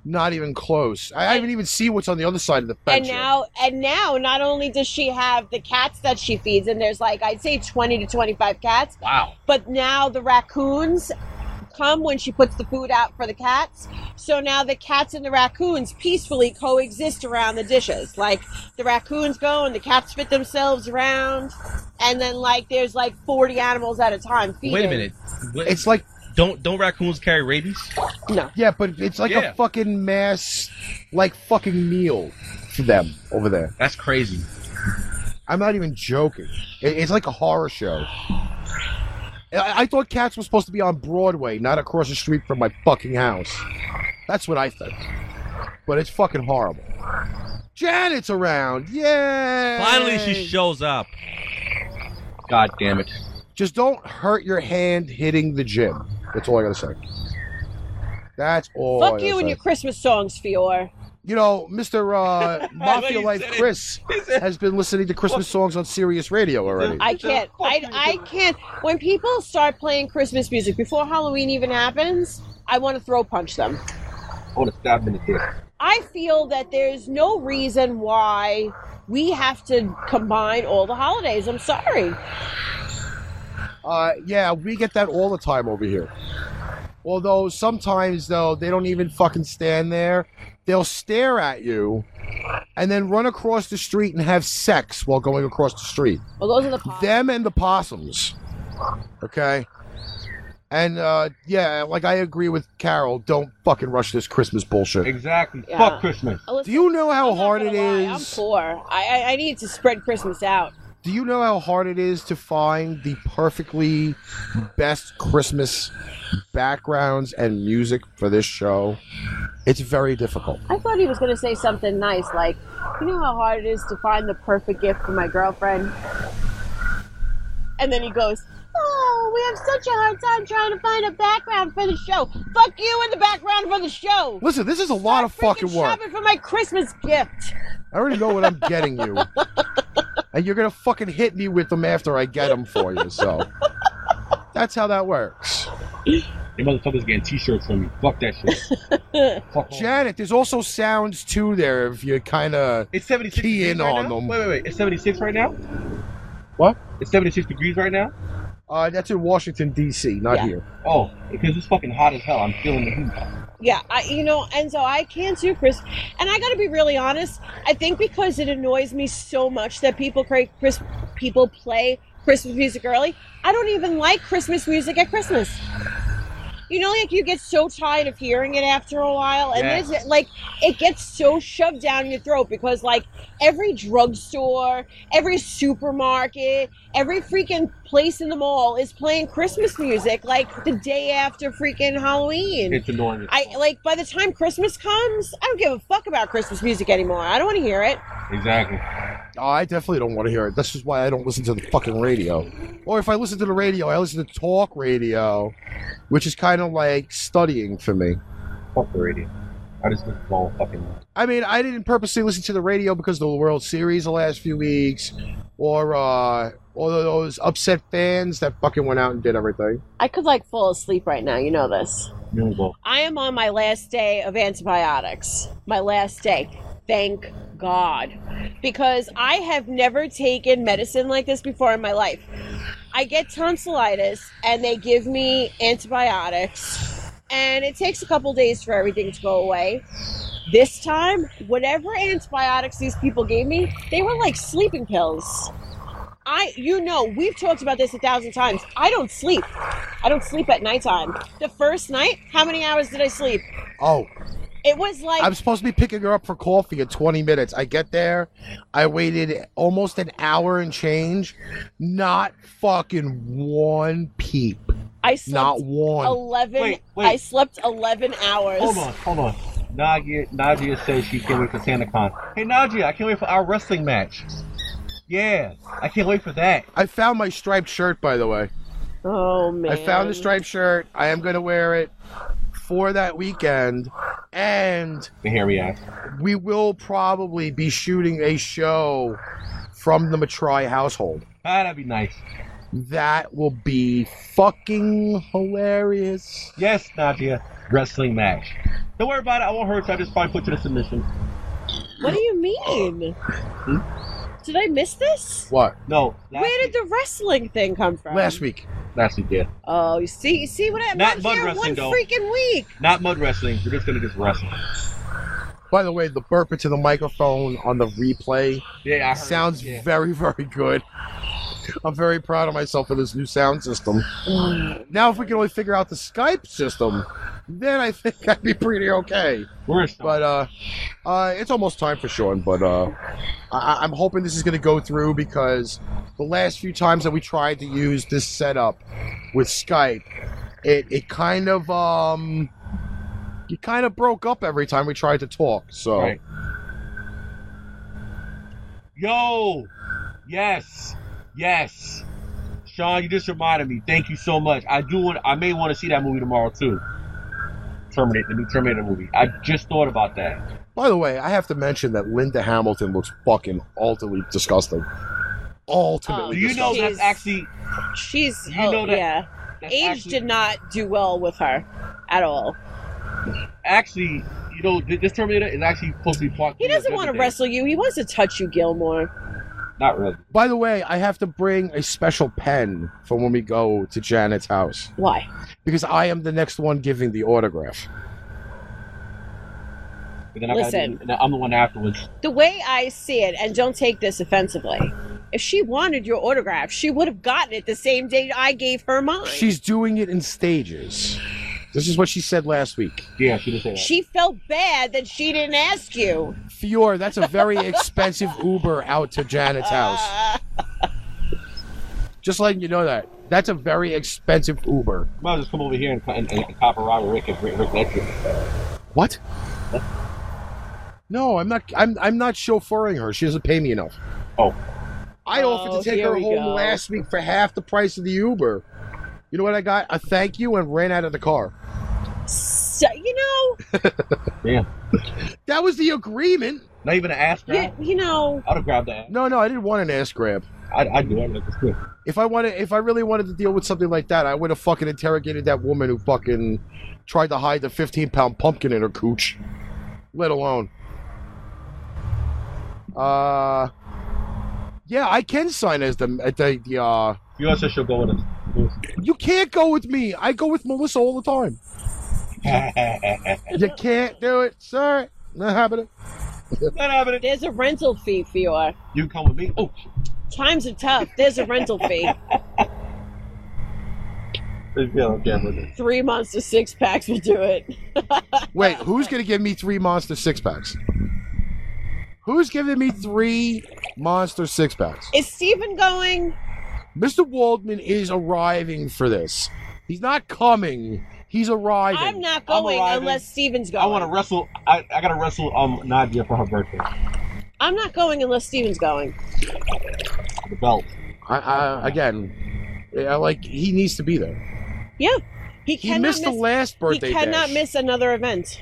[SPEAKER 1] Not even close. I, I haven't even seen what's on the other side of the fence.
[SPEAKER 3] and
[SPEAKER 1] yet.
[SPEAKER 3] now, and now, not only does she have the cats that she feeds, and there's like I'd say twenty to twenty-five cats,
[SPEAKER 2] Wow.
[SPEAKER 3] but now the raccoons come when she puts the food out for the cats. So now the cats and the raccoons peacefully coexist around the dishes. Like the raccoons go and the cats fit themselves around, and then like there's like 40 animals at a time feeding.
[SPEAKER 4] Wait a minute. Wait-
[SPEAKER 1] It's like.
[SPEAKER 4] don't don't raccoons carry rabies?
[SPEAKER 1] Yeah, but it's like
[SPEAKER 4] Yeah.
[SPEAKER 1] a fucking mass, like fucking meal for them over there.
[SPEAKER 4] That's crazy.
[SPEAKER 1] I'm not even joking. It, it's like a horror show. I, I thought Cats was supposed to be on Broadway, not across the street from my fucking house. That's what I think. But it's fucking horrible. Janet's around. Yay!
[SPEAKER 4] Finally, she shows up.
[SPEAKER 2] God damn it.
[SPEAKER 1] Just don't hurt your hand hitting the gym. That's all I gotta say. That's all. I
[SPEAKER 3] Fuck
[SPEAKER 1] gotta
[SPEAKER 3] you and
[SPEAKER 1] say.
[SPEAKER 3] your Christmas songs, Fior.
[SPEAKER 1] You know, Mr. Uh, Mafia
[SPEAKER 4] you
[SPEAKER 1] Life
[SPEAKER 4] said it.
[SPEAKER 1] Chris has been listening to Christmas songs on Sirius Radio already.
[SPEAKER 3] I can't. I, I can't. When people start playing Christmas music before Halloween even happens, I want to throw punch them.
[SPEAKER 2] I want to stab him in the dick.
[SPEAKER 3] I feel that there's no reason why we have to combine all the holidays. I'm sorry.
[SPEAKER 1] Uh, yeah, we get that all the time over here. Although sometimes though they don't even fucking stand there. They'll stare at you and then run across the street and have sex while going across the street.
[SPEAKER 3] Well, those are the pop-
[SPEAKER 1] Them and the possums. Okay? And uh yeah, like I agree with Carol, don't fucking rush this Christmas bullshit.
[SPEAKER 2] Exactly.
[SPEAKER 3] Yeah.
[SPEAKER 2] Fuck Christmas.
[SPEAKER 1] Do
[SPEAKER 3] Listen,
[SPEAKER 1] you know how
[SPEAKER 3] I'm not
[SPEAKER 1] hard it
[SPEAKER 3] gonna lie, I'm
[SPEAKER 1] is?
[SPEAKER 3] poor. I, I I need to spread Christmas out.
[SPEAKER 1] Do you know how hard it is to find the perfectly best Christmas backgrounds and music for this show? It's very difficult.
[SPEAKER 3] I thought he was going to say something nice like, "You know how hard it is to find the perfect gift for my girlfriend." And then he goes, "Oh, we have such a hard time trying to find a background for the show. Fuck you in the background for the show."
[SPEAKER 1] Listen, this is a lot of
[SPEAKER 3] Start freaking
[SPEAKER 1] fucking work.
[SPEAKER 3] Shopping for my Christmas gift.
[SPEAKER 1] I already know what I'm getting you. And you're going to fucking hit me with them after I get them for you. So that's how that works.
[SPEAKER 2] You motherfuckers getting t-shirts from me. Fuck that shit. Fuck all.
[SPEAKER 1] Janet, there's also sounds too there if you kind of.
[SPEAKER 2] It's 76
[SPEAKER 1] Key
[SPEAKER 2] degrees
[SPEAKER 1] in
[SPEAKER 2] right
[SPEAKER 1] on
[SPEAKER 2] now?
[SPEAKER 1] them.
[SPEAKER 2] Wait, wait, wait. It's 76 right now?
[SPEAKER 1] What?
[SPEAKER 2] It's 76 degrees right now?
[SPEAKER 1] Uh, that's in Washington, D.C., not
[SPEAKER 3] Yeah.
[SPEAKER 1] here.
[SPEAKER 2] Oh, because it's fucking hot as hell. I'm feeling the heat.
[SPEAKER 3] Yeah, I, you know, and so I can too, Chris. And I got to be really honest. I think because it annoys me so much that people create Chris, people play Christmas music early. I don't even like Christmas music at Christmas. You know, like you get so tired of hearing it after a while, and
[SPEAKER 2] Yes.
[SPEAKER 3] there's like it gets so shoved down your throat because like every drugstore, every supermarket, every freaking place in the mall is playing Christmas music like the day after freaking Halloween.
[SPEAKER 2] It's annoying.
[SPEAKER 3] I like by the time Christmas comes, I don't give a fuck about Christmas music anymore. I don't want to hear it.
[SPEAKER 2] Exactly.
[SPEAKER 1] Oh, I definitely don't want to hear it. This is why I don't listen to the fucking radio. Or if I listen to the radio, I listen to talk radio, which is kind of like studying for me.
[SPEAKER 2] Fuck the radio. I just look all fucking.
[SPEAKER 1] I mean, I didn't purposely listen to the radio because of the World Series the last few weeks. or uh, all of those upset fans that fucking went out and did everything.
[SPEAKER 3] I could like fall asleep right now. You know this.
[SPEAKER 4] You know, well,
[SPEAKER 3] I am on my last day of antibiotics. My last day. Thank God. Because I have never taken medicine like this before in my life. I get tonsillitis and they give me antibiotics, and it takes a couple days for everything to go away. This time, whatever antibiotics these people gave me, they were like sleeping pills. I, you know, we've talked about this a thousand times. I don't sleep. I don't sleep at nighttime. The first night, how many hours did I sleep?
[SPEAKER 1] Oh,
[SPEAKER 3] It was like
[SPEAKER 1] I'm supposed to be picking her up for coffee in 20 minutes. I get there. I waited almost an hour and change. Not fucking one peep.
[SPEAKER 3] I slept
[SPEAKER 1] Not one.
[SPEAKER 3] eleven.
[SPEAKER 4] Wait, wait.
[SPEAKER 3] I slept eleven hours.
[SPEAKER 4] hold on, hold on. Nadia, Nadia says she can't wait for SantaCon. Hey, Nadia, I can't wait for our wrestling match. Yeah, I can't wait for that.
[SPEAKER 1] I found my striped shirt, by the way.
[SPEAKER 3] Oh man!
[SPEAKER 1] I found the striped shirt. I am going to wear it for that weekend. And
[SPEAKER 4] You hear me out.
[SPEAKER 1] we will probably be shooting a show from the Matrai household.
[SPEAKER 4] Ah, that'd be nice.
[SPEAKER 1] That will be fucking hilarious.
[SPEAKER 4] Yes, Nadia, wrestling match. Don't worry about it. I won't hurt you. I just probably put you to submission.
[SPEAKER 3] What do you mean?
[SPEAKER 1] Uh, hmm?
[SPEAKER 3] Did I miss this?
[SPEAKER 1] What?
[SPEAKER 4] No, last
[SPEAKER 3] Where
[SPEAKER 4] week.
[SPEAKER 3] did the wrestling thing come from?
[SPEAKER 1] Last week.
[SPEAKER 4] last week, yeah.
[SPEAKER 3] Oh, you see, you see what I
[SPEAKER 4] Not
[SPEAKER 3] I'm
[SPEAKER 4] mud
[SPEAKER 3] here
[SPEAKER 4] wrestling,
[SPEAKER 3] one
[SPEAKER 4] though.
[SPEAKER 3] freaking week.
[SPEAKER 4] Not mud wrestling. We're just gonna just wrestle.
[SPEAKER 1] By the way, the burp into the microphone on the replay
[SPEAKER 4] Yeah, I heard.
[SPEAKER 1] sounds
[SPEAKER 4] Yeah.
[SPEAKER 1] very, very good. I'm very proud of myself for this new sound system. Now, if we can only figure out the Skype system, then I think I'd be pretty okay.
[SPEAKER 4] We're in-
[SPEAKER 1] But uh, uh, it's almost time for Sean. But uh, I- I'm hoping this is going to go through because the last few times that we tried to use this setup with Skype, it it kind of um, it kind of broke up every time we tried to talk. So.
[SPEAKER 4] Right. Yo, yes, yes. Sean, you just reminded me. Thank you so much. I do. Want, I may want to see that movie tomorrow too. Terminate the new Terminator movie. I just thought about that.
[SPEAKER 1] By the way, I have to mention that Linda Hamilton looks fucking ultimately disgusting. Ultimately
[SPEAKER 4] Oh. Do you know
[SPEAKER 1] disgusting.
[SPEAKER 4] that's actually
[SPEAKER 3] She's
[SPEAKER 4] You
[SPEAKER 3] oh
[SPEAKER 4] know that-
[SPEAKER 3] yeah.
[SPEAKER 4] that's
[SPEAKER 3] Age
[SPEAKER 4] actually,
[SPEAKER 3] did not do well with her at all.
[SPEAKER 4] actually you know th- this Terminator is actually supposed to be part.
[SPEAKER 3] He
[SPEAKER 4] three of
[SPEAKER 3] doesn't want to
[SPEAKER 4] everything.
[SPEAKER 3] wrestle you. He wants to touch you, Gilmore.
[SPEAKER 4] Not really.
[SPEAKER 1] By the way, I have to bring a special pen for when we go to Janet's house
[SPEAKER 3] Why?
[SPEAKER 1] because I am the next one giving the autograph.
[SPEAKER 4] But then I gotta
[SPEAKER 3] Listen.
[SPEAKER 4] do- and then I'm the one afterwards.
[SPEAKER 3] the way I see it, and don't take this offensively, if she wanted your autograph, she would have gotten it the same day I gave her mine.
[SPEAKER 1] She's doing it in stages. This is what she said last week.
[SPEAKER 4] Yeah, she didn't say that.
[SPEAKER 3] she felt bad that she didn't ask you.
[SPEAKER 1] Fior, that's a very expensive Uber out to Janet's house.
[SPEAKER 3] Uh,
[SPEAKER 1] Just letting you know that. That's a very expensive Uber.
[SPEAKER 4] Might as well just come over here and, and, and cop a ride with Rick and Rick, Rick lets you.
[SPEAKER 1] What? No, I'm not. I'm I'm not chauffeuring her. She doesn't pay me enough.
[SPEAKER 4] Oh.
[SPEAKER 1] I offered
[SPEAKER 3] Oh,
[SPEAKER 1] to take
[SPEAKER 3] here
[SPEAKER 1] her
[SPEAKER 3] we
[SPEAKER 1] home
[SPEAKER 3] go.
[SPEAKER 1] last week for half the price of the Uber. You know what I got? A thank you and ran out of the car.
[SPEAKER 3] so, you know,
[SPEAKER 1] That was the agreement.
[SPEAKER 4] Not even an ass grab.
[SPEAKER 3] you, you know,
[SPEAKER 4] I'd have grabbed that.
[SPEAKER 1] No, no, I didn't want an ass grab.
[SPEAKER 4] I'd, I'd do it. I'd look at this.
[SPEAKER 1] If I wanted, if I really wanted to deal with something like that, I would have fucking interrogated that woman who fucking tried to hide the 15 pound pumpkin in her cooch. Let alone. Uh, yeah, I can sign as the at the, the uh.
[SPEAKER 4] You also should go with him.
[SPEAKER 1] You can't go with me. I go with Melissa all the time. You can't do it, sir. Not happening.
[SPEAKER 4] Not happening.
[SPEAKER 3] there's a rental fee, Fior.
[SPEAKER 4] You come with me. Oh, shit.
[SPEAKER 3] Times are tough. There's a rental fee.
[SPEAKER 4] There's Bill on camera.
[SPEAKER 3] Three months to six packs will do it.
[SPEAKER 1] Wait, who's gonna give me three monster six packs? Who's giving me three monster six packs?
[SPEAKER 3] Is Steven going?
[SPEAKER 1] Mr. Waldman is arriving for this. He's not coming. He's arriving.
[SPEAKER 3] I'm not
[SPEAKER 4] I'm
[SPEAKER 3] going
[SPEAKER 4] arriving.
[SPEAKER 3] unless Steven's going.
[SPEAKER 4] I want to wrestle. I, I gotta wrestle um Nadia for her birthday.
[SPEAKER 3] I'm not going unless Steven's going.
[SPEAKER 4] The belt.
[SPEAKER 1] I, I, again, yeah, like he needs to be there.
[SPEAKER 3] Yeah. He,
[SPEAKER 1] He
[SPEAKER 3] cannot
[SPEAKER 1] missed the
[SPEAKER 3] miss-
[SPEAKER 1] last birthday.
[SPEAKER 3] He cannot
[SPEAKER 1] bash.
[SPEAKER 3] miss another event.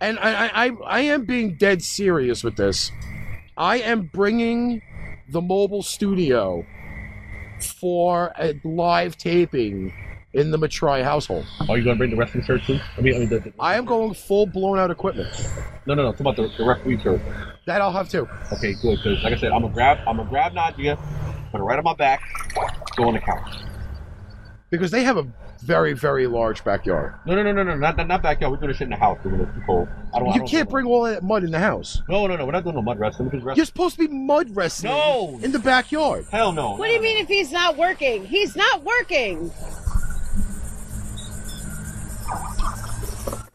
[SPEAKER 1] and I, I, I, I am being dead serious with this. I am bringing the mobile studio for a live taping in the Matrai household.
[SPEAKER 2] Are you going to bring the wrestling shirt too? I mean, I mean, the, the-
[SPEAKER 1] I am going full blown out equipment.
[SPEAKER 2] No, no, no. It's about the, the referee shirt.
[SPEAKER 1] That I'll have too.
[SPEAKER 2] Okay, good. Because like I said, I'm gonna grab, I'm gonna grab Nadia, put her right on my back, go on the couch.
[SPEAKER 1] Because they have a very, very large backyard.
[SPEAKER 2] No, no, no, no, no. Not, not, not backyard. We're doing this shit in the house. We're gonna too cold. I don't. I
[SPEAKER 1] You
[SPEAKER 2] don't-
[SPEAKER 1] can't bring all that mud in the house.
[SPEAKER 2] No, no, no. We're not doing no mud wrestling. We're just wrestling.
[SPEAKER 1] You're supposed to be mud wrestling
[SPEAKER 2] No.
[SPEAKER 1] in the backyard.
[SPEAKER 2] Hell no.
[SPEAKER 3] What do you mean if he's not working? He's not working.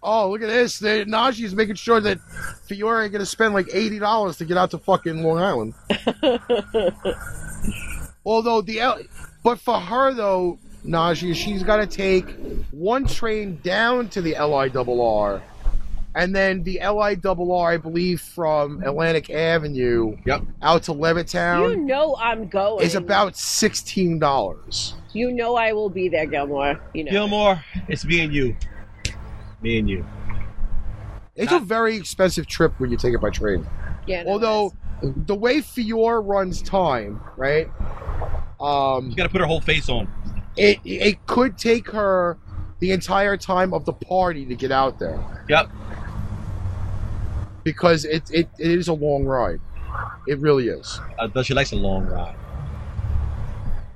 [SPEAKER 1] Oh, look at this. They, Najee's making sure that Fiore ain't going to spend like $80 to get out to fucking Long Island. Although the. L- But for her, though, Najee, she's got to take one train down to the LIRR. And then the LIRR, I believe, from Atlantic Avenue
[SPEAKER 2] Yep.
[SPEAKER 1] out to Levittown
[SPEAKER 3] You know I'm going.
[SPEAKER 1] is about sixteen dollars.
[SPEAKER 3] You know I will be there, Gilmore. You know.
[SPEAKER 4] Gilmore, it's me and you.
[SPEAKER 2] Me and you.
[SPEAKER 1] It's
[SPEAKER 4] Not-
[SPEAKER 1] a very expensive trip when you take it by train.
[SPEAKER 3] Yeah, no,
[SPEAKER 1] Although the way Fior runs time, right? Um,
[SPEAKER 4] You gotta put her whole face on.
[SPEAKER 1] it it could take her the entire time of the party to get out there
[SPEAKER 4] Yep.
[SPEAKER 1] because it it, it is a long ride. It really is.
[SPEAKER 4] Uh, though she likes a long ride.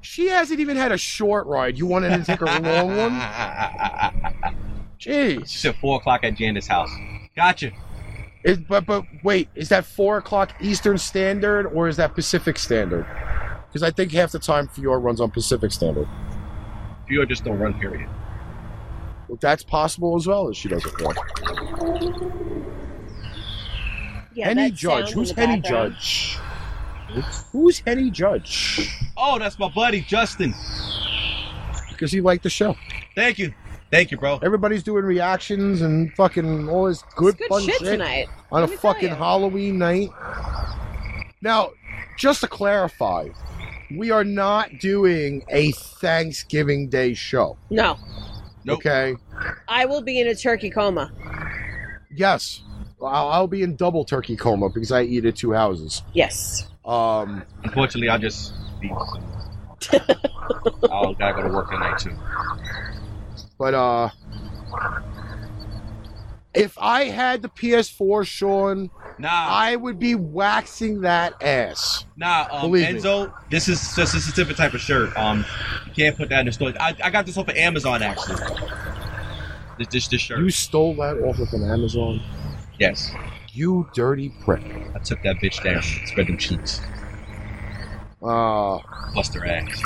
[SPEAKER 1] She hasn't even had a short ride. You wanted to take her a long one?
[SPEAKER 4] She
[SPEAKER 1] Jeez.
[SPEAKER 4] said four o'clock at Janice's house. Gotcha.
[SPEAKER 1] It, but but wait, is that four o'clock Eastern Standard or is that Pacific Standard? Because I think half the time Fior runs on Pacific Standard.
[SPEAKER 4] You are just don't run, period.
[SPEAKER 1] Well, that's possible as well as she doesn't want.
[SPEAKER 3] yeah,
[SPEAKER 1] Henny
[SPEAKER 3] that
[SPEAKER 1] Judge.
[SPEAKER 3] sound
[SPEAKER 1] Who's
[SPEAKER 3] in the
[SPEAKER 1] Henny
[SPEAKER 3] background.
[SPEAKER 1] Judge? Who's Henny Judge?
[SPEAKER 4] Oh, that's my buddy, Justin.
[SPEAKER 1] Because he liked the show.
[SPEAKER 4] Thank you. Thank you, bro.
[SPEAKER 1] Everybody's doing reactions and fucking all this good,
[SPEAKER 3] It's good
[SPEAKER 1] fun
[SPEAKER 3] shit, tonight.
[SPEAKER 1] on a
[SPEAKER 3] Let me tell
[SPEAKER 1] fucking
[SPEAKER 3] you.
[SPEAKER 1] Halloween night. Now, just to clarify, we are not doing a Thanksgiving Day show.
[SPEAKER 3] No,
[SPEAKER 4] Nope.
[SPEAKER 1] Okay.
[SPEAKER 3] I will be in a turkey coma.
[SPEAKER 1] Yes. I'll, I'll be in double turkey coma because I eat at two houses.
[SPEAKER 3] Yes.
[SPEAKER 1] Um,
[SPEAKER 4] Unfortunately, I just. I'll gotta go to work tonight too.
[SPEAKER 1] But uh if I had the PS4, Sean,
[SPEAKER 4] Nah,
[SPEAKER 1] I would be waxing that ass.
[SPEAKER 4] nah. Um,
[SPEAKER 1] Believe me.
[SPEAKER 4] Enzo, this is this is a different type of shirt. Um, you can't put that in the store. I, I got this off of Amazon actually. This this, this shirt.
[SPEAKER 1] You stole that off of an Amazon.
[SPEAKER 4] yes,
[SPEAKER 1] You dirty prick.
[SPEAKER 4] I took that bitch down. Spread them cheeks.
[SPEAKER 1] Uh
[SPEAKER 4] Bust her ass.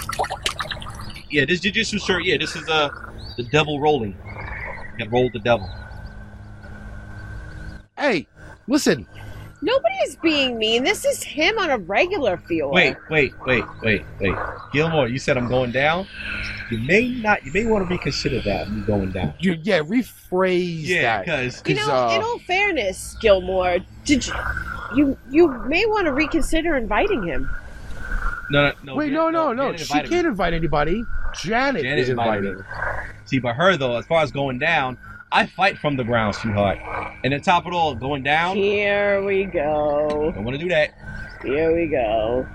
[SPEAKER 4] Yeah, this jujitsu shirt. Yeah, this is uh the devil rolling. It rolled the devil.
[SPEAKER 1] hey, listen.
[SPEAKER 3] Nobody is being mean. This is him on a regular field.
[SPEAKER 4] Wait, wait, wait, wait, wait. Gilmore, you said I'm going down. You may not. You may want to reconsider that. Me going down.
[SPEAKER 1] You yeah, rephrase
[SPEAKER 4] Yeah,
[SPEAKER 1] that.
[SPEAKER 4] because
[SPEAKER 3] You know,
[SPEAKER 1] 'Cause, uh,
[SPEAKER 3] in all fairness, Gilmore, did you, you you may want to reconsider inviting him.
[SPEAKER 4] no, no, no.
[SPEAKER 1] Wait,
[SPEAKER 4] Jan-
[SPEAKER 1] no, no,
[SPEAKER 4] Jan
[SPEAKER 1] no. She
[SPEAKER 4] invited me.
[SPEAKER 1] can't invite anybody. Janet,
[SPEAKER 4] Janet
[SPEAKER 1] is
[SPEAKER 4] invited
[SPEAKER 1] invited.
[SPEAKER 4] See, but her though, as far as going down, I fight from the ground, sweetheart. And on top of it all, going down,
[SPEAKER 3] Here we go.
[SPEAKER 4] don't want to do that.
[SPEAKER 3] Here we go.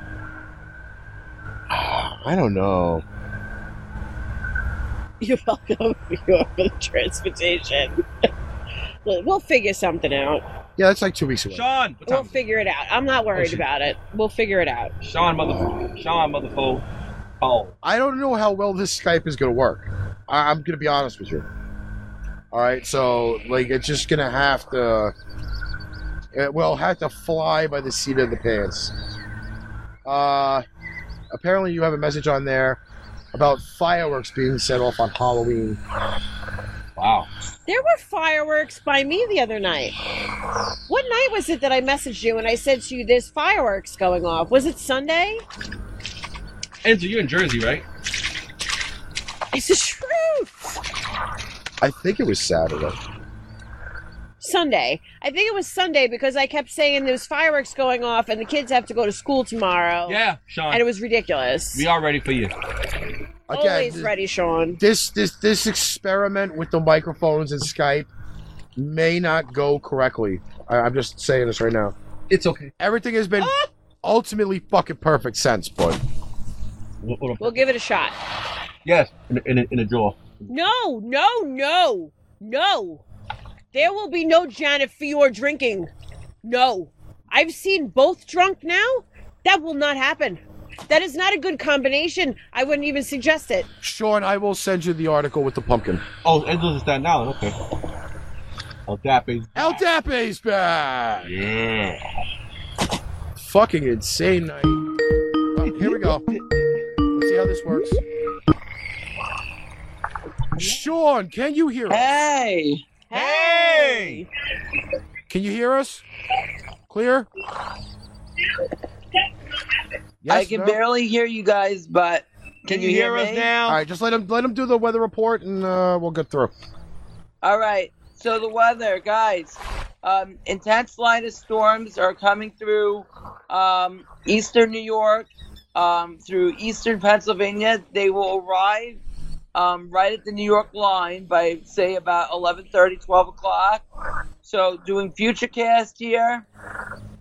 [SPEAKER 1] I don't know.
[SPEAKER 3] You're welcome Fior, for the transportation. Look, we'll figure something out.
[SPEAKER 1] Yeah, that's like two weeks away.
[SPEAKER 4] Sean, what
[SPEAKER 3] We'll
[SPEAKER 4] time?
[SPEAKER 3] figure it out. I'm not worried
[SPEAKER 4] shit.
[SPEAKER 3] about it. We'll figure it out.
[SPEAKER 4] Sean, motherfucker. Sean, motherfucker. Oh,
[SPEAKER 1] I don't know how well this Skype is going to work. I- I'm going to be honest with you. All right, so like it's just going to have to, it will have to fly by the seat of the pants. Uh, apparently you have a message on there about fireworks being set off on Halloween.
[SPEAKER 4] wow.
[SPEAKER 3] There were fireworks by me the other night. What night was it that I messaged you and I said to you, there's fireworks going off? Was it Sunday?
[SPEAKER 4] Enzo, you're in Jersey, right?
[SPEAKER 3] It's the truth.
[SPEAKER 1] I think it was Saturday.
[SPEAKER 3] Sunday. I think it was Sunday because I kept saying there's fireworks going off and the kids have to go to school
[SPEAKER 6] Oh.
[SPEAKER 3] tomorrow.
[SPEAKER 4] Yeah,
[SPEAKER 3] And it
[SPEAKER 4] Sean.
[SPEAKER 3] was ridiculous.
[SPEAKER 4] We are ready for you.
[SPEAKER 1] Again,
[SPEAKER 3] Always
[SPEAKER 1] th-
[SPEAKER 3] ready, Sean.
[SPEAKER 1] this this this experiment with the microphones and Skype may not go correctly. I- I'm just saying this right now.
[SPEAKER 4] It's okay.
[SPEAKER 1] Everything has been ultimately fucking perfect sense, but
[SPEAKER 2] With- with a-
[SPEAKER 3] We'll give it a shot.
[SPEAKER 2] Yes, in a, in, a, in a drawer.
[SPEAKER 3] No, no, no, no. There will be no Janet Fior drinking. No. I've seen both drunk now. That will not happen. That is not a good combination. I wouldn't even suggest it.
[SPEAKER 1] Sean, I will send you the article with the pumpkin.
[SPEAKER 2] Oh, Enzo's in Staten Island. Okay. Oh, dapping.
[SPEAKER 1] El Dape's back.
[SPEAKER 2] Yeah.
[SPEAKER 1] Fucking insane night. Oh, here we go. Let's see how this works. Sean, can you hear us?
[SPEAKER 6] Hey!
[SPEAKER 4] Hey!
[SPEAKER 1] Can you hear us? Clear? Yes,
[SPEAKER 6] I can
[SPEAKER 1] no?
[SPEAKER 6] barely hear you guys, but can, you, hear,
[SPEAKER 4] us
[SPEAKER 6] me?
[SPEAKER 1] All
[SPEAKER 4] now?
[SPEAKER 1] right, just let him let him do the weather report, and uh, we'll get through.
[SPEAKER 6] All right. So the weather, guys. Um, intense lightest storms are coming through um, eastern New York, um, through eastern Pennsylvania. They will arrive um, right at the New York line by say about 11:30, 12 o'clock. So doing future cast here.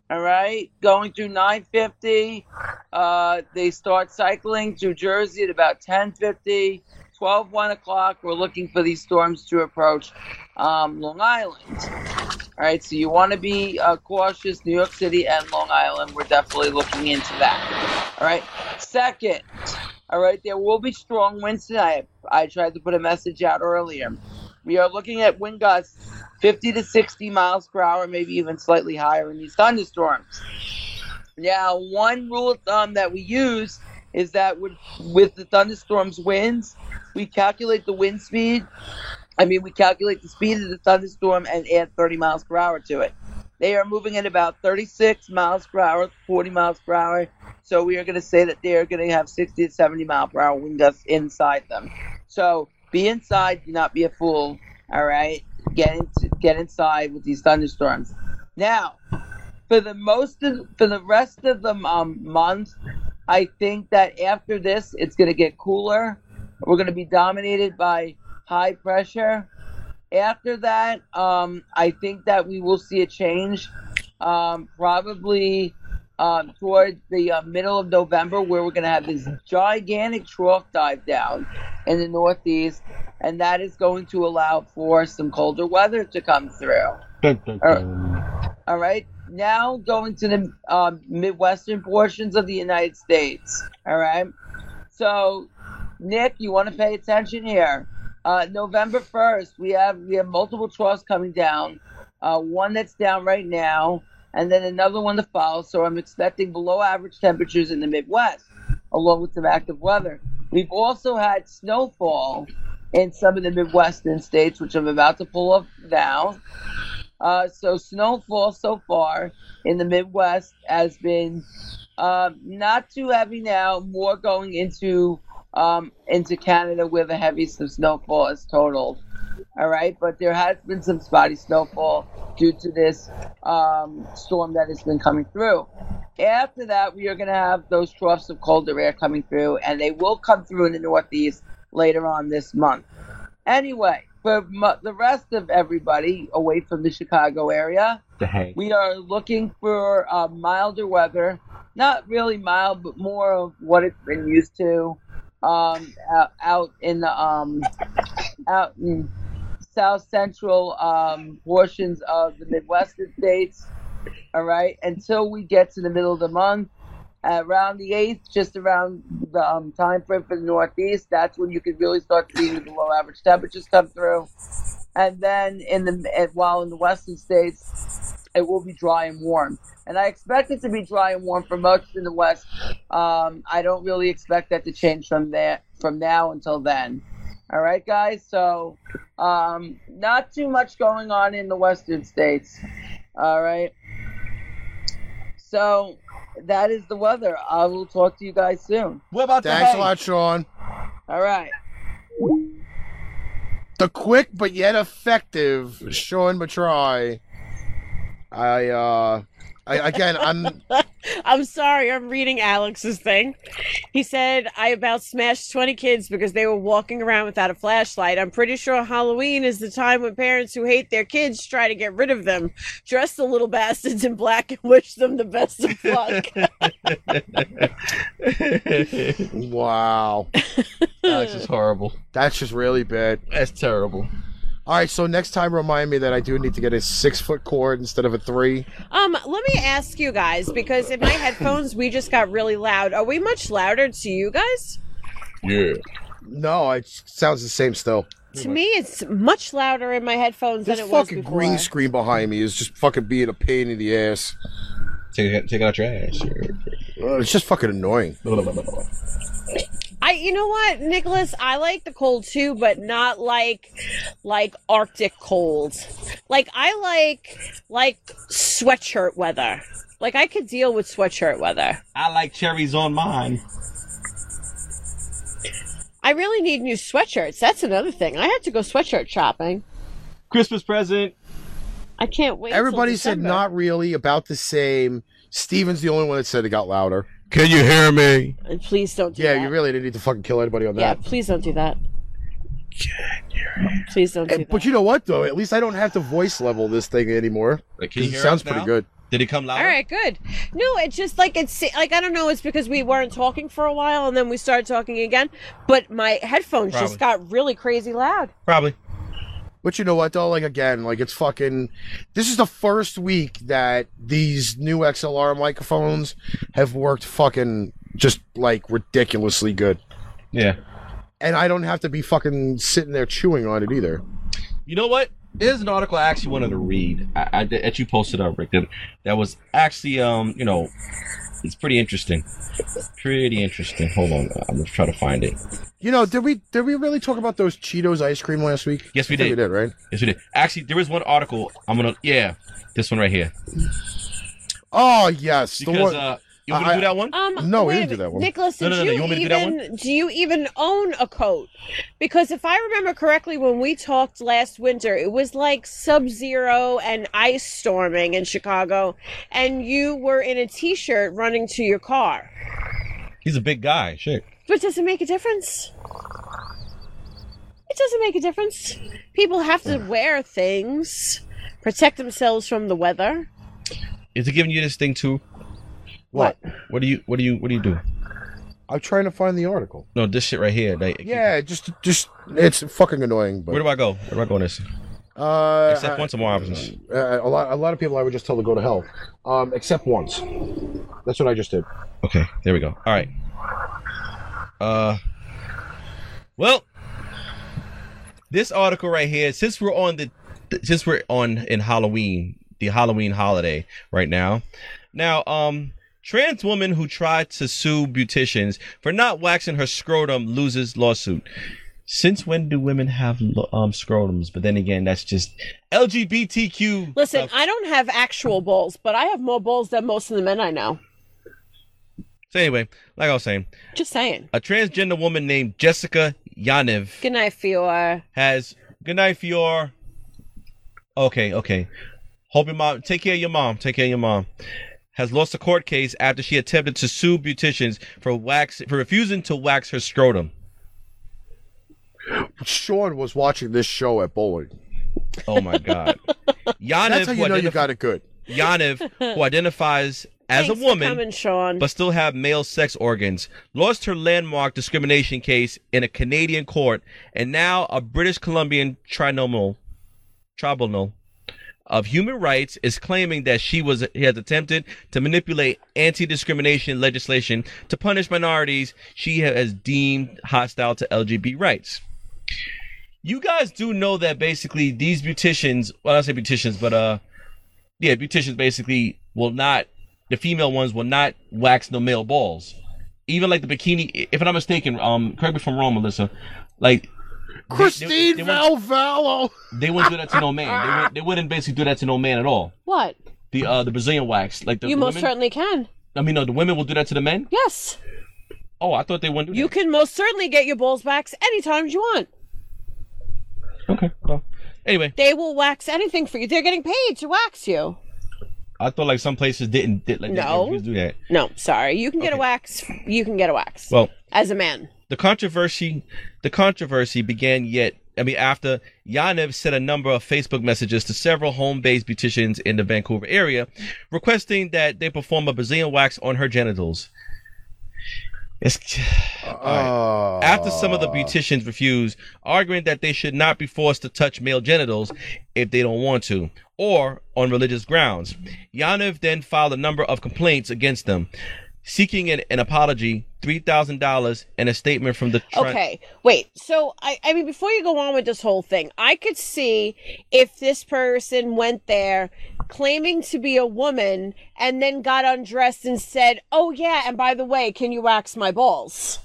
[SPEAKER 6] All right, going through 950. Uh, they start cycling through Jersey at about 1050. 12, 1 o'clock, we're looking for these storms to approach um, Long Island. All right, so you want to be uh, cautious. New York City and Long Island, we're definitely looking into that. All right, second, all right, there will be strong winds tonight. I tried to put a message out earlier. We are looking at wind gusts 50 to 60 miles per hour, maybe even slightly higher in these thunderstorms. Now, one rule of thumb that we use is that with, with the thunderstorms winds, we calculate the wind speed. I mean, we calculate the speed of the thunderstorm and add 30 miles per hour to it. They are moving at about 36 miles per hour, 40 miles per hour. So we are going to say that they are going to have 60 to 70 mile per hour wind gusts inside them. So be inside, do not be a fool. All right, get into, get inside with these thunderstorms. Now, for the most of, for the rest of the um, month, I think that after this, it's going to get cooler. We're going to be dominated by high pressure. After that, um, I think that we will see a change, um, probably um, toward the uh, middle of November, where we're going to have this gigantic trough dive down in the Northeast, and that is going to allow for some colder weather to come through.
[SPEAKER 2] Dun, dun,
[SPEAKER 6] Uh,
[SPEAKER 2] dun.
[SPEAKER 6] All right. Now going to the um, Midwestern portions of the United States. All right. So, Nick, you want to pay attention here. Uh, November 1st, we have we have multiple troughs coming down. Uh, one that's down right now, and then another one to follow. So I'm expecting below average temperatures in the Midwest, along with some active weather. We've also had snowfall in some of the Midwestern states, which I'm about to pull up now. Uh, so snowfall so far in the Midwest has been um, not too heavy now. More going into um, into Canada where the heaviest of snowfall is totaled. All right, but there has been some spotty snowfall due to this um, storm that has been coming through. After that, we are going to have those troughs of colder air coming through, and they will come through in the Northeast later on this month. Anyway, for mu- the rest of everybody away from the Chicago area,
[SPEAKER 2] The hay.
[SPEAKER 6] we are looking for uh, milder weather. Not really mild, but more of what it's been used to um, out, out in the um, out in south central um, portions of the Midwestern states. All right, until we get to the middle of the month, around the eighth, just around the um, time frame for the Northeast, that's when you could really start seeing the below average temperatures come through. And then in the and while in the western states, it will be dry and warm. And I expect it to be dry and warm for most in the west. Um, I don't really expect that to change from there from now until then. All right, guys. So um, not too much going on in the western states. All right. So that is the weather. I will talk to you guys soon.
[SPEAKER 4] What about
[SPEAKER 1] Thanks
[SPEAKER 4] the
[SPEAKER 1] a lot, Sean.
[SPEAKER 6] All right.
[SPEAKER 1] The quick but yet effective Sean Matry. I uh I, again, I'm
[SPEAKER 3] I'm sorry, I'm reading Alex's thing. He said, I about smashed 20 kids because they were walking around without a flashlight. I'm pretty sure Halloween is the time when parents who hate their kids try to get rid of them, dress the little bastards in black, and wish them the best of luck.
[SPEAKER 1] wow.
[SPEAKER 4] Alex is horrible.
[SPEAKER 1] That's just really bad.
[SPEAKER 4] That's terrible.
[SPEAKER 1] All right, so next time remind me that I do need to get a six foot cord instead of a three.
[SPEAKER 3] Um, let me ask you guys because in my headphones we just got really loud. Are we much louder to you guys?
[SPEAKER 4] Yeah.
[SPEAKER 1] No, it sounds the same still.
[SPEAKER 3] To me, it's much louder in my headphones
[SPEAKER 1] This
[SPEAKER 3] than it was
[SPEAKER 1] fucking
[SPEAKER 3] before.
[SPEAKER 1] green screen behind me is just fucking being a pain in the ass.
[SPEAKER 4] Take, take out your ass.
[SPEAKER 1] Uh, It's just fucking annoying.
[SPEAKER 3] I, you know what, Nicholas, I like the cold too, but not like, like Arctic cold. Like I like, like sweatshirt weather. Like I could deal with sweatshirt weather.
[SPEAKER 2] I like cherries on mine.
[SPEAKER 3] I really need new sweatshirts. That's another thing. I had to go sweatshirt shopping.
[SPEAKER 2] Christmas present.
[SPEAKER 3] I can't wait. till
[SPEAKER 1] Everybody said
[SPEAKER 3] December.
[SPEAKER 1] not really, about the same. Steven's the only one that said it got louder.
[SPEAKER 5] Can you hear me?
[SPEAKER 3] And Please don't do
[SPEAKER 1] Yeah,
[SPEAKER 3] that.
[SPEAKER 1] you really didn't need to fucking kill anybody on
[SPEAKER 3] Yeah,
[SPEAKER 1] that.
[SPEAKER 3] please don't do that. Please don't do
[SPEAKER 1] And- Eh,
[SPEAKER 3] that.
[SPEAKER 1] but you know what though? At least I don't have to voice level this thing anymore.
[SPEAKER 4] Like, can you
[SPEAKER 1] It
[SPEAKER 4] hear
[SPEAKER 1] sounds
[SPEAKER 4] us
[SPEAKER 1] pretty
[SPEAKER 4] now?
[SPEAKER 1] good.
[SPEAKER 4] Did it come louder?
[SPEAKER 3] All right, good. No, it's just like it's like I don't know. It's because we weren't talking for a while and then we started talking again. But my headphones
[SPEAKER 4] Probably.
[SPEAKER 3] just got really crazy loud.
[SPEAKER 4] Probably.
[SPEAKER 1] But you know what though? Like again, like it's fucking. This is the first week that these new XLR microphones have worked fucking just like ridiculously good,
[SPEAKER 4] Yeah.
[SPEAKER 1] and I don't have to be fucking sitting there chewing on it either.
[SPEAKER 4] You know what? There's an article I actually wanted to read I, I, that you posted up, Rick. That, that was actually, um, you know, it's pretty interesting. Pretty interesting. Hold on, I'm gonna try to find it.
[SPEAKER 1] You know, did we did we really talk about those Cheetos ice cream last week?
[SPEAKER 4] Yes, we
[SPEAKER 1] I think
[SPEAKER 4] did.
[SPEAKER 1] We did, right?
[SPEAKER 4] Yes, we did. Actually, there was one article. I'm gonna, yeah, this one right here.
[SPEAKER 1] Oh yes, the
[SPEAKER 4] Because
[SPEAKER 1] one.
[SPEAKER 4] uh, you wanna
[SPEAKER 1] I-
[SPEAKER 4] do that one?
[SPEAKER 3] Um,
[SPEAKER 1] No, we
[SPEAKER 3] wait a
[SPEAKER 1] didn't do
[SPEAKER 3] minute.
[SPEAKER 1] that one.
[SPEAKER 3] Nicholas,
[SPEAKER 4] No,
[SPEAKER 3] did
[SPEAKER 4] no, no, no.
[SPEAKER 3] you,
[SPEAKER 4] You want me to do that
[SPEAKER 3] even do you even own a coat? Because if I remember correctly, when we talked last winter, it was like sub-zero and ice storming in Chicago, and you were in a t-shirt running to your car.
[SPEAKER 4] He's a big guy. Shit.
[SPEAKER 3] But does it make a difference? It doesn't make a difference. People have to wear things, protect themselves from the weather.
[SPEAKER 4] Is it giving you this thing too?
[SPEAKER 1] What?
[SPEAKER 4] What do you? What do you? What do you do?
[SPEAKER 1] I'm trying to find the article.
[SPEAKER 4] No, this shit right here. Like,
[SPEAKER 1] Yeah, just just it's fucking annoying.
[SPEAKER 4] Where
[SPEAKER 1] But
[SPEAKER 4] do I go? Where do I go on this?
[SPEAKER 1] uh,
[SPEAKER 4] Except one some more options.
[SPEAKER 1] uh, a lot a lot of people I would just tell to go to hell, um, except once. That's what I just did.
[SPEAKER 4] Okay, there we go. All right. Uh, well, this article right here. Since we're on the, since we're on in Halloween, the Halloween holiday right now. Now, um, trans woman who tried to sue beauticians for not waxing her scrotum loses lawsuit. Since when do women have lo- um scrotums? But then again, that's just LGBTQ.
[SPEAKER 3] Listen,
[SPEAKER 4] stuff.
[SPEAKER 3] I don't have actual balls, but I have more balls than most of the men I know.
[SPEAKER 4] so anyway, like I was saying,
[SPEAKER 3] Just saying.
[SPEAKER 4] a transgender woman named Jessica Yanev.
[SPEAKER 3] Good night, Fior.
[SPEAKER 4] has good night Fior. Okay, okay. Hope your mom take care of your mom. Take care of your mom. Has lost a court case after she attempted to sue beauticians for wax for refusing to wax her scrotum.
[SPEAKER 1] Sean was watching this show at bowling.
[SPEAKER 4] Oh my god. Yanev,
[SPEAKER 1] That's how
[SPEAKER 4] who,
[SPEAKER 1] you know you
[SPEAKER 4] identif-
[SPEAKER 1] got it good.
[SPEAKER 4] Yanev, who identifies as
[SPEAKER 3] Thanks
[SPEAKER 4] a
[SPEAKER 3] for
[SPEAKER 4] woman
[SPEAKER 3] coming, Sean.
[SPEAKER 4] but still have male sex organs, lost her landmark discrimination case in a Canadian court, and now a British Columbian tribunal, tribunal of human rights is claiming that she was he has attempted to manipulate anti-discrimination legislation to punish minorities she has deemed hostile to LGBT rights. You guys do know that basically these beauticians, well, I don't say beauticians, but uh, yeah, beauticians basically will not the female ones will not wax no male balls. Even like the bikini, if I'm not mistaken, um, correct me if I'm wrong, Melissa. Like
[SPEAKER 1] Christine
[SPEAKER 4] they wouldn't-
[SPEAKER 1] Valvallo.
[SPEAKER 4] they wouldn't do that to no man. They wouldn't, they wouldn't basically do that to no man at all.
[SPEAKER 3] what?
[SPEAKER 4] The uh, the Brazilian wax, like the,
[SPEAKER 3] You
[SPEAKER 4] the
[SPEAKER 3] most
[SPEAKER 4] women,
[SPEAKER 3] certainly can.
[SPEAKER 4] I mean, no, the women will do that to the men.
[SPEAKER 3] Yes.
[SPEAKER 4] Oh, I thought they wouldn't do
[SPEAKER 3] You
[SPEAKER 4] that.
[SPEAKER 3] can most certainly get your balls waxed anytime you want.
[SPEAKER 4] Okay. Well, anyway,
[SPEAKER 3] They will wax anything for you. They're getting paid to wax you.
[SPEAKER 4] I thought like some places didn't did like they
[SPEAKER 3] No.
[SPEAKER 4] refused to do that.
[SPEAKER 3] No, sorry. You can get a
[SPEAKER 4] Okay.
[SPEAKER 3] wax. You can get a wax
[SPEAKER 4] Well,
[SPEAKER 3] as a man.
[SPEAKER 4] the controversy the controversy began yet I mean after Yanev sent a number of Facebook messages to several home-based beauticians in the Vancouver area requesting that they perform a Brazilian wax on her genitals. It's
[SPEAKER 1] Uh,
[SPEAKER 4] after some of the beauticians refused, arguing that they should not be forced to touch male genitals if they don't want to, or on religious grounds. Yanev then filed a number of complaints against them, seeking an, an apology, $3,000, and a statement from the tri-
[SPEAKER 3] Okay, wait. So I, I mean, before you go on with this whole thing, I could see if this person went there claiming to be a woman and then got undressed and said, "Oh yeah, and by the way, can you wax my balls?"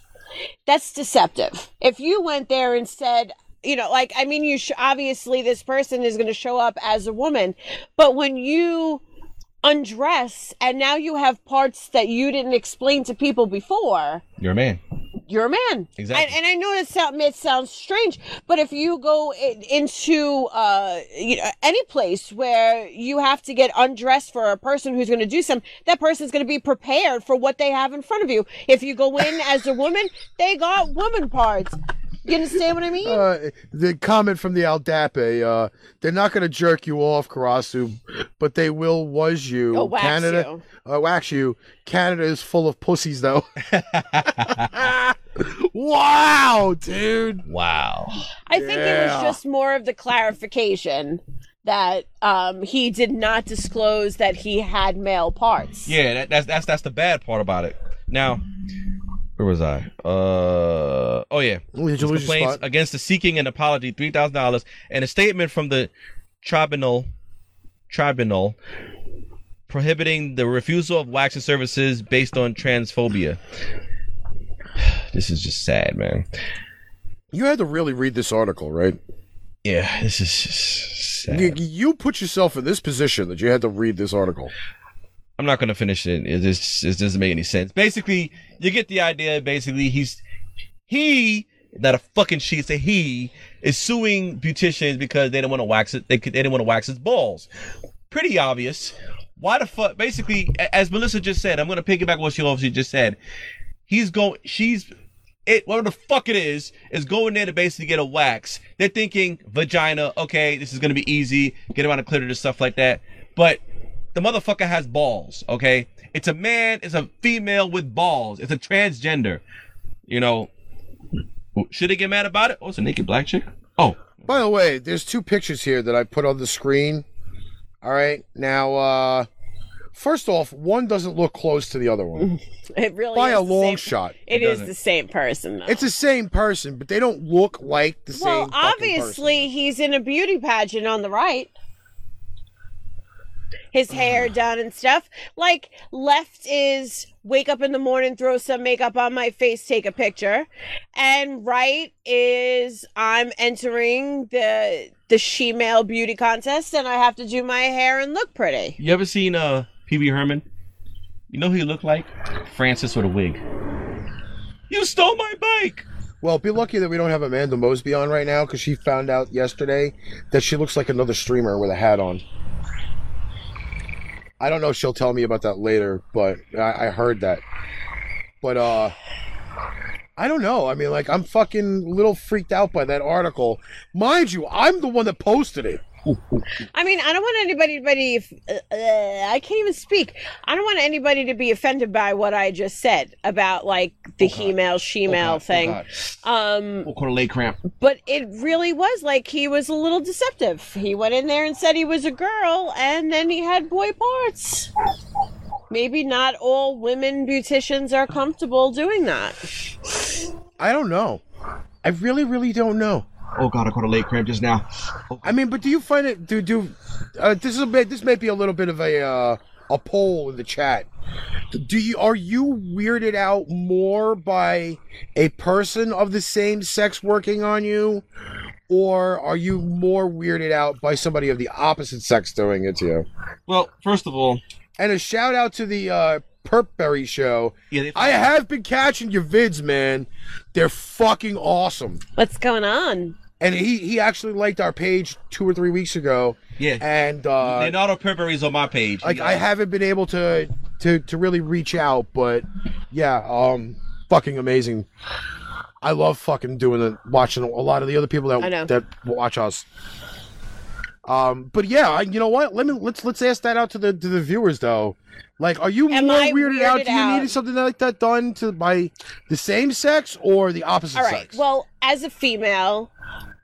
[SPEAKER 3] That's deceptive. If you went there and said. You know, like, I mean, you sh- obviously this person is going to show up as a woman, but when you undress and now you have parts that you didn't explain to people before,
[SPEAKER 4] You're a man.
[SPEAKER 3] you're a man.
[SPEAKER 4] Exactly.
[SPEAKER 3] And, and I know it, sound, it sounds strange, but if you go in, into uh, you know, any place where you have to get undressed for a person who's going to do something, that person's going to be prepared for what they have in front of you. If you go in as a woman, they got woman parts. You understand what I mean?
[SPEAKER 1] Uh, the comment from the Aldape, uh, they're not going to jerk you off, Karasu, but they will was you.
[SPEAKER 3] Oh, wax
[SPEAKER 1] Canada, Uh, wax you. Canada is full of pussies, though. wow, dude.
[SPEAKER 4] Wow.
[SPEAKER 3] I think it was
[SPEAKER 1] Yeah.
[SPEAKER 3] just more of the clarification that um, he did not disclose that he had male parts.
[SPEAKER 4] Yeah, that, that's that's that's the bad part about it. Now, where was I? Uh, oh yeah.
[SPEAKER 1] Ooh, did you
[SPEAKER 4] His
[SPEAKER 1] lose your
[SPEAKER 4] complaints
[SPEAKER 1] spot?
[SPEAKER 4] against the seeking an apology, three thousand dollars, and a statement from the tribunal tribunal prohibiting the refusal of waxing services based on transphobia. This is just sad, man.
[SPEAKER 1] You had to really read this article, right?
[SPEAKER 4] Yeah, this is just sad.
[SPEAKER 1] You, you put yourself in this position that you had to read this article.
[SPEAKER 4] I'm not gonna finish it. It just it doesn't make any sense. Basically, you get the idea. Basically, he's he not a fucking she. It's a he is suing beauticians because they didn't want to wax it. They could, they didn't want to wax his balls. Pretty obvious. Why the fuck? Basically, a- as Melissa just said, I'm gonna piggyback what she obviously just said. He's going. She's it. Whatever the fuck it is is going there to basically get a wax. They're thinking vagina. Okay, this is gonna be easy. Get around the clitoris stuff like that. But the motherfucker has balls, okay? It's a man, it's a female with balls. It's a transgender. You know, should they get mad about it? Oh, it's a naked black chick? Oh,
[SPEAKER 1] By the way, there's two pictures here that I put on the screen. All right. Now, uh, first off, one doesn't look close to the other one
[SPEAKER 3] It really
[SPEAKER 1] by
[SPEAKER 3] is
[SPEAKER 1] a
[SPEAKER 3] the
[SPEAKER 1] long
[SPEAKER 3] same-
[SPEAKER 1] shot.
[SPEAKER 3] it is
[SPEAKER 4] doesn't.
[SPEAKER 3] the same person. Though.
[SPEAKER 1] It's the same person, but they don't look like the
[SPEAKER 3] Well,
[SPEAKER 1] same. fucking
[SPEAKER 3] obviously, he's in a beauty pageant on the right. His hair done and stuff. Like, left is wake up in the morning, throw some makeup on my face, take a picture. And right is I'm entering the the she male beauty contest and I have to do my hair and look pretty.
[SPEAKER 4] you ever seen uh PB Herman? You know who he looked like? Francis with a wig. You stole my bike!
[SPEAKER 1] person. Well, be lucky that we don't have Amanda Mosby on right now because she found out yesterday that she looks like another streamer with a hat on. I don't know if she'll tell me about that later, but I, I heard that. But uh, I don't know. I mean, like I'm fucking a little freaked out by that article. Mind you, I'm the one that posted it.
[SPEAKER 3] I mean, I don't want anybody to be. Uh, uh, I can't even speak. I don't want anybody to be offended by what I just said about like the he male, she male thing. um,
[SPEAKER 4] Oh,
[SPEAKER 2] We'll call a leg cramp.
[SPEAKER 3] but it really was like he was a little deceptive. He went in there and said he was a girl, and then he had boy parts. Maybe not all women beauticians are comfortable doing that.
[SPEAKER 1] I don't know. I really, really don't know.
[SPEAKER 2] Oh god, I caught a leg cramp just now.
[SPEAKER 1] I mean, but do you find it? Do do uh, this is a bit? This may be a little bit of a uh, a poll in the chat. Do you are you weirded out more by a person of the same sex working on you, or are you more weirded out by somebody of the opposite sex doing it to you?
[SPEAKER 2] Well, first of all,
[SPEAKER 1] And a shout out to the uh, Perpberry Show.
[SPEAKER 4] Yeah, they,
[SPEAKER 1] I have been catching your vids, man. They're fucking awesome.
[SPEAKER 3] What's going on?
[SPEAKER 1] and he he actually liked our page two or three weeks ago,
[SPEAKER 4] Yeah.
[SPEAKER 1] and uh,
[SPEAKER 4] Leonardo Pipari's on my page.
[SPEAKER 1] like I haven't been able to to to really reach out, but yeah, um, fucking amazing. I love fucking doing the watching a lot of the other people
[SPEAKER 3] I know.
[SPEAKER 1] that that watch us. Um, but yeah, I, you know what? Let me let's let's ask that out to the to the viewers though. Like, are you
[SPEAKER 3] Am
[SPEAKER 1] more
[SPEAKER 3] I
[SPEAKER 1] weirded, out?
[SPEAKER 3] weirded
[SPEAKER 1] Do you
[SPEAKER 3] out?
[SPEAKER 1] need something like that done to by the same sex or the opposite
[SPEAKER 3] All right.
[SPEAKER 1] sex?
[SPEAKER 3] Well, as a female,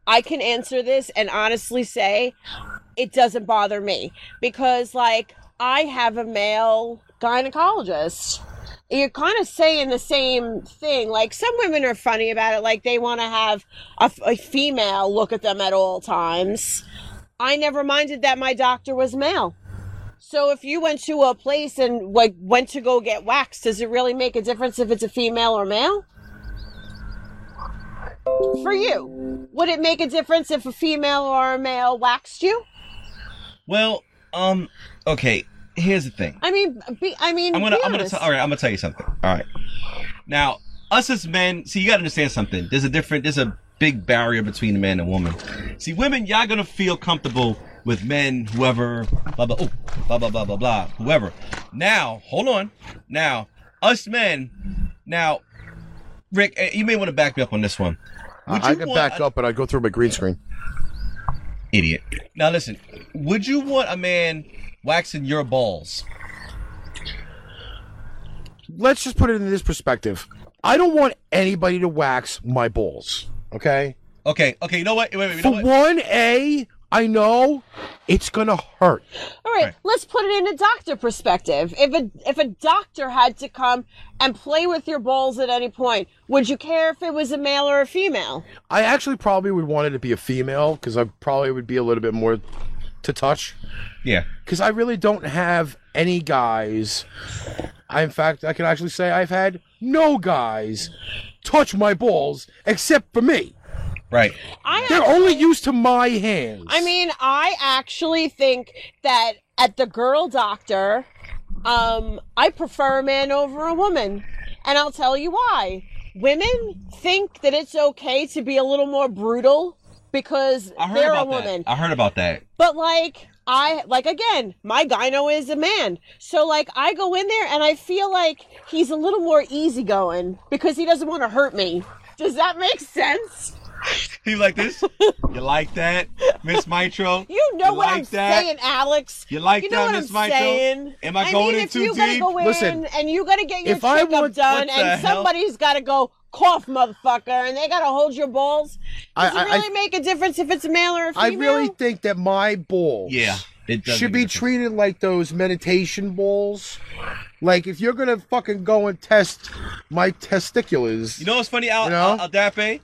[SPEAKER 3] I can answer this and honestly say it doesn't bother me because, like, I have a male gynecologist. You're kind of saying the same thing. Like, some women are funny about it. Like, they want to have a, f- a female look at them at all times. I never minded that my doctor was male. So if you went to a place and like went to go get waxed, does it really make a difference if it's a female or male? for you, would it make a difference if a female or a male waxed you?
[SPEAKER 4] well, um, okay. Here's the thing.
[SPEAKER 3] I mean, be, I mean,
[SPEAKER 4] I'm gonna,
[SPEAKER 3] be
[SPEAKER 4] I'm gonna,
[SPEAKER 3] honest.
[SPEAKER 4] t- all right, I'm gonna tell you something. All right, now us as men, see, you gotta understand something. There's a different, there's a big barrier between a man and woman. See, women, y'all gonna feel comfortable with men, whoever, blah blah, oh, blah blah blah blah blah, whoever. Now, hold on. Now, us men, now, Rick, eh, you may want to back me up on this one. Would
[SPEAKER 1] I, I
[SPEAKER 4] you
[SPEAKER 1] can
[SPEAKER 4] want
[SPEAKER 1] back
[SPEAKER 4] a-
[SPEAKER 1] up, but I go through my green screen.
[SPEAKER 4] Idiot. Now listen, would you want a man waxing your balls?
[SPEAKER 1] let's just put it in this perspective. I don't want anybody to wax my balls. Okay.
[SPEAKER 4] Okay, okay, you know what? Wait, wait, you know
[SPEAKER 1] For
[SPEAKER 4] what?
[SPEAKER 1] one, a I know it's gonna hurt.
[SPEAKER 3] All right,
[SPEAKER 4] Right.
[SPEAKER 3] let's put it in a doctor perspective. If a if a doctor had to come and play with your balls at any point, would you care if it was a male or a female?
[SPEAKER 1] I actually probably would want it to be a female because I probably would be a little bit more to touch.
[SPEAKER 4] Yeah.
[SPEAKER 1] Because I really don't have any guys. I, in fact, I can actually say I've had no guys touch my balls except for me.
[SPEAKER 4] Right.
[SPEAKER 3] I
[SPEAKER 1] They're only used to my hands.
[SPEAKER 3] I mean, I actually think that at the girl doctor, um, I prefer a man over a woman. And I'll tell you why. Women think that it's okay to be a little more brutal because
[SPEAKER 4] I heard
[SPEAKER 3] they're a
[SPEAKER 4] about
[SPEAKER 3] woman.
[SPEAKER 4] that. I heard about that.
[SPEAKER 3] But like I like again, my gyno is a man. So like I go in there and I feel like he's a little more easygoing because he doesn't want to hurt me. Does that make sense?
[SPEAKER 4] He like this. You like that, Miss Mitro?
[SPEAKER 3] You know
[SPEAKER 4] You
[SPEAKER 3] what
[SPEAKER 4] like
[SPEAKER 3] I'm
[SPEAKER 4] that?
[SPEAKER 3] saying, Alex.
[SPEAKER 4] You like
[SPEAKER 3] You know
[SPEAKER 4] that,
[SPEAKER 3] what
[SPEAKER 4] Miss
[SPEAKER 3] I'm
[SPEAKER 4] Mitro?
[SPEAKER 3] saying?
[SPEAKER 4] Am I going
[SPEAKER 3] mean,
[SPEAKER 4] in
[SPEAKER 3] if
[SPEAKER 4] too
[SPEAKER 3] you gotta
[SPEAKER 4] deep?
[SPEAKER 3] go in
[SPEAKER 1] Listen,
[SPEAKER 3] and you gotta get your
[SPEAKER 1] if I
[SPEAKER 3] checkup
[SPEAKER 1] want-
[SPEAKER 4] what
[SPEAKER 3] done,
[SPEAKER 4] the
[SPEAKER 3] and
[SPEAKER 4] hell?
[SPEAKER 3] somebody's gotta go cough, motherfucker, and they gotta hold your balls. Does
[SPEAKER 1] I- I-
[SPEAKER 3] it really make a difference if it's a male or a
[SPEAKER 1] I
[SPEAKER 3] female?
[SPEAKER 1] really think that my balls.
[SPEAKER 4] Yeah. It does
[SPEAKER 1] should
[SPEAKER 4] make a
[SPEAKER 1] be
[SPEAKER 4] difference.
[SPEAKER 1] treated like those meditation bowls. Like if you're gonna fucking go and test my testiculars,
[SPEAKER 4] You know what's funny, Al,
[SPEAKER 1] You know?
[SPEAKER 4] Al- Aldape?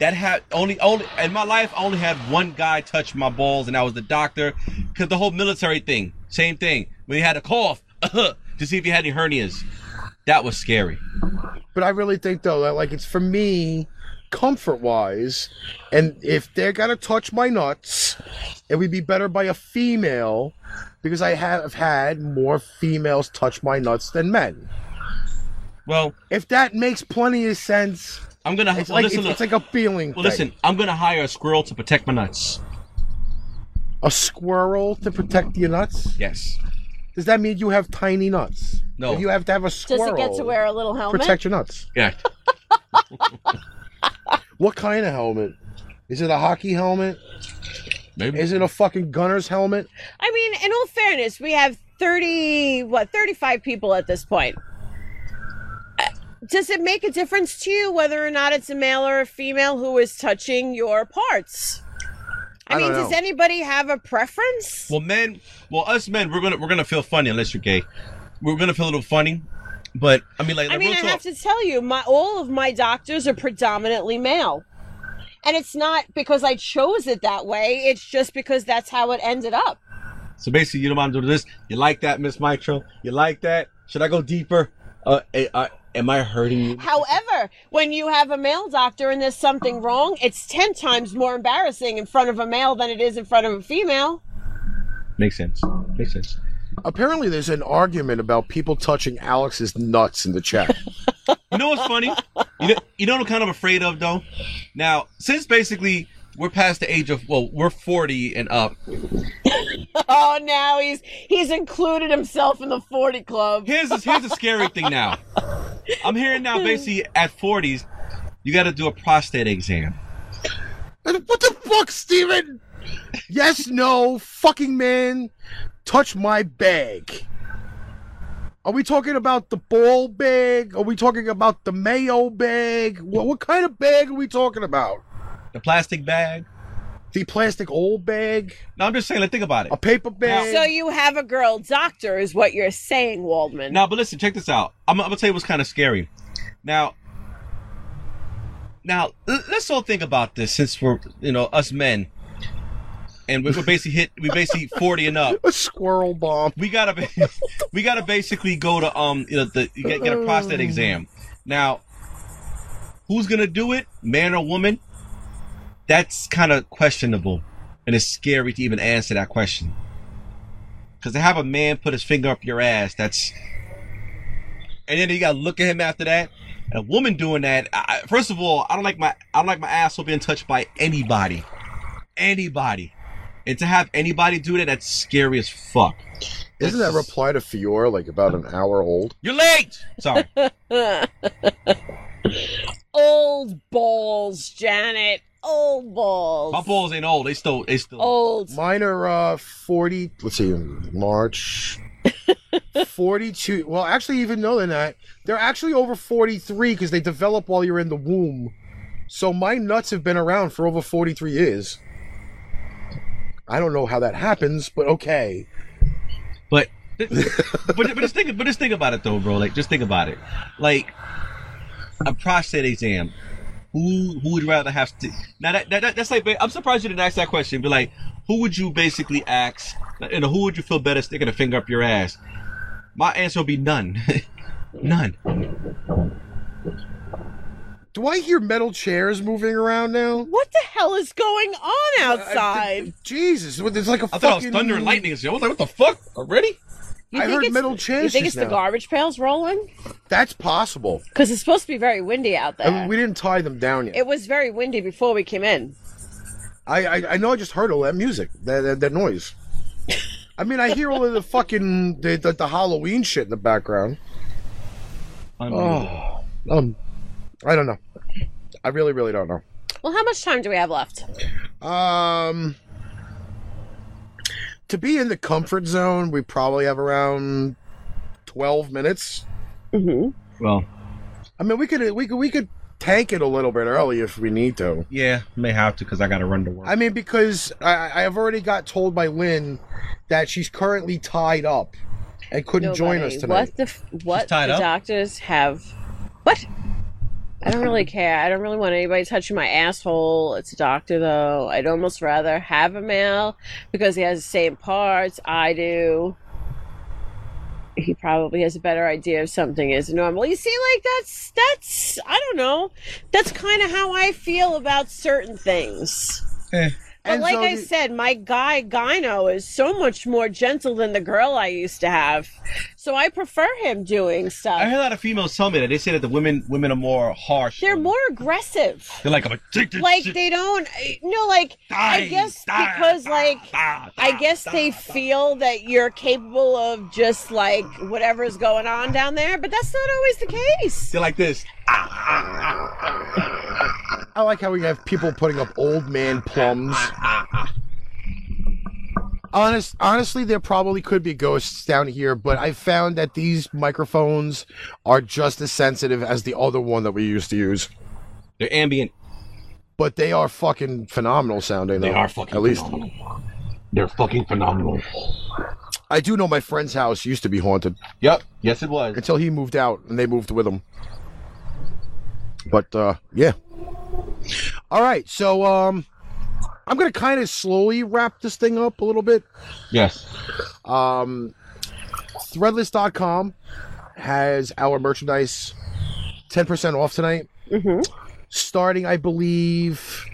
[SPEAKER 4] That had only only in my life. I only had one guy touch my balls, and I was the doctor. Cause the whole military thing, same thing. When he had a cough to see if he had any hernias, that was scary.
[SPEAKER 1] but I really think though that like it's for me, comfort wise, and if they're gonna touch my nuts, it would be better by a female, because I have had more females touch my nuts than men.
[SPEAKER 4] Well,
[SPEAKER 1] If that makes plenty of sense,
[SPEAKER 4] I'm gonna
[SPEAKER 1] it's
[SPEAKER 4] well,
[SPEAKER 1] like
[SPEAKER 4] listen.
[SPEAKER 1] it's,
[SPEAKER 4] look.
[SPEAKER 1] it's like a feeling.
[SPEAKER 4] well,
[SPEAKER 1] thing.
[SPEAKER 4] listen. I'm gonna hire a squirrel to protect my nuts.
[SPEAKER 1] a squirrel to protect your nuts.
[SPEAKER 4] Yes.
[SPEAKER 1] Does that mean you have tiny nuts?
[SPEAKER 4] No.
[SPEAKER 1] If you have to have a
[SPEAKER 3] Does
[SPEAKER 1] squirrel.
[SPEAKER 3] it get to wear a little helmet?
[SPEAKER 1] protect your nuts.
[SPEAKER 4] Yeah.
[SPEAKER 1] What kind of helmet? Is it a hockey helmet?
[SPEAKER 4] Maybe.
[SPEAKER 1] Is it a fucking gunner's helmet?
[SPEAKER 3] I mean, in all fairness, we have 30, what, 35 people at this point. Uh, Does it make a difference to you whether or not it's a male or a female who is touching your parts? I,
[SPEAKER 1] I
[SPEAKER 3] mean,
[SPEAKER 1] don't
[SPEAKER 3] does
[SPEAKER 1] know.
[SPEAKER 3] anybody have a preference?
[SPEAKER 4] Well, men, well, us men, we're gonna we're gonna feel funny unless you're gay. We're gonna feel a little funny, but I mean, like,
[SPEAKER 3] I
[SPEAKER 4] like,
[SPEAKER 3] mean, I
[SPEAKER 4] real
[SPEAKER 3] have
[SPEAKER 4] talk.
[SPEAKER 3] to tell you, my all of my doctors are predominantly male. And it's not because I chose it that way, it's just because that's how it ended up.
[SPEAKER 4] So basically, you don't mind doing this. You like that, Miss Mitro? You like that? Should I go deeper? Uh, eh, uh, am I hurting you?
[SPEAKER 3] However, when you have a male doctor and there's something wrong, it's 10 times more embarrassing in front of a male than it is in front of a female.
[SPEAKER 4] Makes sense. Makes sense.
[SPEAKER 1] Apparently, there's an argument about people touching Alex's nuts in the chat.
[SPEAKER 4] You know what's funny? You know, you know what I'm kind of afraid of though. Now, since basically we're past the age of well, we're forty and up.
[SPEAKER 3] Oh, now he's he's included himself in the 40 club.
[SPEAKER 4] Here's the, here's the scary thing now. I'm hearing now basically at forties, you got to do a prostate exam.
[SPEAKER 1] What the fuck, Steven? yes, no, fucking man, touch my bag. Are we talking about the ball bag? Are we talking about the mayo bag? What, what kind of bag are we talking about?
[SPEAKER 4] The plastic bag.
[SPEAKER 1] The plastic old bag?
[SPEAKER 4] No, I'm just saying. Like, think about it.
[SPEAKER 1] A paper bag?
[SPEAKER 3] So you have a girl doctor, is what you're saying, Waldman.
[SPEAKER 4] Now, but listen, check this out. I'm, I'm gonna tell you what's kind of scary. Now, now l- let's all think about this, since we're you know us men, and we- we're basically hit, we basically forty and up.
[SPEAKER 1] a squirrel bomb.
[SPEAKER 4] we gotta be- we gotta basically go to um you know the you get, get a prostate exam now who's gonna do it man or woman that's kind of questionable and it's scary to even answer that question because to have a man put his finger up your ass that's and then you gotta look at him after that and a woman doing that I, I- first of all i don't like my i don't like my asshole being touched by anybody anybody and to have anybody do that that's scary as fuck
[SPEAKER 1] Isn't that reply to Fior like about an hour old?
[SPEAKER 4] you're late. Sorry.
[SPEAKER 3] Old balls, Janet. Old balls.
[SPEAKER 4] My balls ain't old. They still they still
[SPEAKER 3] Old.
[SPEAKER 1] Mine are uh, 40. Let's see, March. 42. Well, actually, even though they're not, they're actually over 43 because they develop while you're in the womb. So my nuts have been around for over 43 years. I don't know how that happens, but okay.
[SPEAKER 4] But but but just think but just think about it though, bro. Like just think about it. Like a prostate exam. Who who would rather have to? Now that, that, that that's like I'm surprised you didn't ask that question. But like, who would you basically ask? You know, who would you feel better sticking a finger up your ass? My answer would be none, none.
[SPEAKER 1] Do I hear metal chairs moving around now?
[SPEAKER 3] What the hell is going on outside?
[SPEAKER 1] Jesus, what- there's like a
[SPEAKER 4] I thought
[SPEAKER 1] fucking.
[SPEAKER 4] it was thunder and lightning. I was like, what the fuck already?
[SPEAKER 3] You
[SPEAKER 1] I
[SPEAKER 3] think
[SPEAKER 1] heard
[SPEAKER 3] it's-
[SPEAKER 1] metal chairs
[SPEAKER 3] You think
[SPEAKER 1] just
[SPEAKER 3] it's the
[SPEAKER 1] now.
[SPEAKER 3] garbage pails rolling?
[SPEAKER 1] That's possible.
[SPEAKER 3] Because it's supposed to be very windy out there.
[SPEAKER 1] I mean, we didn't tie them down yet.
[SPEAKER 3] It was very windy before we came in.
[SPEAKER 1] I, I I know I just heard all that music, that that, that noise. I mean, I hear all of the fucking the, the, the Halloween shit in the background.
[SPEAKER 4] Unbelievable.
[SPEAKER 1] Um, I don't know. I really, really don't know.
[SPEAKER 3] Well, how much time do we have left?
[SPEAKER 1] Um, to be in the comfort zone, we probably have around twelve minutes.
[SPEAKER 3] Mm-hmm.
[SPEAKER 4] Well,
[SPEAKER 1] I mean, we could we could we could tank it a little bit early if we need to.
[SPEAKER 4] yeah, may have to because I got to run to work.
[SPEAKER 1] I mean, because I- I I've already got told by Lynn that she's currently tied up and couldn't join us tonight.
[SPEAKER 3] What the f- what
[SPEAKER 4] tied
[SPEAKER 3] the
[SPEAKER 4] up?
[SPEAKER 3] doctors have? What? I don't really care. I don't really want anybody touching my asshole. It's a doctor though. I'd almost rather have a male because he has the same parts I do. He probably has a better idea of something is normal. You see, like that's that's I don't know. That's kind of how I feel about certain things. But
[SPEAKER 1] Eh. And
[SPEAKER 3] like
[SPEAKER 1] so
[SPEAKER 3] I
[SPEAKER 1] the-
[SPEAKER 3] said, my guy Gyno is so much more gentle than the girl I used to have. So I prefer him doing
[SPEAKER 4] I hear
[SPEAKER 3] stuff.
[SPEAKER 4] a lot of females tell me that they say that the women women are more harsh.
[SPEAKER 3] They're more aggressive.
[SPEAKER 4] They're like I'm addicted.
[SPEAKER 3] Like
[SPEAKER 4] to
[SPEAKER 3] they don't eh, no like I
[SPEAKER 4] dying,
[SPEAKER 3] guess
[SPEAKER 4] dying,
[SPEAKER 3] because
[SPEAKER 4] dying,
[SPEAKER 3] like
[SPEAKER 4] dying,
[SPEAKER 3] I guess they
[SPEAKER 4] dying,
[SPEAKER 3] feel that you're capable of just like whatever's going on down there, but that's not always the case.
[SPEAKER 4] They're like this.
[SPEAKER 1] I like how we have people putting up old man plums. Honest, honestly, there probably could be ghosts down here, but I found that these microphones are just as sensitive as the other one that we used to use.
[SPEAKER 4] They're ambient.
[SPEAKER 1] But they are fucking phenomenal sounding.
[SPEAKER 2] They
[SPEAKER 1] though,
[SPEAKER 2] are fucking
[SPEAKER 1] At least
[SPEAKER 2] phenomenal. They're fucking phenomenal.
[SPEAKER 1] I do know my friend's house used to be haunted
[SPEAKER 2] Yep. Yes, it was.
[SPEAKER 1] until he moved out and they moved with him. But uh, yeah. All right, so um, I'm gonna kind of slowly wrap this thing up a little bit.
[SPEAKER 2] Yes.
[SPEAKER 1] Um, threadless.com has our merchandise 10% off tonight.
[SPEAKER 3] hmm
[SPEAKER 1] Starting, I believe,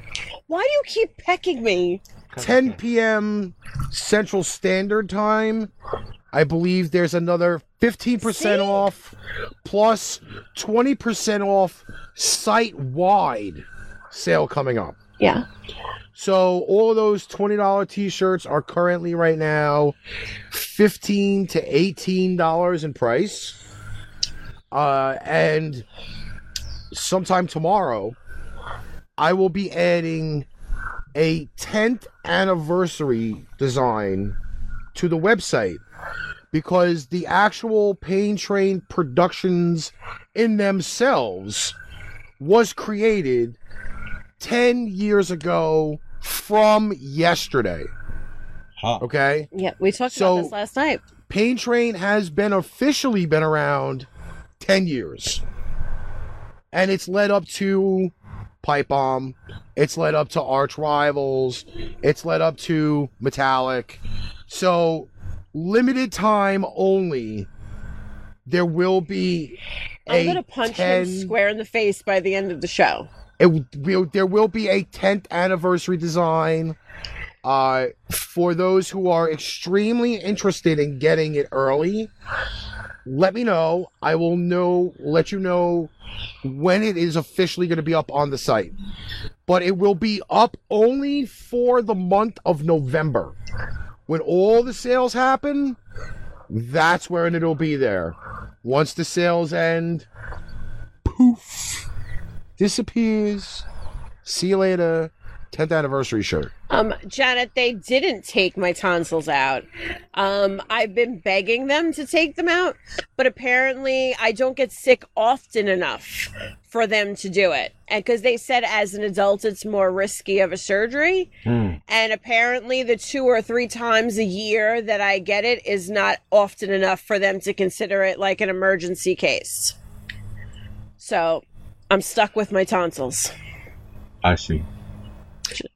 [SPEAKER 3] Why do you keep pecking me?
[SPEAKER 1] 10 p.m. Central Standard Time. I believe there's another 15%
[SPEAKER 3] See?
[SPEAKER 1] off plus 20% off site wide sale coming up.
[SPEAKER 3] Yeah.
[SPEAKER 1] So all those twenty dollar t shirts are currently right now fifteen to eighteen dollars in price. Uh, and sometime tomorrow, I will be adding a 10th anniversary design to the website because the actual Pain Train Productions in themselves was created 10 years ago from yesterday.
[SPEAKER 2] Huh.
[SPEAKER 1] Okay?
[SPEAKER 3] Yeah, we talked
[SPEAKER 1] So-
[SPEAKER 3] about this last night.
[SPEAKER 1] Pain Train has been officially been around 10 years. And it's led up to Pipe Bomb. It's led up to Arch Rivals. It's led up to Metallic. So, limited time only. There will be a
[SPEAKER 3] I'm gonna punch
[SPEAKER 1] 10
[SPEAKER 3] him square in the face by the end of the show.
[SPEAKER 1] it will there will be a 10th anniversary design uh for those who are extremely interested in getting it early let me know i will know let you know when it is officially going to be up on the site but it will be up only for the month of november when all the sales happen that's when it'll be there once the sales end disappears. See you later. 10th anniversary shirt.
[SPEAKER 3] Um, Janet, they didn't take my tonsils out. Um, I've been begging them to take them out, but apparently I don't get sick often enough for them to do it. And because they said as an adult it's more risky of a surgery. And apparently the two or three times a year that I get it is not often enough for them to consider it like an emergency case. So I'm stuck with my tonsils.
[SPEAKER 2] I see.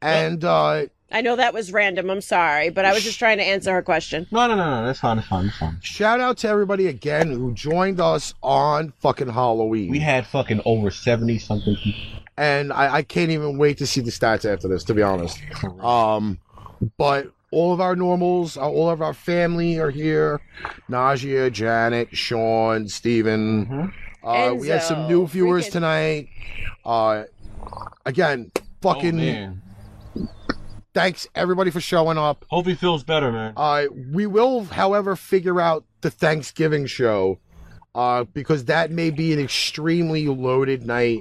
[SPEAKER 1] And uh,
[SPEAKER 3] I know that was random. I'm sorry, but I was just trying to answer her question.
[SPEAKER 2] No, no, no, no. That's fine. That's fine. That's fine.
[SPEAKER 1] shout out to everybody again who joined us on fucking Halloween.
[SPEAKER 2] We had fucking over seventy something people.
[SPEAKER 1] and I, I can't even wait to see the stats after this, to be honest.
[SPEAKER 2] Oh,
[SPEAKER 1] Um, but all of our normals, uh, all of our family are here. Nausea, Janet, Sean, Steven.
[SPEAKER 2] Mm-hmm.
[SPEAKER 1] Uh, we had some new
[SPEAKER 3] Enzo,
[SPEAKER 1] viewers
[SPEAKER 3] freaking-
[SPEAKER 1] tonight. Uh, again,
[SPEAKER 2] Oh,
[SPEAKER 1] fucking
[SPEAKER 2] man.
[SPEAKER 1] thanks everybody for showing up.
[SPEAKER 2] Hope he feels better, man.
[SPEAKER 1] Uh, we will, however, figure out the Thanksgiving show uh, because that may be an extremely loaded night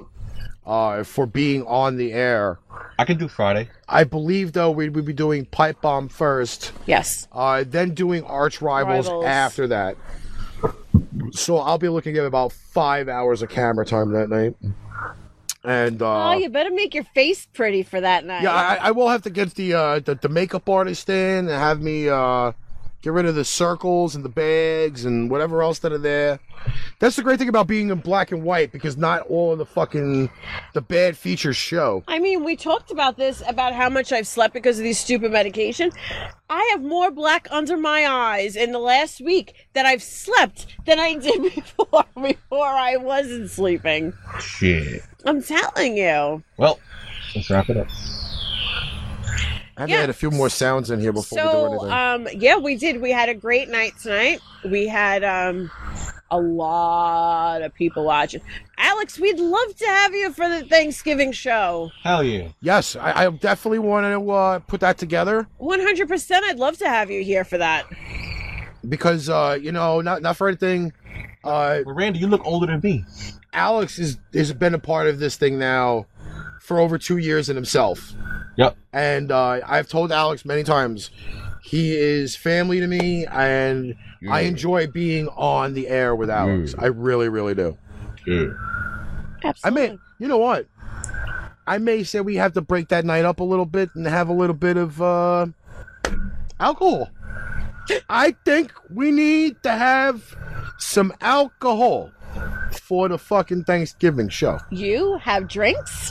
[SPEAKER 1] uh, for being on the air.
[SPEAKER 2] I can do Friday.
[SPEAKER 1] I believe, though, we would be doing Pipe Bomb first,
[SPEAKER 3] Yes.
[SPEAKER 1] uh, then doing Arch Rivals,
[SPEAKER 3] Rivals.
[SPEAKER 1] after that. So I'll be looking at about five hours of camera time that night. And uh,
[SPEAKER 3] oh, you better make your face pretty for that night.
[SPEAKER 1] yeah, I, I will have to get the, uh, the the makeup artist in and have me uh, get rid of the circles and the bags and whatever else that are there. That's the great thing about being in black and white because not all of the fucking the bad features show.
[SPEAKER 3] I mean, we talked about this about how much I've slept because of these stupid medication. I have more black under my eyes in the last week that I've slept than I did before before I wasn't sleeping.
[SPEAKER 4] Shit.
[SPEAKER 3] I'm telling you.
[SPEAKER 2] Well, let's wrap it up.
[SPEAKER 1] I have to
[SPEAKER 3] Yeah.
[SPEAKER 1] add a few more sounds in here before we do
[SPEAKER 3] So,
[SPEAKER 1] anything.
[SPEAKER 3] um, yeah, we did. We had a great night tonight. We had um, a lot of people watching. Alex, we'd love to have you for the Thanksgiving show.
[SPEAKER 2] Hell yeah.
[SPEAKER 1] yes, I, I definitely want to uh, put that together
[SPEAKER 3] 100%. I'd love to have you here for that.
[SPEAKER 1] because uh, you know, not not for anything. Uh,
[SPEAKER 2] Well, Randy, you look older than me.
[SPEAKER 1] Alex is has been a part of this thing now for over two years in himself.
[SPEAKER 2] Yep.
[SPEAKER 1] And uh, I've told Alex many times, he is family to me, and I enjoy being on the air with Alex. I really, really do. I
[SPEAKER 3] Absolutely.
[SPEAKER 1] mean, you know what? I may say we have to break that night up a little bit and have a little bit of uh, alcohol. I think we need to have some alcohol for the fucking Thanksgiving show.
[SPEAKER 3] You have drinks?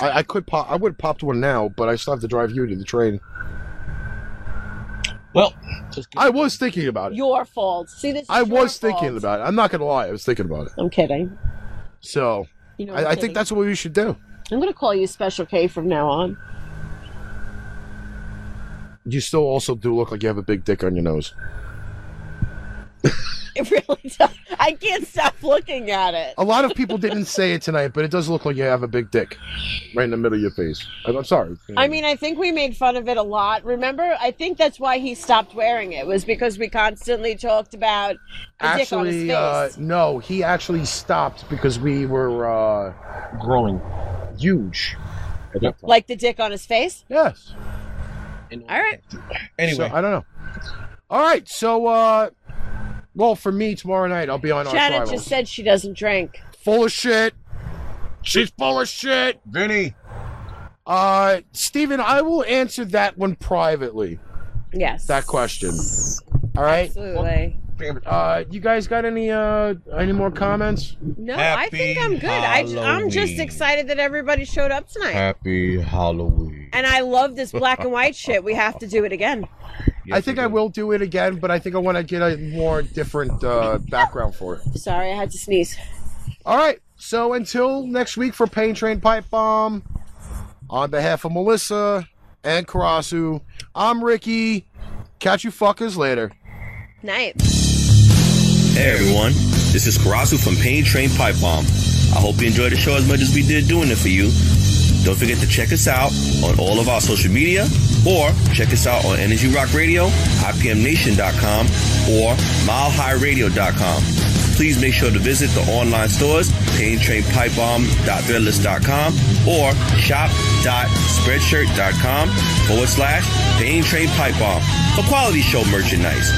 [SPEAKER 1] I, I could pop. I would have popped one now, but I still have to drive you to the train.
[SPEAKER 2] Well, just
[SPEAKER 1] I was thinking about it.
[SPEAKER 3] Your fault. See this? is
[SPEAKER 1] I
[SPEAKER 3] your
[SPEAKER 1] was thinking
[SPEAKER 3] fault.
[SPEAKER 1] about it. I'm not gonna lie. I was thinking about it.
[SPEAKER 3] I'm kidding.
[SPEAKER 1] So
[SPEAKER 3] You know, I'm
[SPEAKER 1] I, I
[SPEAKER 3] kidding.
[SPEAKER 1] think that's what we should do.
[SPEAKER 3] I'm gonna call you Special K from now on.
[SPEAKER 1] You still also do look like you have a big dick on your nose.
[SPEAKER 3] It really does. I can't stop looking at it.
[SPEAKER 1] A lot of people didn't say it tonight, but it does look like you have a big dick right in the middle of your face. I'm, I'm sorry.
[SPEAKER 3] I mean, I think we made fun of it a lot. Remember, I think that's why he stopped wearing it was because we constantly talked about the dick on his
[SPEAKER 1] actually,
[SPEAKER 3] face.
[SPEAKER 1] uh, no, he actually stopped because we were uh,
[SPEAKER 2] growing.
[SPEAKER 1] huge.
[SPEAKER 2] At that time.
[SPEAKER 3] like the dick on his face.
[SPEAKER 1] Yes.
[SPEAKER 3] All right.
[SPEAKER 4] Anyway,
[SPEAKER 1] So, I don't know. All right. So, uh, well, for me tomorrow night, I'll be on
[SPEAKER 3] Shannon
[SPEAKER 1] Archivals.
[SPEAKER 3] just said she doesn't drink.
[SPEAKER 1] full of shit. She's full of shit.
[SPEAKER 4] Vinny.
[SPEAKER 1] Uh, Steven, I will answer that one privately.
[SPEAKER 3] Yes.
[SPEAKER 1] That question. All right.
[SPEAKER 3] Absolutely.
[SPEAKER 1] Uh, you guys got any uh any more comments?
[SPEAKER 3] No, I
[SPEAKER 4] Happy
[SPEAKER 3] think I'm good. I j- I'm just
[SPEAKER 4] Halloween.
[SPEAKER 3] excited that everybody showed up tonight.
[SPEAKER 4] Happy Halloween.
[SPEAKER 3] and I love this black and white shit. We have to do it again.
[SPEAKER 1] I think I will do it again, but I think I want to get a more different uh, background for it.
[SPEAKER 3] Sorry, I had to sneeze.
[SPEAKER 1] All right. So until next week for Pain Train Pipe Bomb, on behalf of Melissa and Karasu, I'm Ricky. Catch you fuckers later.
[SPEAKER 3] Night.
[SPEAKER 7] Hey everyone, this is Karasu from Pain Train Pipe Bomb. I hope you enjoyed the show as much as we did doing it for you. Don't forget to check us out on all of our social media or check us out on Energy Rock Radio, IPMNation.com, or MileHighRadio.com. Please make sure to visit the online stores, paintrainpipebomb.threadless.com or shop.spreadshirt.com forward slash Pain Train Pipe Bomb for quality show merchandise.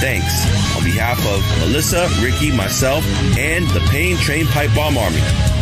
[SPEAKER 7] Thanks on behalf of Melissa, Ricky, myself, and the Pain Train Pipe Bomb Army.